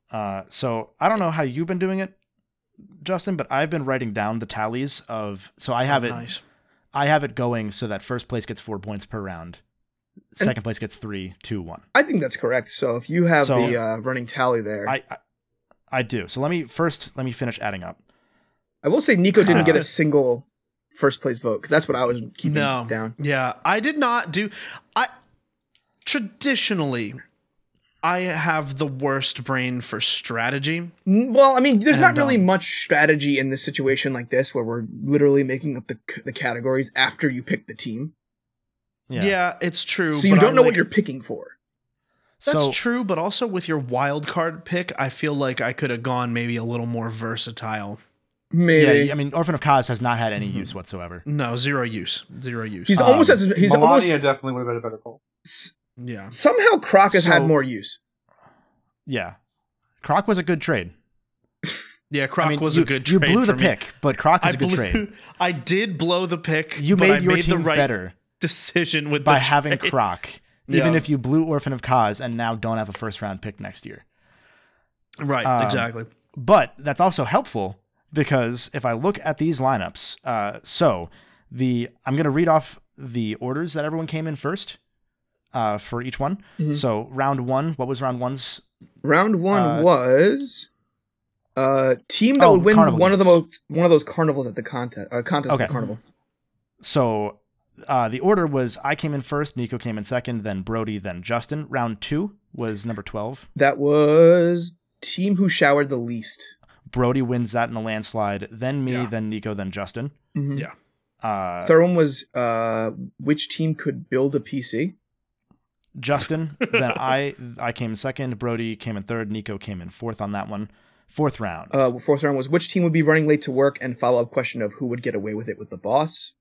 Speaker 3: Uh, so I don't know how you've been doing it, Justin, but I've been writing down the tallies of. So
Speaker 1: Oh,
Speaker 3: I have it.
Speaker 4: Nice.
Speaker 3: I have it going so that first place gets four points per round, second place gets three, two, one.
Speaker 1: I think that's correct. So if you have
Speaker 3: So-
Speaker 1: the uh, running tally there, I,
Speaker 3: I, I I do. So let me first let me finish adding up.
Speaker 1: will say Nico didn't get
Speaker 3: Uh,
Speaker 1: a single first place vote because that's what I was keeping
Speaker 4: No.
Speaker 1: down.
Speaker 4: Yeah. I did not do. I traditionally, I have the worst brain for strategy.
Speaker 1: N- Well, I mean, there's not
Speaker 4: And,
Speaker 1: really
Speaker 4: um,
Speaker 1: much strategy in this situation like this where we're literally making up the c- the categories after you pick the team,
Speaker 4: Yeah, it's true.
Speaker 1: so you
Speaker 4: but
Speaker 1: don't
Speaker 4: I,
Speaker 1: know
Speaker 4: like-
Speaker 1: what you're picking for.
Speaker 4: That's
Speaker 3: so,
Speaker 4: true, but also with your wild card pick, I feel like I could have gone maybe a little more versatile.
Speaker 1: Maybe
Speaker 3: Yeah, I mean, Orphan of Cause has not had any
Speaker 1: Mm-hmm.
Speaker 3: use whatsoever.
Speaker 4: No, zero use. Zero use.
Speaker 1: he's
Speaker 3: um,
Speaker 1: almost as he's
Speaker 2: Melania
Speaker 1: almost
Speaker 2: definitely would have been a better poll.
Speaker 1: s-
Speaker 4: yeah.
Speaker 1: somehow Croc has had
Speaker 4: So-
Speaker 1: more use.
Speaker 3: Yeah, Croc was a good trade.
Speaker 4: Yeah, Croc
Speaker 3: I mean,
Speaker 4: was
Speaker 3: you,
Speaker 4: a good
Speaker 3: You
Speaker 4: trade
Speaker 3: blew the
Speaker 4: for me.
Speaker 3: pick, but Croc was
Speaker 4: I
Speaker 3: a good
Speaker 4: blew,
Speaker 3: trade.
Speaker 4: I did blow the pick.
Speaker 3: You
Speaker 4: but
Speaker 3: made
Speaker 4: I
Speaker 3: your
Speaker 4: made
Speaker 3: team
Speaker 4: the right
Speaker 3: better
Speaker 4: decision with
Speaker 3: by
Speaker 4: the
Speaker 3: having
Speaker 4: trade.
Speaker 3: Croc, even
Speaker 4: Yeah.
Speaker 3: if you blew Orphan of Cause and now don't have a first round pick next year.
Speaker 4: Right,
Speaker 3: Um,
Speaker 4: exactly.
Speaker 3: But that's also helpful because if I look at these lineups, uh, so the I'm going to read off the orders that everyone came in first uh, for each one.
Speaker 1: Mhm.
Speaker 3: So round one, what was round one's?
Speaker 1: Round one
Speaker 3: Uh,
Speaker 1: was uh team that
Speaker 3: Oh,
Speaker 1: would win
Speaker 3: carnival
Speaker 1: one of the
Speaker 3: games.
Speaker 1: most one of those carnivals at the contest uh, contest at
Speaker 3: Okay.
Speaker 1: the carnival.
Speaker 3: So uh, the order was I came in first, Nico came in second, then Brody, then Justin. Round two was number twelve.
Speaker 1: That was team who showered the least.
Speaker 3: Brody wins that in a landslide. Then me,
Speaker 4: Yeah.
Speaker 3: then Nico, then Justin.
Speaker 1: Mhm.
Speaker 4: Yeah.
Speaker 3: Uh,
Speaker 1: Third one was uh which team could build a PC.
Speaker 3: Justin. then I I came in second. Brody came in third. Nico came in fourth on that one. Fourth round.
Speaker 1: Uh, fourth round was which team would be running late to work, and follow up question of who would get away with it with the boss.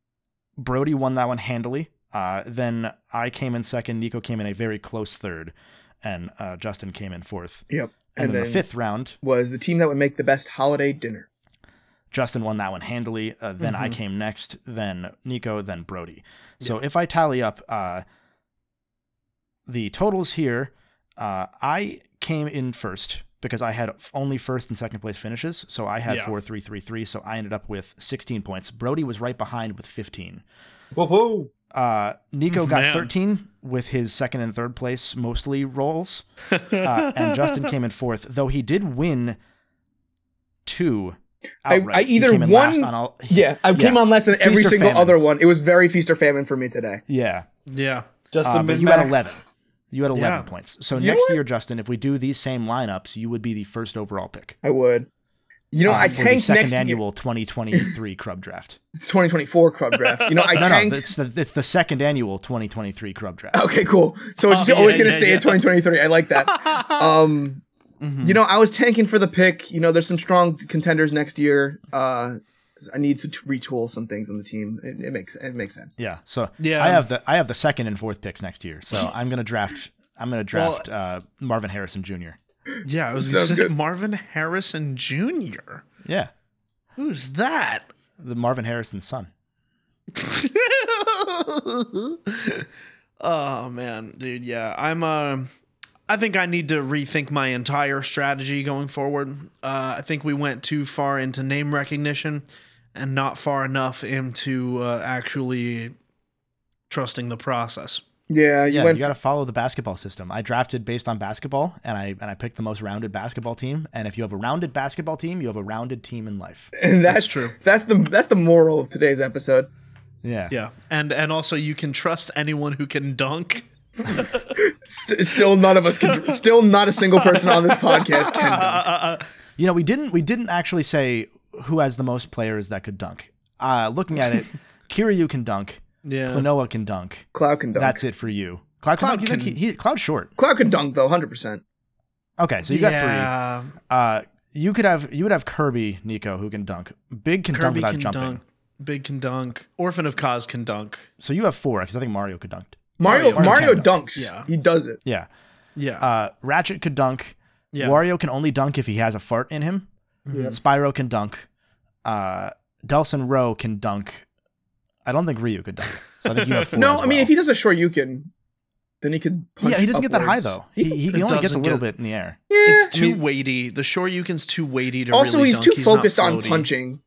Speaker 3: Brody won that one handily. Uh, then I came in second. Nico came in a very close third, and uh, Justin came in fourth.
Speaker 1: Yep.
Speaker 3: And, then, the fifth round,
Speaker 1: was the team that would make the best holiday dinner.
Speaker 3: Justin won that one handily. Uh, then I came next. Then Nico. Then Brody. So if I tally up uh, the totals here, uh, I came in first because I had f- only first and second place finishes. So I had
Speaker 4: Yeah.
Speaker 3: four, three, three, three. So I ended up with 16 points. Brody was right behind with 15.
Speaker 2: Whoa, whoa.
Speaker 3: Uh, Nico got
Speaker 4: Man.
Speaker 3: 13 with his second and third place mostly rolls, uh, and Justin came in fourth, though he did win two.
Speaker 1: I-
Speaker 3: outright.
Speaker 1: I
Speaker 3: He
Speaker 1: either
Speaker 3: came in
Speaker 1: won-
Speaker 3: last on all,
Speaker 1: Yeah, I came
Speaker 3: Yeah.
Speaker 1: on less than every
Speaker 3: Feast or
Speaker 1: single
Speaker 3: famine.
Speaker 1: other one. It was very feast or famine for me today.
Speaker 3: yeah.
Speaker 4: Yeah.
Speaker 2: Justin
Speaker 3: Uh, but
Speaker 2: been
Speaker 3: you had
Speaker 2: maxed.
Speaker 3: 11. You had 11
Speaker 4: Yeah.
Speaker 3: points. So
Speaker 1: You know
Speaker 3: next
Speaker 1: what?
Speaker 3: year, Justin, if we do these same lineups, you would be the first overall pick.
Speaker 1: I would. You know,
Speaker 3: um,
Speaker 1: I
Speaker 3: for the
Speaker 1: tanked
Speaker 3: second
Speaker 1: next
Speaker 3: annual 2023 Crub Draft.
Speaker 1: year. 2024 club draft. You know, I
Speaker 3: no, no,
Speaker 1: tanked.
Speaker 3: it's the, it's the second annual 2023 Crub Draft.
Speaker 1: Okay, cool. So it's
Speaker 4: Oh,
Speaker 1: just always
Speaker 4: yeah,
Speaker 1: going to
Speaker 4: yeah,
Speaker 1: stay
Speaker 4: yeah.
Speaker 1: at 2023. I like that. um,
Speaker 3: Mm-hmm.
Speaker 1: You know, I was tanking for the pick. You know, there's some strong contenders next year. Uh, I need to retool some things on the team. It, it makes it makes sense.
Speaker 3: Yeah. So
Speaker 4: Yeah.
Speaker 3: I have the I have the second and fourth picks next year. So I'm gonna draft I'm gonna draft uh, Marvin Harrison Jr.
Speaker 4: Yeah, it was
Speaker 1: Sounds good.
Speaker 4: Marvin Harrison Jr.
Speaker 3: Yeah,
Speaker 4: Who's that?
Speaker 3: the Marvin Harrison's son.
Speaker 4: oh man, dude, yeah. I'm uh I think I need to rethink my entire strategy going forward. Uh, I think we went too far into name recognition and not far enough into uh, actually trusting the process.
Speaker 1: Yeah, you
Speaker 3: Yeah,
Speaker 1: went.
Speaker 3: you got to follow the basketball system. I drafted based on basketball, and I and I picked the most rounded basketball team. And if you have a rounded basketball team, you have a rounded team in life.
Speaker 1: and that's,
Speaker 4: true.
Speaker 1: That's the that's the moral of today's episode.
Speaker 3: Yeah.
Speaker 4: Yeah, and and also you can trust anyone who can dunk.
Speaker 1: St- still, none of us can. still, not a single person on this podcast can. dunk.
Speaker 3: You know, we didn't we didn't actually say who has the most players that could dunk. Uh, looking at it, Kiryu can dunk.
Speaker 4: Yeah.
Speaker 3: Klonoa can dunk.
Speaker 1: Cloud can dunk.
Speaker 3: That's it for you. Cloud, Cloud,
Speaker 4: Cloud
Speaker 3: you think
Speaker 4: can-
Speaker 3: he, he, Cloud short.
Speaker 1: Cloud can dunk though, hundred percent.
Speaker 3: Okay, so you got three.
Speaker 4: yeah.
Speaker 3: Uh, you could have you would have Kirby Nico who can dunk. Big can dunk
Speaker 4: Kirby
Speaker 3: without
Speaker 4: can
Speaker 3: jumping.
Speaker 4: dunk. Big can dunk. Orphan of Cause can dunk.
Speaker 3: So you have four because I think Mario could dunk.
Speaker 1: Mario Mario,
Speaker 3: Mario can
Speaker 1: dunks.
Speaker 4: Yeah.
Speaker 1: He does it.
Speaker 3: Yeah.
Speaker 4: Yeah.
Speaker 3: Uh, Ratchet could dunk.
Speaker 4: yeah.
Speaker 3: Wario can only dunk if he has a fart in him.
Speaker 2: Yeah.
Speaker 3: Spyro can dunk. Uh, Delson Rowe can dunk. I don't think Ryu could dunk. So I think you have four.
Speaker 1: no,
Speaker 3: as
Speaker 1: I mean
Speaker 3: well.
Speaker 1: if he does a shoryuken, then he could. Punch
Speaker 3: yeah, he doesn't get that high
Speaker 1: upwards.
Speaker 3: though. He, he,
Speaker 4: It
Speaker 3: only gets a
Speaker 4: doesn't
Speaker 3: little bit
Speaker 4: get-
Speaker 3: in the air.
Speaker 1: Yeah.
Speaker 4: it's too
Speaker 2: mean-
Speaker 4: weighty. The Shoryuken's too weighty to
Speaker 1: also,
Speaker 4: really
Speaker 1: he's
Speaker 4: dunk.
Speaker 1: too
Speaker 4: not
Speaker 1: focused on
Speaker 4: floaty.
Speaker 1: punching.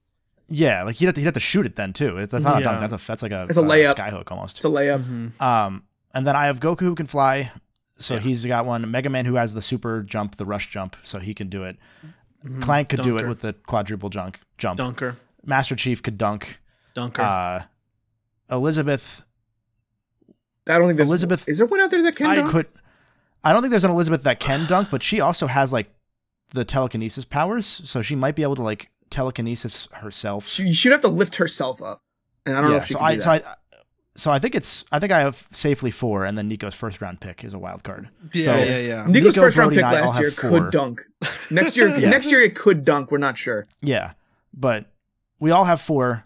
Speaker 3: Yeah, like he'd have to, he'd have to shoot it then too. That's not a dunk.
Speaker 4: Yeah.
Speaker 3: That's a that's like a,
Speaker 1: It's a
Speaker 3: uh,
Speaker 1: layup.
Speaker 3: skyhook almost.
Speaker 1: It's a layup.
Speaker 4: Mhm.
Speaker 3: Um, and then I have Goku who can fly, so
Speaker 4: Yeah.
Speaker 3: he's got one. Mega Man who has the super jump, the rush jump, so he can do it.
Speaker 1: Mm-hmm.
Speaker 3: Clank could do it
Speaker 4: Dunker.
Speaker 3: with the quadruple junk jump.
Speaker 4: Dunker.
Speaker 3: Master Chief could dunk.
Speaker 4: Dunker.
Speaker 3: Uh, Elizabeth
Speaker 1: I don't think there's
Speaker 3: Elizabeth-
Speaker 1: Is there one out there that can?
Speaker 4: I
Speaker 1: dunk?
Speaker 3: could. I don't think there's an Elizabeth that can dunk, but she also has like the telekinesis powers, so she might be able to like telekinesis herself.
Speaker 1: She, she'd have to lift herself up, and I don't know if she
Speaker 3: so
Speaker 1: can
Speaker 3: I,
Speaker 1: do
Speaker 3: so
Speaker 1: that.
Speaker 3: I, so I think it's I think I have safely four, and then Nico's first round pick is a wild card.
Speaker 4: yeah,
Speaker 3: so-
Speaker 4: yeah, yeah.
Speaker 1: Nico's
Speaker 3: Nico,
Speaker 1: first round
Speaker 3: Brody,
Speaker 1: pick
Speaker 3: and I all
Speaker 1: last
Speaker 3: have
Speaker 1: year
Speaker 3: four.
Speaker 1: could dunk. Next year,
Speaker 3: Yeah.
Speaker 1: next year it could dunk. We're not sure.
Speaker 3: Yeah, but we all have four.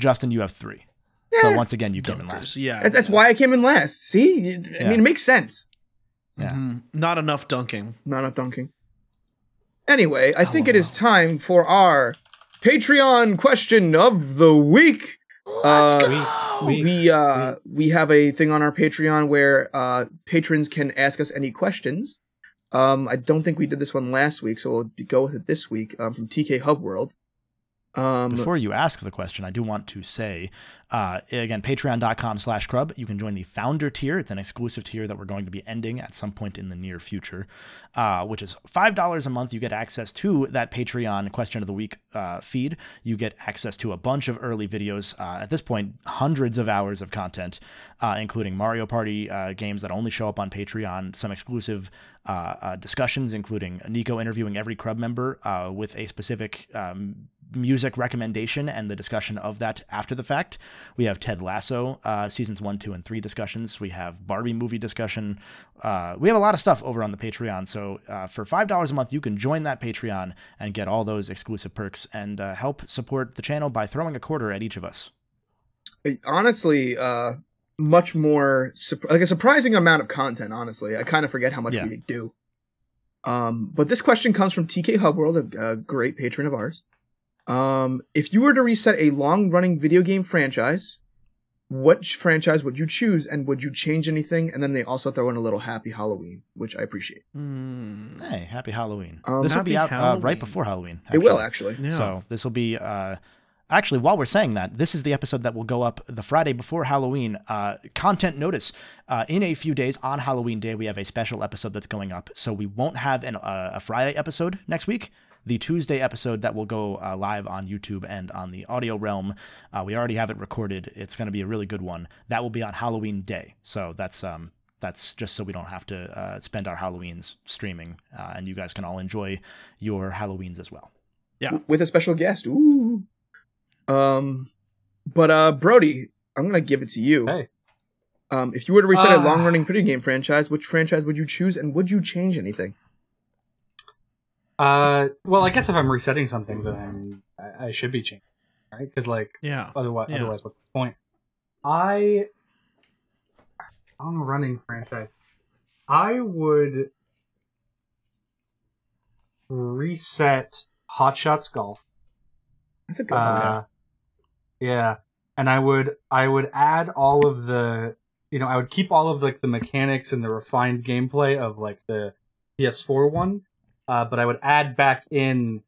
Speaker 3: Justin, you have three. So
Speaker 1: Eh,
Speaker 3: once again, you came in
Speaker 4: Dunkers.
Speaker 3: last.
Speaker 4: Yeah.
Speaker 1: that's, that's why I came in last. See, I
Speaker 3: Yeah.
Speaker 1: mean, it makes sense.
Speaker 3: Yeah.
Speaker 4: Mhm. Not enough dunking.
Speaker 1: Not enough dunking. Anyway, I think it is time for our Patreon question of the week. Let's go.
Speaker 2: We-
Speaker 1: we uh we have a thing on our patreon where uh patrons can ask us any questions um i don't think we did this one last week so we'll d- go with it this week um, from tk hub world um
Speaker 3: Before you ask the question, I do want to say, uh, again, patreon.com slash crub. You can join the founder tier. It's an exclusive tier that we're going to be ending at some point in the near future, uh, which is $5 a month. You get access to that Patreon question of the week uh, feed. You get access to a bunch of early videos. Uh, at this point, hundreds of hours of content, uh, including Mario Party uh, games that only show up on Patreon, some exclusive uh, uh, discussions, including Nico interviewing every Crub member uh, with a specific um, music recommendation and the discussion of that after the fact. We have Ted Lasso uh, seasons one, two, and three discussions. We have Barbie movie discussion. Uh, we have a lot of stuff over on the Patreon. So uh, for five dollars a month, you can join that Patreon and get all those exclusive perks and uh, help support the channel by throwing a quarter at each of us.
Speaker 1: honestly uh much more sup- like a surprising amount of content honestly i kind of forget how much
Speaker 3: Yeah.
Speaker 1: we do um but this question comes from tk hub world a, a great patron of ours um if you were to reset a long running video game franchise what sh- franchise would you choose and would you change anything and then they also throw in a little happy halloween which i appreciate
Speaker 4: Mm.
Speaker 3: Hey, happy Halloween!
Speaker 1: Um,
Speaker 3: this will be out
Speaker 4: Happy
Speaker 3: uh, right
Speaker 4: Halloween.
Speaker 3: before Halloween.
Speaker 1: it will actually
Speaker 4: Yeah.
Speaker 3: So this will be uh, actually while we're saying that, this is the episode that will go up the Friday before Halloween. Uh, content notice: uh, in a few days on Halloween Day, we have a special episode that's going up. So we won't have an, uh, a Friday episode next week. The Tuesday episode that will go uh, live on YouTube and on the audio realm. Uh, we already have it recorded. It's going to be a really good one. That will be on Halloween Day. So that's um, that's just so we don't have to uh, spend our Halloweens streaming, uh, and you guys can all enjoy your Halloweens as well.
Speaker 1: with a special guest ooh um but uh brody i'm gonna give it to you
Speaker 2: Hey.
Speaker 1: Um, if you were to reset a
Speaker 2: Ah.
Speaker 1: long-running video game franchise, which franchise would you choose, and would you change anything?
Speaker 2: Uh, well, I guess if I'm resetting something, then I'm, I, I should be changing, right? Because like
Speaker 4: Yeah.
Speaker 2: otherwise,
Speaker 4: Yeah.
Speaker 2: otherwise, what's the point? I on a running franchise, I would reset Hot Shots Golf.
Speaker 1: That's a good one.
Speaker 2: Uh, yeah, and I would I would add all of the you know I would keep all of like the mechanics and the refined gameplay of like the PS4 one, uh, but I would add back in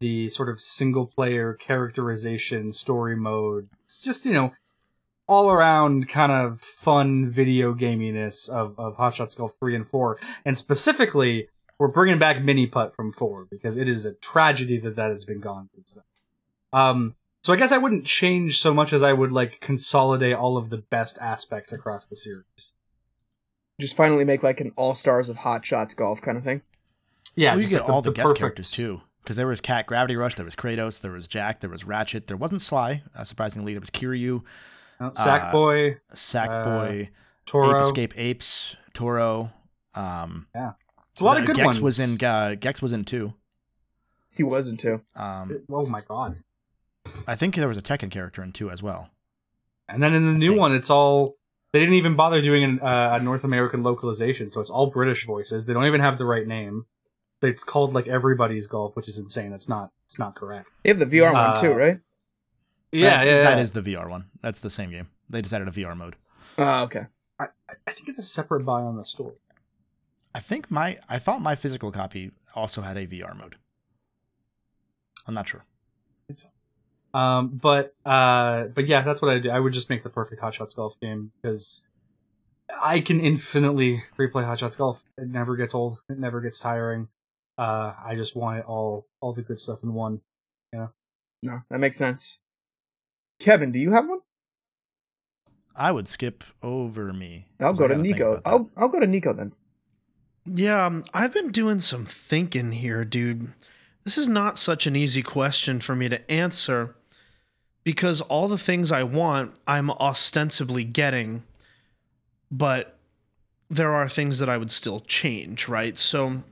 Speaker 2: the sort of single player characterization, story mode. It's just you know all around kind of fun video gaminess of of Hot Shots Golf three and four, and specifically. We're bringing back mini putt from four because it is a tragedy that that has been gone since then. Um, so I guess I wouldn't change so much as I would like consolidate all of the best aspects across the series.
Speaker 1: Just finally make like an All Stars of Hot Shots golf kind of thing.
Speaker 2: Yeah,
Speaker 3: well, you
Speaker 2: just,
Speaker 3: get
Speaker 2: like,
Speaker 3: all the, guest
Speaker 2: perfect-
Speaker 3: characters too, because there was Cat Gravity Rush, there was Kratos, there was Jack, there was Ratchet, there wasn't Sly, uh, surprisingly, there was Kiryu,
Speaker 2: Uh, Sackboy,
Speaker 3: Sackboy, Ape
Speaker 2: Uh, Toro.
Speaker 3: Escape Apes, Toro. Um,
Speaker 2: It's a lot of
Speaker 3: the-
Speaker 2: good
Speaker 3: Gex
Speaker 2: ones.
Speaker 3: was in. Uh, Gex was in two.
Speaker 1: He was in two.
Speaker 3: Um,
Speaker 2: Oh my god!
Speaker 3: I think there was a Tekken character in two as well.
Speaker 2: And then in the new
Speaker 3: think-
Speaker 2: one, it's all they They didn't even bother doing an, uh, a North American localization, so it's all British voices. They don't even have the right name. It's called like everybody's golf, which is insane. It's not. It's not correct.
Speaker 1: You have the VR one too,
Speaker 2: Uh,
Speaker 1: right?
Speaker 2: Yeah,
Speaker 3: That-
Speaker 2: yeah,
Speaker 3: That
Speaker 2: yeah.
Speaker 3: is the VR one. That's the same game. They just added a VR mode.
Speaker 1: Oh, okay.
Speaker 2: I think it's a separate buy on the store.
Speaker 3: I think my I thought my physical copy also had a VR mode. I'm not sure.
Speaker 2: Um, but uh, but yeah, that's what I do. I would just make the perfect Hot Shots Golf game because I can infinitely replay Hot Shots Golf. It never gets old. It never gets tiring. Uh, I just want it all all the good stuff in one.
Speaker 1: No, that makes sense. Kevin, do you have one?
Speaker 3: I would skip over me.
Speaker 1: I'll
Speaker 3: 'cause
Speaker 1: go
Speaker 3: I
Speaker 1: to
Speaker 3: gotta think
Speaker 1: Nico.
Speaker 3: about that.
Speaker 1: I'll I'll go to Nico then.
Speaker 4: Yeah, um, I've been doing some thinking here, dude. This is not such an easy question for me to answer because all the things I want, I'm ostensibly getting, but there are things that I would still change, right? So,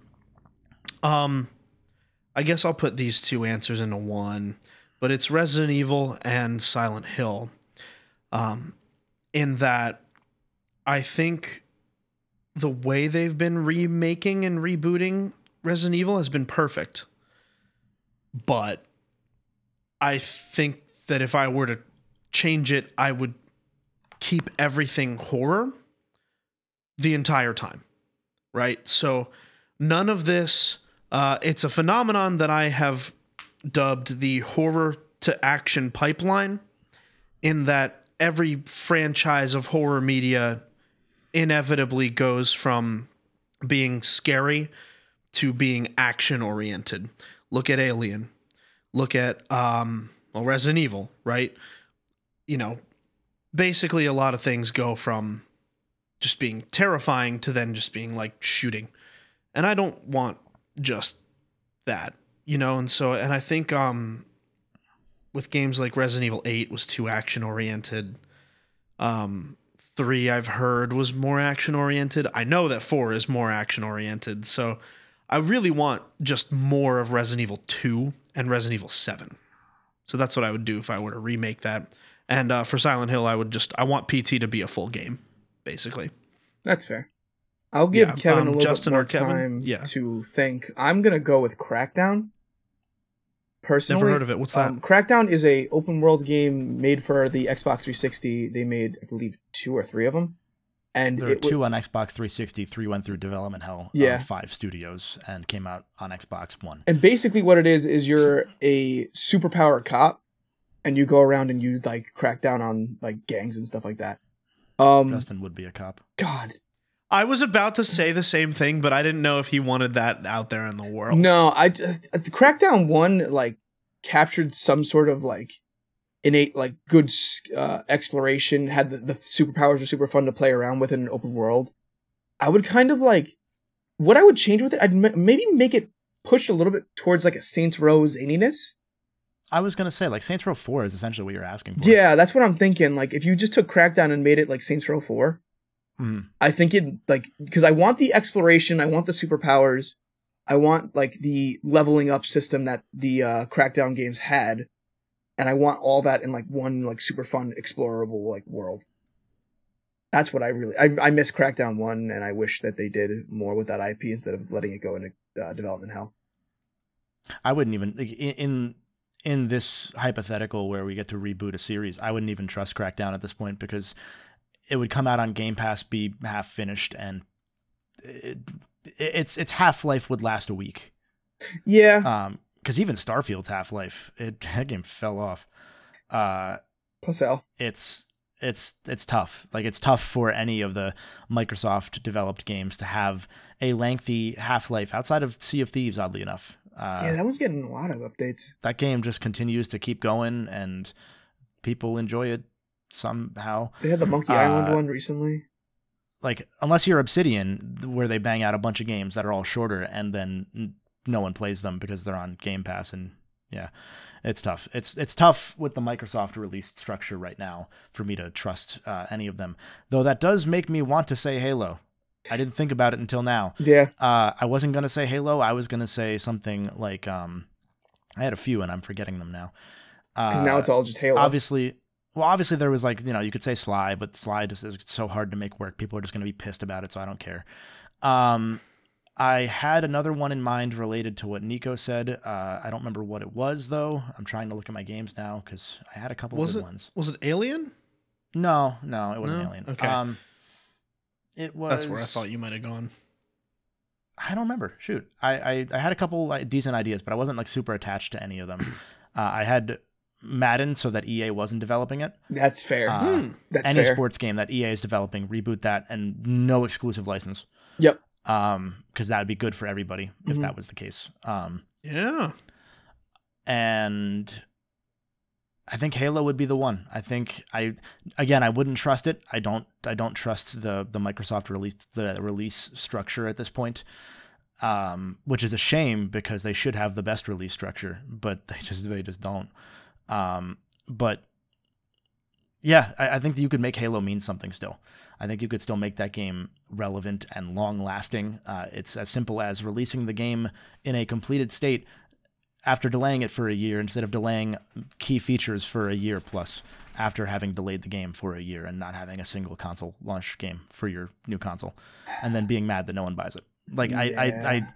Speaker 4: um, I guess I'll put these two answers into one, but it's Resident Evil and Silent Hill. Um, in that, I think the way they've been remaking and rebooting Resident Evil has been perfect. But I think that if I were to change it, I would keep everything horror the entire time. Right? So none of this uh, it's a phenomenon that I have dubbed the horror to action pipeline in that every franchise of horror media inevitably goes from being scary to being action oriented. Look at Alien. Look at um well Resident Evil, right? You know, basically a lot of things go from just being terrifying to then just being like shooting. And I don't want just that, you know, and so and I think um with games like Resident Evil 8 was too action oriented. Um three I've heard was more action oriented. I know that four is more action oriented. So I really want just more of Resident Evil 2 and Resident Evil 7. So that's what I would do if I were to remake that. And uh, for Silent Hill, I would just, I want PT to be a full game, basically.
Speaker 1: That's fair. I'll give
Speaker 4: Yeah,
Speaker 1: Kevin
Speaker 4: um,
Speaker 1: a little
Speaker 4: Justin
Speaker 1: bit
Speaker 4: or
Speaker 1: more
Speaker 4: Kevin?
Speaker 1: time
Speaker 4: Yeah.
Speaker 1: to think. I'm gonna go with Crackdown. Personally,
Speaker 4: Never heard of it. What's that?
Speaker 1: Um, Crackdown is a open world game made for the Xbox 360. They made, I believe, two or three of them, and
Speaker 3: There are
Speaker 1: it wa-
Speaker 3: two on Xbox 360. Three went through development hell.
Speaker 1: Yeah.
Speaker 3: on five studios and came out on Xbox One.
Speaker 1: And basically, what it is is you're a superpower cop, and you go around and you like crack down on like gangs and stuff like that. Um,
Speaker 3: Justin would be a cop.
Speaker 1: God,
Speaker 4: I was about to say the same thing, but I didn't know if he wanted that out there in the world.
Speaker 1: no, I just the Crackdown one like captured some sort of like innate like good uh, exploration. Had the, the superpowers were super fun to play around with in an open world. I would kind of like what I would change with it. I'd ma- maybe make it push a little bit towards like a Saints Row zaniness.
Speaker 3: I was gonna say like Saints Row Four is essentially what you're asking for.
Speaker 1: Yeah, that's what I'm thinking. Like, if you just took Crackdown and made it like Saints Row 4,
Speaker 3: Mhm.
Speaker 1: I think it, like, because I want the exploration, I want the superpowers, I want, like, the leveling up system that the uh, Crackdown games had, and I want all that in, like, one, like, super fun, explorable, like, world. That's what I really, I, I miss Crackdown 1, and I wish that they did more with that IP instead of letting it go into uh, development hell.
Speaker 3: I wouldn't even like, in- in in this hypothetical where we get to reboot a series. I wouldn't even trust Crackdown at this point because it would come out on Game Pass, be half finished, and it, it's it's Half Life would last a week.
Speaker 1: Yeah.
Speaker 3: Um, because even Starfield's Half Life, it that game fell off. Uh.
Speaker 1: Plus L.
Speaker 3: it's it's it's tough. Like it's tough for any of the Microsoft developed games to have a lengthy Half Life outside of Sea of Thieves. Oddly enough, uh,
Speaker 1: yeah, that one's getting a lot of updates.
Speaker 3: that game just continues to keep going, and people enjoy it somehow.
Speaker 1: They had the Monkey
Speaker 3: uh,
Speaker 1: Island one recently.
Speaker 3: Like unless you're Obsidian, where they bang out a bunch of games that are all shorter, and then n- no one plays them because they're on Game Pass and. Yeah, it's tough. It's it's tough with the Microsoft release structure right now for me to trust uh, any of them. Though that does make me want to say Halo. I didn't think about it until now.
Speaker 1: Yeah.
Speaker 3: Uh, I wasn't gonna say Halo. I was gonna say something like um, I had a few and I'm forgetting them now. uh,
Speaker 4: Oh,
Speaker 1: because now it's all just Halo.
Speaker 3: obviously. well, obviously there was like you know you could say Sly, but Sly just is so hard to make work. People are just going to be pissed about it, so I don't care. Um, I had another one in mind related to what Nico said. Uh, I don't remember what it was though. I'm trying to look at my games now because I had a couple
Speaker 4: Was
Speaker 3: of good
Speaker 4: it-
Speaker 3: ones.
Speaker 4: Was it Alien?
Speaker 3: No, no, it wasn't
Speaker 4: No?
Speaker 3: Alien.
Speaker 4: Okay.
Speaker 3: Um, it was.
Speaker 4: That's where I thought you might have gone.
Speaker 3: I don't remember. Shoot, I I, I had a couple like, decent ideas, but I wasn't like super attached to any of them. Uh, I had Madden, so that EA wasn't developing it.
Speaker 1: That's fair.
Speaker 3: Uh,
Speaker 4: Hmm.
Speaker 1: That's
Speaker 3: any
Speaker 1: fair.
Speaker 3: sports game that EA is developing, reboot that, and no exclusive license.
Speaker 1: Yep.
Speaker 3: Um, because that would be good for everybody if
Speaker 1: Mhm.
Speaker 3: that was the case. Um,
Speaker 4: Yeah.
Speaker 3: and I think Halo would be the one. I think I again I wouldn't trust it. I don't I don't trust the the Microsoft release the release structure at this point. Um, which is a shame because they should have the best release structure, but they just they just don't. Um, but yeah, I, I think that you could make Halo mean something still. I think you could still make that game relevant and long lasting. Uh, it's as simple as releasing the game in a completed state after delaying it for a year instead of delaying key features for a year plus after having delayed the game for a year and not having a single console launch game for your new console and then being mad that no one buys it like I, I
Speaker 1: Yeah.
Speaker 3: i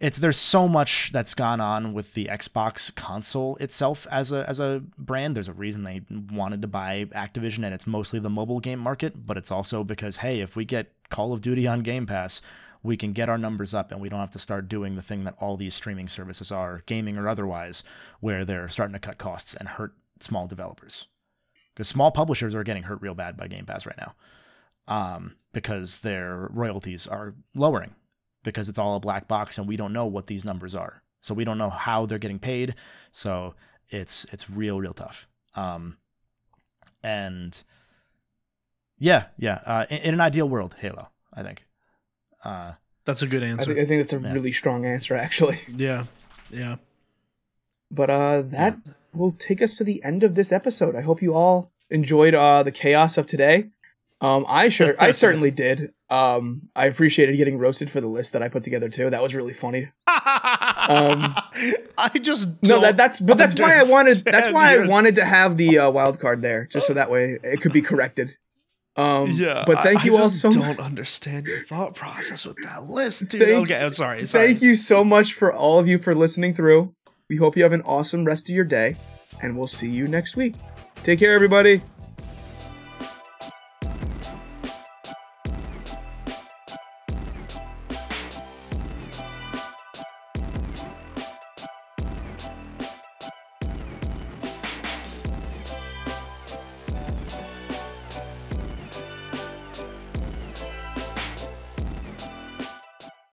Speaker 3: it's there's so much that's gone on with the xbox console itself as a as a brand there's a reason they wanted to buy activision and it's mostly the mobile game market but it's also because hey if we get call of duty on game pass we can get our numbers up and we don't have to start doing the thing that all these streaming services are, gaming or otherwise, where they're starting to cut costs and hurt small developers. Because small publishers are getting hurt real bad by Game Pass right now um, because their royalties are lowering because it's all a black box and we don't know what these numbers are. So we don't know how they're getting paid. So it's it's real real tough. Um, and yeah, yeah. Uh, in, in an ideal world, Halo, I think. Uh,
Speaker 4: That's a good
Speaker 1: I,
Speaker 4: answer.
Speaker 1: think, I think that's a
Speaker 3: Yeah.
Speaker 1: really strong answer, actually.
Speaker 4: yeah. Yeah.
Speaker 1: But uh, that will take us to the end of this episode. I hope you all enjoyed uh, the chaos of today. Um, I sure, I certainly did. Um, I appreciated getting roasted for the list that I put together too. That was really funny. Um,
Speaker 4: I just
Speaker 1: No,
Speaker 4: don't
Speaker 1: that, that's but that's why I wanted. That's
Speaker 4: understand
Speaker 1: why I
Speaker 4: your-
Speaker 1: wanted to have the uh, wild card there, just so that way it could be corrected. Um,
Speaker 4: Yeah,
Speaker 1: But thank
Speaker 4: I,
Speaker 1: you
Speaker 4: I
Speaker 1: all
Speaker 4: just
Speaker 1: so much.
Speaker 4: Don't understand your thought process with that list, dude.
Speaker 1: Thank-
Speaker 4: okay, I'm sorry. sorry.
Speaker 1: Thank you so much for all of you for listening through. We hope you have an awesome rest of your day, and we'll see you next week. Take care, everybody.